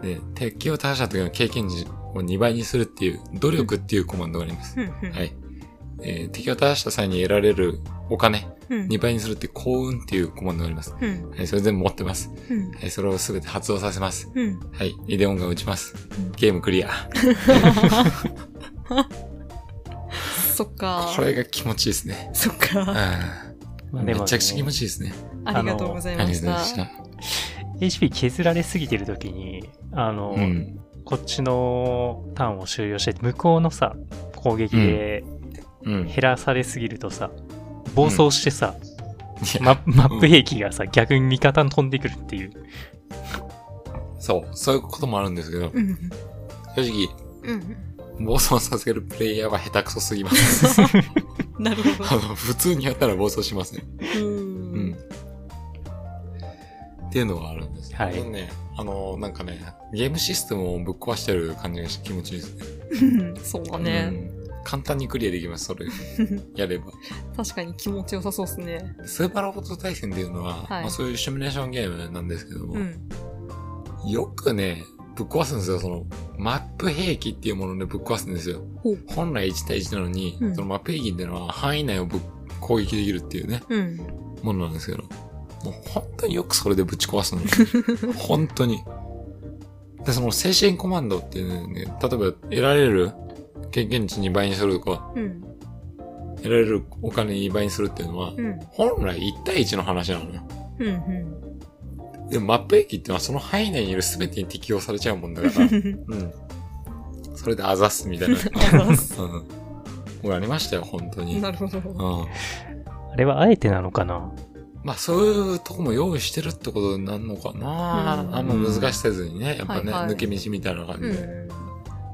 S1: で、敵を倒した時の経験値を2倍にするっていう努力っていうコマンドがあります。
S2: うん。
S1: はい。えー敵を倒した際に得られるお金
S2: うん。
S1: 2倍にするっていう幸運っていうコマンドがあります。
S2: うん。
S1: はい、それ全部持ってます。
S2: うん。
S1: はい、それをすべて発動させます。
S2: うん。
S1: はい、イデオンが打ちます
S2: うん。
S1: ゲームクリア。
S2: そっか。
S1: これが気持ちいいですね。
S2: そっ
S1: うん
S2: か。
S3: まあ
S1: め
S3: でもね
S1: ちゃくちゃ気持ちいいですね。
S2: ありがとうござい
S1: あ
S2: ま
S1: りがとうご
S2: し
S1: ざいま。
S2: た
S1: した。
S3: HP 削られすぎてるときに、あの、
S1: うん。
S3: こっちのターンを終了して、向こうのさ、攻撃で
S1: うん。
S3: 減らされすぎるとさ、暴走してさ、
S1: いや
S3: ママップ兵器がさ、逆に味方に飛んでくるっていう。
S1: そう、そういうこともあるんですけど、
S2: うん。
S1: 正直、
S2: うん。
S1: 暴走させるプレイヤーは下手くそすぎます。
S2: なるほ
S1: あの、普通にやったら暴走しますね。
S2: ど。う
S1: うんん。。っていうのがあるんです。
S3: はい
S1: これね、あの、なんかね、ゲームシステムをぶっ壊してる感じがして気持ちいいですね。
S2: そうだね。
S1: うん簡単にクリアできます、 それ。やれば。
S2: 確かに気持ちよさそうですね。
S1: スーパーロボット対戦っていうのは、
S2: はい
S1: まあそういうシミュレーションゲームなんですけども、
S2: うん。
S1: よくね、ぶっ壊すんですよ。その、マップ兵器っていうものでぶっ壊すんですよ
S2: ほう。
S1: 本来1対1なのに、
S2: うん
S1: そのマップ兵器っていうのは範囲内をぶっ攻撃できるっていうね、
S2: うん。
S1: ものなんですけど。もう本当によくそれでぶち壊すの。 本当に。で、その精神コマンドっていうね、例えば得られる経験値2倍にするとか、
S2: うん。
S1: 得られるお金2倍にするっていうのは、
S2: うん。
S1: 本来1対1の話なのよ。
S2: うん。うん。
S1: でもマップ駅ってのはその範囲内にいる全てに適用されちゃうもんだ から。うん。それであざっすみたいな。
S2: あざっす
S1: うん。僕ありましたよ、本当に。うん
S2: な。るほど。
S3: あれはあえてなのかな
S1: まあそういうとこも用意してるってことになるのかな、
S2: うん
S1: あんま難しせずにね、やっぱね、
S2: はいはい
S1: 抜け道みたいな感じ
S2: う
S1: で。
S2: ん。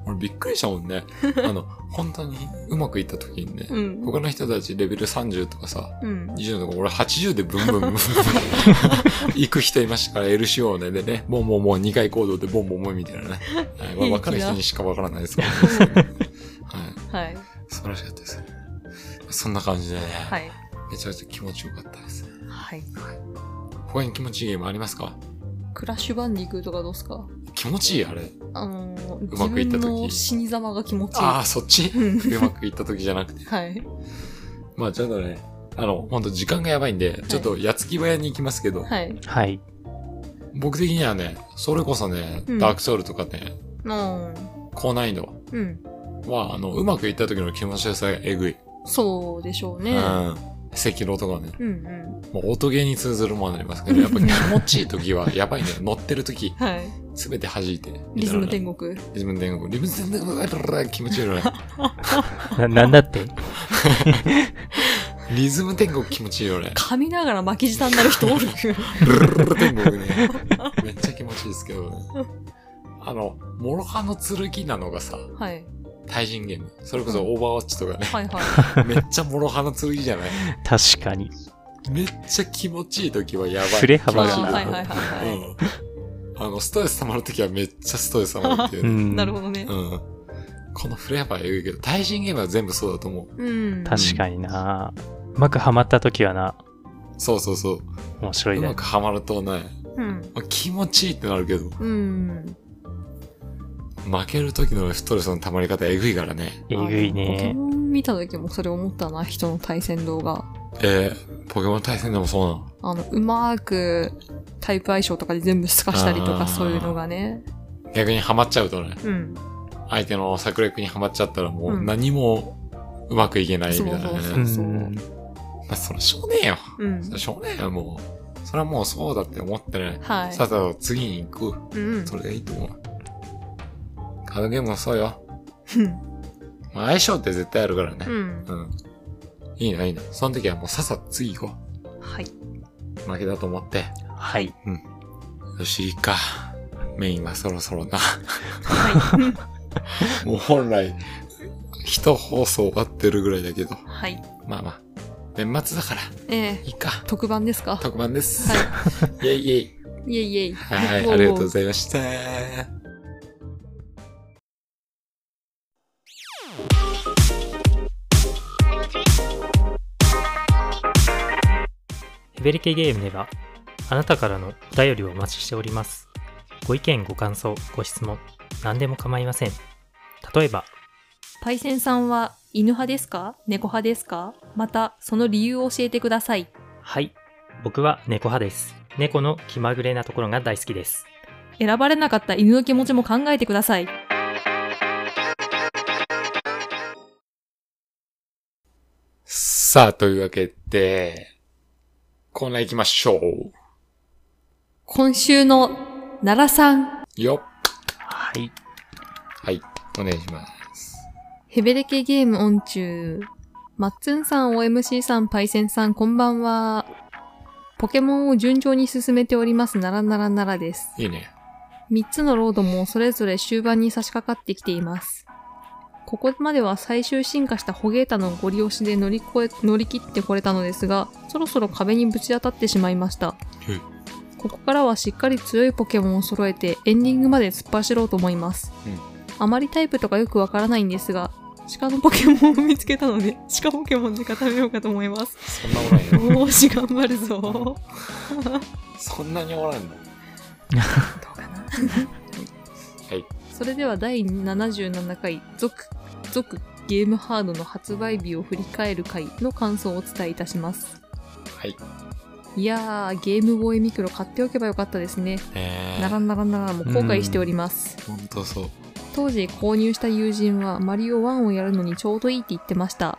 S1: 俺びっくりしたもん ね。あの、本当にうまくいった時にね、
S2: うん。
S1: 他の人たちレベル30とかさ、
S2: うん。
S1: 20とか俺80でブンブン ブンブン行く人いましたから LCO ねでね、ボンボンボン2回行動でボンボンボンみたいなね。はい、わ分かる人にしか分からないですから、ね。 はい。
S2: はい。
S1: 素晴らしかったです。そんな感じでね、
S2: はい。
S1: めちゃめちゃ気持ちよかったですね。
S2: はい。
S1: 他に気持ちいいゲームありますか
S2: クラッシュバンディクーとかどうすか
S1: 気持ちいいあれ。
S2: あのー、
S1: うまくいった時
S2: 自分の死に様が気持ちいい。
S1: ああ、そっち
S2: うん
S1: うまくいった時じゃなく て。
S2: はい。
S1: まあちょっとね、あの、ほんと時間がやばいんで、ちょっとやつき早に行きますけど、
S2: はい。
S3: はい。
S1: 僕的にはね、それこそね、
S2: うん
S1: ダークソウルとかね、
S2: の
S1: 高難易度
S2: うん。
S1: は、あの、うまくいった時の気持ちよさがえぐい。
S2: そうでしょう
S1: う
S2: ね。
S1: ん。赤炉とかね、
S2: うんうん。
S1: もう音ゲーに通ずるものありますけど、やっぱ気持ちいい時はやばいね。乗ってる時、
S2: はい。
S1: すべて弾いて。
S2: リズム
S1: 国
S2: 天国。
S1: リズム天国。リズム天国、気持ち悪いよね。
S3: な、なんだって
S1: リズム天国気持ちいいよね。
S2: 噛みながら巻き舌になる人おる。
S1: ブルルル天国ね。めっちゃ気持ちいいですけどね。あの、モロハの剣なのがさ、
S2: はい。
S1: 対人ゲーム。それこそオーバーウォッチとかね。
S2: はいは
S1: めっちゃモロハの剣じゃない
S3: 確かに。
S1: めっちゃ気持ちいい時はやばい。
S3: 振れ
S2: い。
S3: 幅
S2: ま
S3: が
S2: あ
S1: 気持ち
S2: はい
S1: い
S2: はいはいは
S1: うん。あの、ストレス溜まる時はめっちゃストレス溜まるっていうう、
S2: い。
S3: ん。
S2: なるほどね
S1: う。ん。この振れ幅はえぐいけど、対人ゲームは全部そうだと思う。
S2: うん。
S3: 確かにな。うまくハマった時はな、
S1: そうそうそう。
S3: 面白いうね
S1: ま。くハマるとね、
S2: うん。
S1: まあ気持ちいいってなるけど、
S2: うん。
S1: 負ける時のストレスの溜まり方えぐいからね。
S3: えぐい
S2: ポケ
S3: ね。
S2: モン見た時もそれ思ったな、人の対戦動画。
S1: えー、ポケモン対戦でもそうなの
S2: あの、うまーくタイプ相性とかで全部透かしたりと
S1: あー
S2: かそういうのがね。
S1: 逆にハマっちゃうとね、
S2: うん。
S1: 相手の策略にはまっちゃったらもううん何もうまくいけないみたいな
S2: そうそう
S3: う
S1: ね。
S3: ん。
S1: まあ、それしょうねえよ。
S2: うん。
S1: それしょうねえよ、もう。それはもうそうだって思ってね。
S2: はい。
S1: さっさと次に行く。
S2: うん。
S1: それがいいと思う。カードゲームもそうよ。
S2: うん
S1: まあ、相性って絶対あるからね
S2: う。ん。
S1: うん。いいな、いいな。その時はもうさっさと次行こ
S2: はい。
S1: う。負けだと思って。
S3: はい。
S1: よし、いいか。メインはそろそろな。
S2: はい。
S1: もう本来、一放送終わってるぐらいだけど。
S2: はい。
S1: まあまあ。年末だから、
S2: ええ
S1: いいか。
S2: 特番ですか
S1: 特番です。
S2: は
S1: イェイイェイ。
S2: い。イェイイェイ。
S1: はい、
S2: おー
S1: ありがとうございました。
S3: ヘベリケゲームでは、あなたからのお便りをお待ちしております。ご意見、ご感想、ご質問、何でも構いません。例えば、
S2: パイセンさんは犬派ですか猫派ですかまた、その理由を教えてください。
S3: はい、僕は猫派です。猫の気まぐれなところが大好きです。
S2: 選ばれなかった犬の気持ちも考えてください。
S1: さあ、というわけで、コーナー行きましょう。
S2: 今週の奈良さん、
S1: よっ。
S3: はい。
S1: はい、お願いします。
S2: ヘベレケゲームオン中。マッツンさん、OMC さん、パイセンさん、こんばんは。ポケモンを順調に進めております、奈良奈良奈良です。
S1: いいね。
S2: 3つのロードもそれぞれ終盤に差し掛かってきています。ここまでは最終進化したホゲータのゴリ押しで乗り越え、乗り切ってこれたのですが、そろそろ壁にぶち当たってしまいました
S1: へい。
S2: ここからはしっかり強いポケモンを揃えてエンディングまで突っ走ろうと思います。
S1: うん
S2: あまりタイプとかよくわからないんですが、鹿のポケモンを見つけたので、鹿ポケモンで固めようかと思います。
S1: そんなおらんよ。
S2: おーし、頑張るぞ。ど
S1: そんなにおらんの
S2: うかな。
S1: はい。
S2: それでは第77回「続続ゲームハード」の発売日を振り返る回の感想をお伝えいたします
S1: はい。
S2: いやーゲームボーイミクロ買っておけばよかったですね
S1: え
S2: なら
S1: ー、
S2: んならんならもう後悔しております、
S1: ほんとそう。
S2: 当時購入した友人はマリオ1をやるのにちょうどいいって言ってました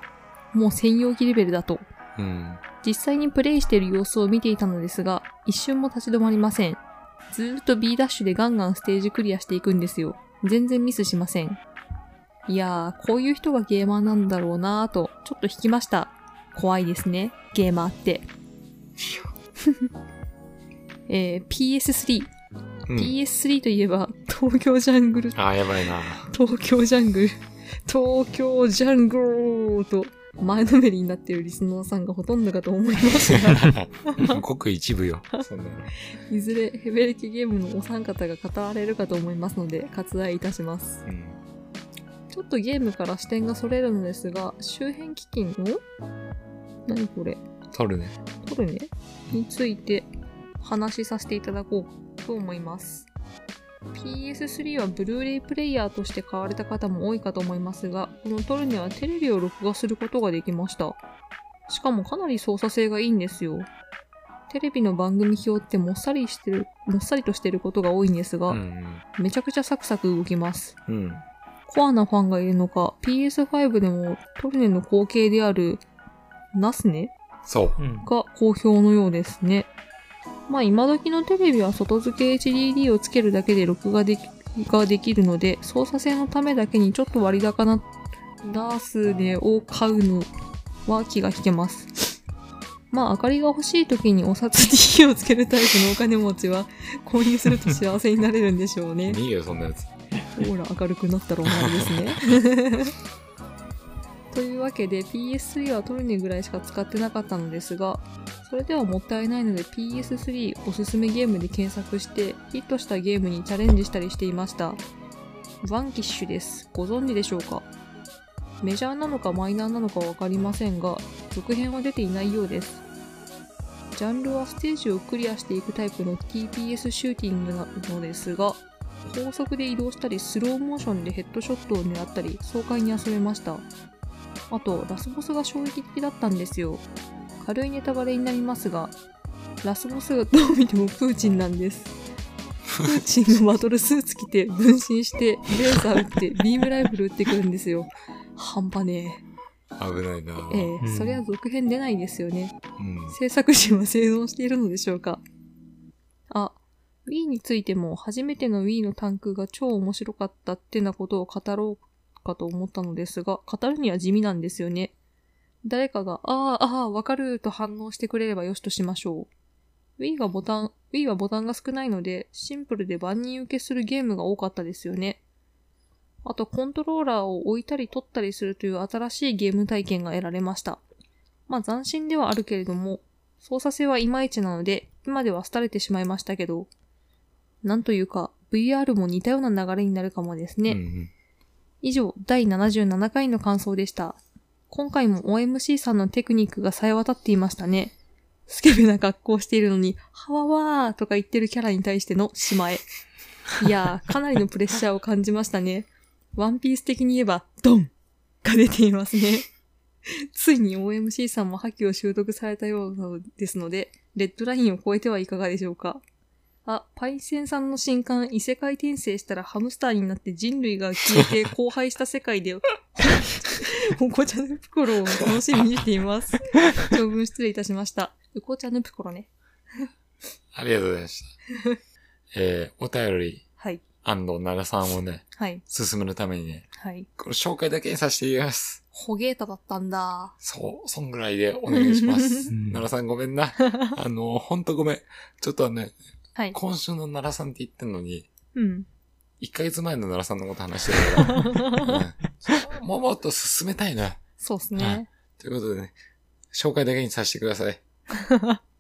S2: もう専用機レベルだと
S1: うん。
S2: 実際にプレイしている様子を見ていたのですが、一瞬も立ち止まりません。ずーっと B ダッシュでガンガンステージクリアしていくんですよ。全然ミスしません。いやー、こういう人がゲーマーなんだろうなーと、ちょっと引きました。怖いですね、ゲーマーって。えー、PS3。
S1: うん、
S2: PS3 といえば、東京ジャングル、
S1: あー、やばいな。
S2: 東京ジャングル、東京ジャングルと、前のめりになっているリスナーさんがほとんどかと思いますが、
S1: ごく一部よ。そんなの
S2: いずれヘベレキゲームのお三方が語られるかと思いますので、割愛いたします。
S1: うん
S2: ちょっとゲームから視点がそれるのですが、周辺基金を何これ
S1: 取るね。
S2: トルネについて話しさせていただこうと思います。PS3 はブルーレイプレイヤーとして買われた方も多いかと思いますが、このトルネはテレビを録画することができました。しかもかなり操作性がいいんですよ。テレビの番組表ってもっさりしてる、もっさりとしてることが多いんですが、
S1: うん
S2: めちゃくちゃサクサク動きます。
S1: うん。うん。
S2: コアなファンがいるのか、PS5 でもトルネの後継であるナスネ
S1: そう。
S3: うん。
S2: が好評のようですね。まあ今時のテレビは外付け HDD をつけるだけで録画できができるので操作性のためだけにちょっと割高なダースネを買うのは気が引けます。まあ明かりが欲しい時にお札に火をつけるタイプのお金持ちは購入すると幸せになれるんでしょうね。
S1: いいよ、そんなやつ。
S2: ほら、明るくなったらお前ですね。というわけで PS3 はトルネぐらいしか使ってなかったのですが、それではもったいないので PS3 おすすめゲームで検索してヒットしたゲームにチャレンジしたりしていました。バンキッシュです。ご存知でしょうかメジャーなのかマイナーなのかわかりませんが、続編は出ていないようです。ジャンルはステージをクリアしていくタイプの TPS シューティングなのですが、高速で移動したりスローモーションでヘッドショットを狙ったり爽快に遊べましたあとラスボスが衝撃的だったんですよ軽いネタバレになりますがラスボスがどう見てもプーチンなんですプーチンのバトルスーツ着て分身してレーザー撃ってビームライフル撃ってくるんですよ半端ね
S1: 危ないな
S2: えええ
S1: ぁ。
S3: うん
S2: そりゃ続編出ないですよね
S1: うん。
S2: 制作陣は生存しているのでしょうかあ、Wii についても初めての Wii のタンクが超面白かったってなことを語ろうかと思ったのですが、語るには地味なんですよね。誰かが、ああ、ああ、わかると反応してくれればよしとしましょう。Wii がボタン、Wii はボタンが少ないので、シンプルで万人受けするゲームが多かったですよね。あと、コントローラーを置いたり取ったりするという新しいゲーム体験が得られました。まあ斬新ではあるけれども、操作性はいまいちなので、今では廃れてしまいましたけど、なんというか、VR も似たような流れになるかもですね。
S1: うん
S2: 以上、第77回の感想でした。今回も OMC さんのテクニックが冴え渡っていましたね。スケベな格好をしているのに、はわわーとか言ってるキャラに対してのしまえ。いやー、かなりのプレッシャーを感じましたね。ワンピース的に言えば、ドンが出ていますね。ついに OMC さんも覇気を習得されたようですので、レッドラインを超えてはいかがでしょうか。あ、パイセンさんの新刊、異世界転生したらハムスターになって人類が消え て荒廃した世界で、 おこちゃぬプコロを楽しみにしています。長文失礼いたしました。うこちゃぬプコロね。
S1: ありがとうございました。 えー、お便り、
S2: はい。
S1: 安藤奈良さんをね、
S2: はい。
S1: 進めるためにね、
S2: はい。
S1: これ紹介だけにさせていただきます。
S2: ホゲータだったんだ。
S1: そう、そんぐらいでお願いします。
S3: うん
S1: 奈良さんごめんな。あの、ほんとごめん。ちょっとね、
S2: はい。
S1: 今週の奈良さんって言ってんのに、
S2: うん。
S1: 1ヶ月前の奈良さんのこと話してるから、うん、もうもっと進めたいな。
S2: そうっす
S1: はい
S2: ね。
S1: ということでね、紹介だけにさせてくださ い。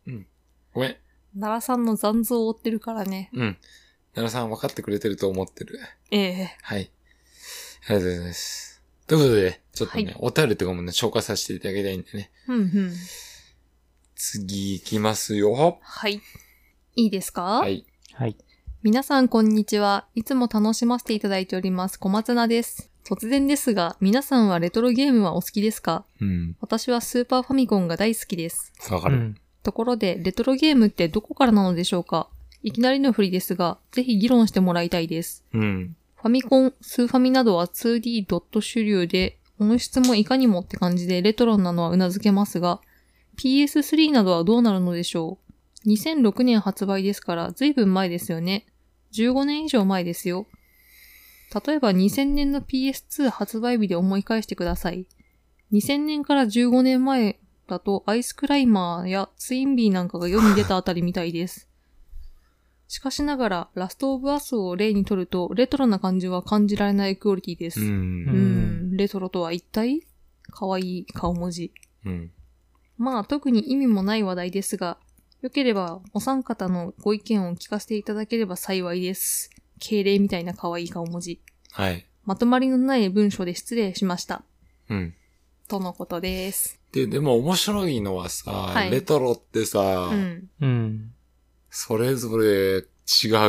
S1: うん。ごめん。
S2: 奈良さんの残像を追ってるからね。
S1: うん。奈良さん分かってくれてると思ってる。
S2: ええ
S1: はい。ありがとうございます。ということで、ちょっとね、
S2: はい
S1: お便りとかもね、紹介させていただきたいんでね。
S2: うんうん。
S1: 次行きますよ。
S2: はい。いいですか
S1: はい。
S3: はい。
S2: 皆さんこんにちは。いつも楽しませていただいております。小松菜です。突然ですが、皆さんはレトロゲームはお好きですか
S1: うん。
S2: 私はスーパーファミコンが大好きです。
S1: わか
S3: う
S1: る。
S3: ん。
S2: ところで、レトロゲームってどこからなのでしょうかいきなりの振りですが、ぜひ議論してもらいたいです。
S1: うん。
S2: ファミコン、スーファミなどは 2D ドット主流で、音質もいかにもって感じでレトロなのは頷けますが、PS3 などはどうなるのでしょう ?2006 年発売ですから、ずいぶん前ですよね。15年以上前ですよ。例えば2000年の PS2 発売日で思い返してください。2000年から15年前だとアイスクライマーやツインビーなんかが世に出たあたりみたいです。しかしながら、ラストオブアスを例にとると、レトロな感じは感じられないクオリティです。
S1: う。
S2: うんん、レトロとは一体可愛い顔文字。
S1: うん。
S2: まあ特に意味もない話題ですが、よければお三方のご意見を聞かせていただければ幸いです。敬礼みたいな可愛い顔文字。
S1: はい。
S2: まとまりのない文章で失礼しました。
S1: うん。
S2: とのことです。
S1: で、でも面白いのはさ、
S2: い
S1: レトロってさ、
S2: うん。
S3: うん。
S1: それぞれ違う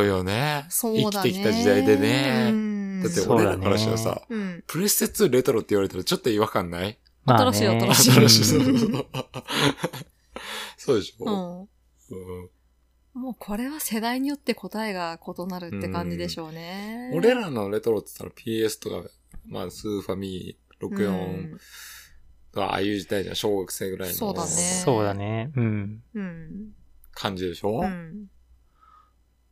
S1: よね。
S2: そうだ
S1: 生
S2: ね。
S1: きてきた時代でね。
S2: うん
S1: だって
S3: そう
S1: 俺
S3: だ
S1: ら
S3: ね
S1: からしたらさ、
S2: うん。
S1: プレステ2レトロって言われたらちょっと違和感ない
S3: まあ
S2: 新しい
S3: ね
S2: 新しい
S1: 新しい。 そう
S2: うん
S1: そうそうそうでし
S2: う
S1: ょ、
S2: ん。
S1: うん
S2: もうこれは世代によって答えが異なるって感じでしょうね。
S1: 俺らのレトロって言ったら PS とか、まあスーファミ、64、
S2: うん
S1: ああいう時代じゃん。小学生ぐらい
S2: そうだ
S1: の
S2: ね
S3: そうだね。うん。
S2: うん。
S1: 感じでしょ、
S2: うん。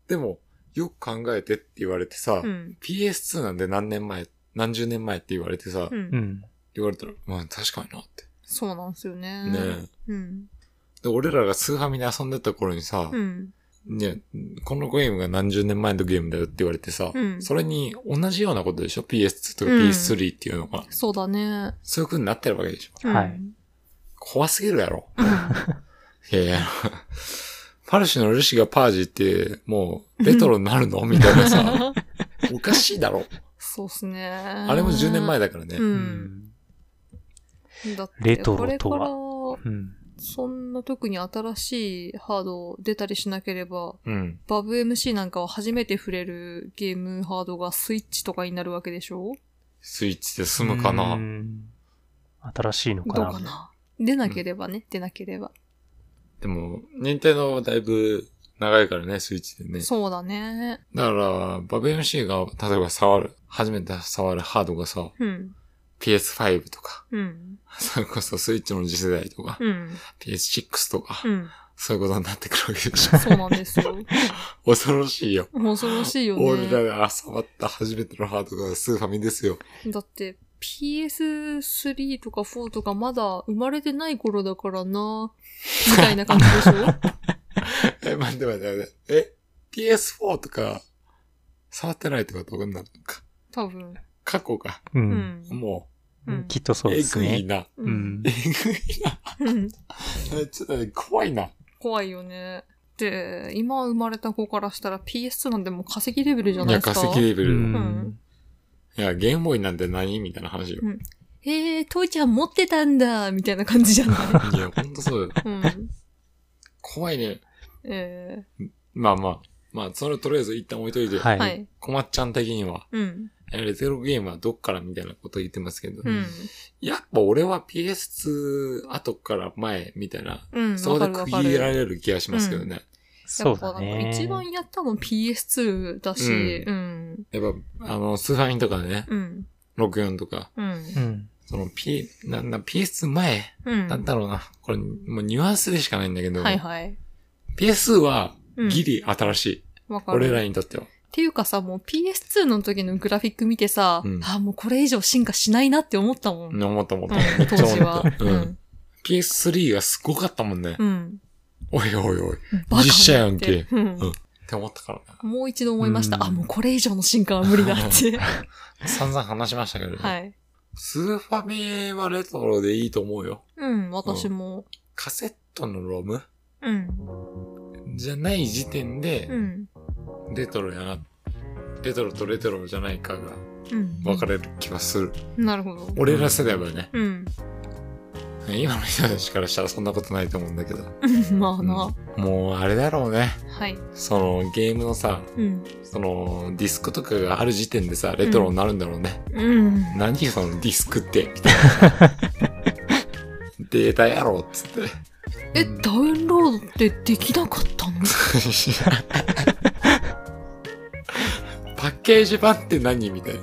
S1: でも、よく考えてって言われてさ、
S2: うん。
S1: PS2 なんで何年前、何十年前って言われてさ、
S2: うん
S3: うん。
S1: 言われたら、まあ確かになって。
S2: そうなんですよね。
S1: ね
S2: うん。
S1: で、俺らがスーファミで遊んでた頃にさ、
S2: うん。
S1: ね、このゲームが何十年前のゲームだよって言われてさ、
S2: うん
S1: それに同じようなことでしょ ?PS2 とか
S2: うん
S1: PS3 っていうのが。
S2: そうだね。
S1: そういう風になってるわけでしょ
S2: うん
S3: はい。
S1: 怖すぎるやろ。
S2: うん
S1: いやい や。パルシのルシがパージって、もう、レトロになるのみたいなさ、おかしいだろ。
S2: そうっすね。
S1: あ
S2: あ
S1: れも10年前だからね。
S2: う。
S3: うんん。
S2: だって
S3: レト
S2: これ
S3: ロ
S2: か
S3: と
S2: ら
S3: は、うん。
S2: そんな特に新しいハード出たりしなければ、
S1: うん。
S2: バブ MC なんかは初めて触れるゲームハードがスイッチとかになるわけでしょ
S1: スイッチで済むかな。
S3: うん新しいのか
S2: どう
S3: な
S2: かな出なければね、出なければ。
S1: でも、任天堂はだいぶ長いからね、スイッチでね。
S2: そうだね。
S1: だから、バブ MC が、例えば触る、初めて触るハードがさ、
S2: うん。
S1: PS5 とか、
S2: うん。
S1: それこそスイッチの次世代とか、
S2: うん。
S1: PS6 とか、
S2: うん。
S1: そういうことになってくるわけで しょ。
S2: そうなんですよ。
S1: 恐ろしいよ。
S2: 恐ろしいよね。
S1: 俺らが触った初めてのハードがスーファミですよ。
S2: だって PS3 とか4とかまだ生まれてない頃だからな、みたいな感じ でしょ
S1: え、待って待って待って。え、PS4 とか、触ってないってことになるのか。
S2: 多分。
S1: 過去か。
S3: う。
S2: うんん。
S1: も
S2: うん
S3: きっとそう
S1: う、
S3: で
S1: え
S3: す
S1: ぐい
S3: ね。
S1: な。
S2: う。
S3: うんん
S1: え。ぐいな。
S2: うん
S1: えちょっとね、怖いな。
S2: 怖いよね。で、今生まれた子からしたら PS2 なんてもう化石レベルじゃ
S1: い
S2: ない
S1: や、
S2: です
S1: 化
S2: か。
S1: 石レベ
S3: う
S1: ル。
S3: ん。
S1: いや、ゲームボーイなんて何みたいな話よ。
S2: えー、トイちゃん持ってたんだ、みたいな感 じじゃない
S1: いや、ほんとそうよ。
S2: うん。
S1: 怖いね。
S2: え
S1: まあまあ。まあ、それとりあえず一旦置いといて。
S2: ー、
S3: は。
S2: はいい。
S1: こまっちゃん的には、
S2: うん。
S1: えレトロゲームはどっからみたいなこと言ってますけど。
S2: うん。
S1: やっぱ俺は PS2 後から前みたいな、
S2: うん。
S1: そこ
S2: わか
S1: で
S2: るわ
S1: 区
S2: か
S1: 切ら
S2: る。
S1: れる気がしますけどね。
S3: そうだ
S2: やっぱなん
S3: ね。
S2: か一番やったの PS2 だし、うん。
S1: やっぱ、あの、スーファミとかね、
S2: うん。
S1: 64とか、
S2: うん。
S3: うん。
S1: その P、なんだ、PS2 前、
S2: うん。
S1: なんだろうな。これ、もうニュアンスでしかないんだけど、
S2: はいはい。
S1: PS2 は
S2: うん
S1: ギリ新しい。
S2: わかる。
S1: 俺ら
S2: っ
S1: にとっては。
S2: ていうかさ、もう PS2 の時のグラフィック見てさ、
S1: うん
S2: ああ、もうこれ以上進化しないなって思ったもん。うん、
S1: 思った思った。めっ
S2: 当
S1: ちゃ
S2: 時
S1: 思
S2: は
S1: っ。た。
S2: う
S1: うんん。。PS3 がすごかったもんね。
S2: うん。
S1: おいおいおい。っ
S2: バカ
S1: 実写やんけ
S2: ってうん
S1: うんて思ったからね。
S2: もう一度思いました。
S3: うん
S2: あ、もうこれ以上の進化は無理だって。
S1: 散々話しましたけど、ね
S2: はい。
S1: スーファミはレトロでいいと思うよ。
S2: うん、私も。
S1: カセットのロム
S2: うん。
S1: じゃない時点
S2: う
S1: で、
S2: ん。
S1: レトロやな。レトロとレトロじゃないかが
S2: うん。
S1: 分かれる気はする。
S2: なるほど。
S1: 俺ら世代はね、
S2: うん。
S1: 今の人たちからしたらそんなことないと思うんだけど。
S2: うん まあな。
S1: もうあれだろうね。
S2: はい。
S1: そのゲームのさ、
S2: うん。
S1: そのディスクとかがある時点でさ、レトロになるんだろうね。
S2: うん。
S1: 何そのディスクって、みたいな。 データやろ、つって。
S2: え、ダウンロードってできなかったの
S1: パッケージ版って何みたいな。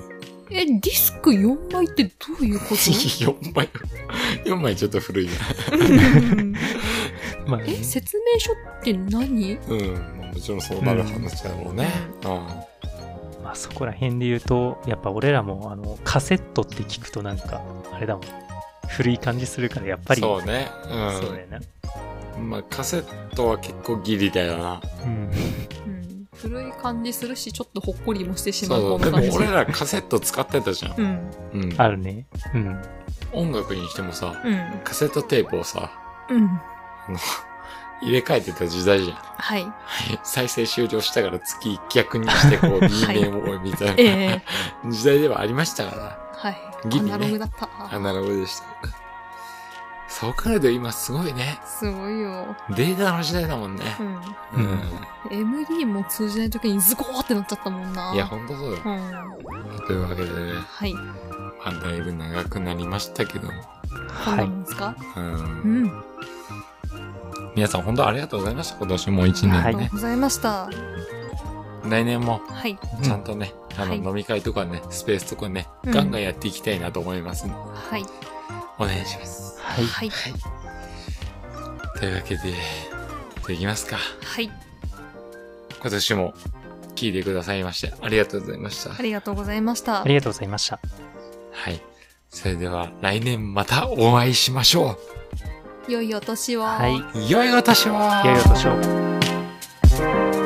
S2: え、ディスク4枚ってどういうこと
S1: 4枚。4枚ちょっと古いな。
S2: うん
S3: まあね
S2: え、説明書って何
S1: うん。まあもちろんそうなる話だろうね。う
S3: まあそこら辺で言うと、やっぱ俺らもあのカセットって聞くとなんか、あれだもん。古い感じするから、やっぱ
S1: ん。
S3: り。
S1: そうね。
S3: そうだよね。
S1: うん。まあカセットは結構ギリだよな。
S3: うん。
S2: うん古い感じするし、ちょっとほっこりもしてしまう
S1: そう、
S2: こん
S1: で
S2: な感じ。
S1: も俺らカセット使ってたじゃん。
S2: うん。
S1: うん。
S3: あるね。うん。
S1: 音楽にしてもさ、
S2: うん。
S1: カセットテープをさ、
S2: うん。
S1: 入れ替えてた時代じゃん。
S2: はい。
S1: はい再生終了したから月逆にしてこう、
S2: い
S1: B 名を追いみたいな、
S2: ええ
S1: 時代ではありましたから、
S2: はい。
S1: ギリね
S2: アナログだった。
S1: アナログでした。そう考えると今すごいね。
S2: すごいよ。
S1: データの時代だもんね。
S2: うん。
S1: う
S3: うんん。
S2: MD も通じない時にズコーってなっちゃったもんな。
S1: いや、ほんとそうよ
S2: う。ん。
S1: というわけでね、
S2: はい。
S1: まあ、だいぶ長くなりましたけども、
S2: こん
S3: は
S2: ないも。んですか
S1: う。
S2: うんん。
S1: 皆さん本当ありがとうございました。今年も一年
S2: ありがと
S1: ね
S2: う。ございました。
S1: 来年も
S2: はい。
S1: ちゃんとね、あの、
S2: はい
S1: 飲み会とかね、スペースとかね、
S2: うん
S1: ガンガンやっていきたいなと思いますので、
S2: はい。
S1: お願いします。
S3: はい。
S2: はい。
S1: はい。というわけで、できますか。
S2: はい。
S1: 今年も聞いてくださいまして、ありがとうございました。
S2: ありがとうございました
S3: あ。りがとうございました。
S1: はい。それでは来年またお会いしましょ
S2: 良いお年を。
S3: はい。
S1: う。良いお年を
S3: 良いお年
S1: 「
S3: を。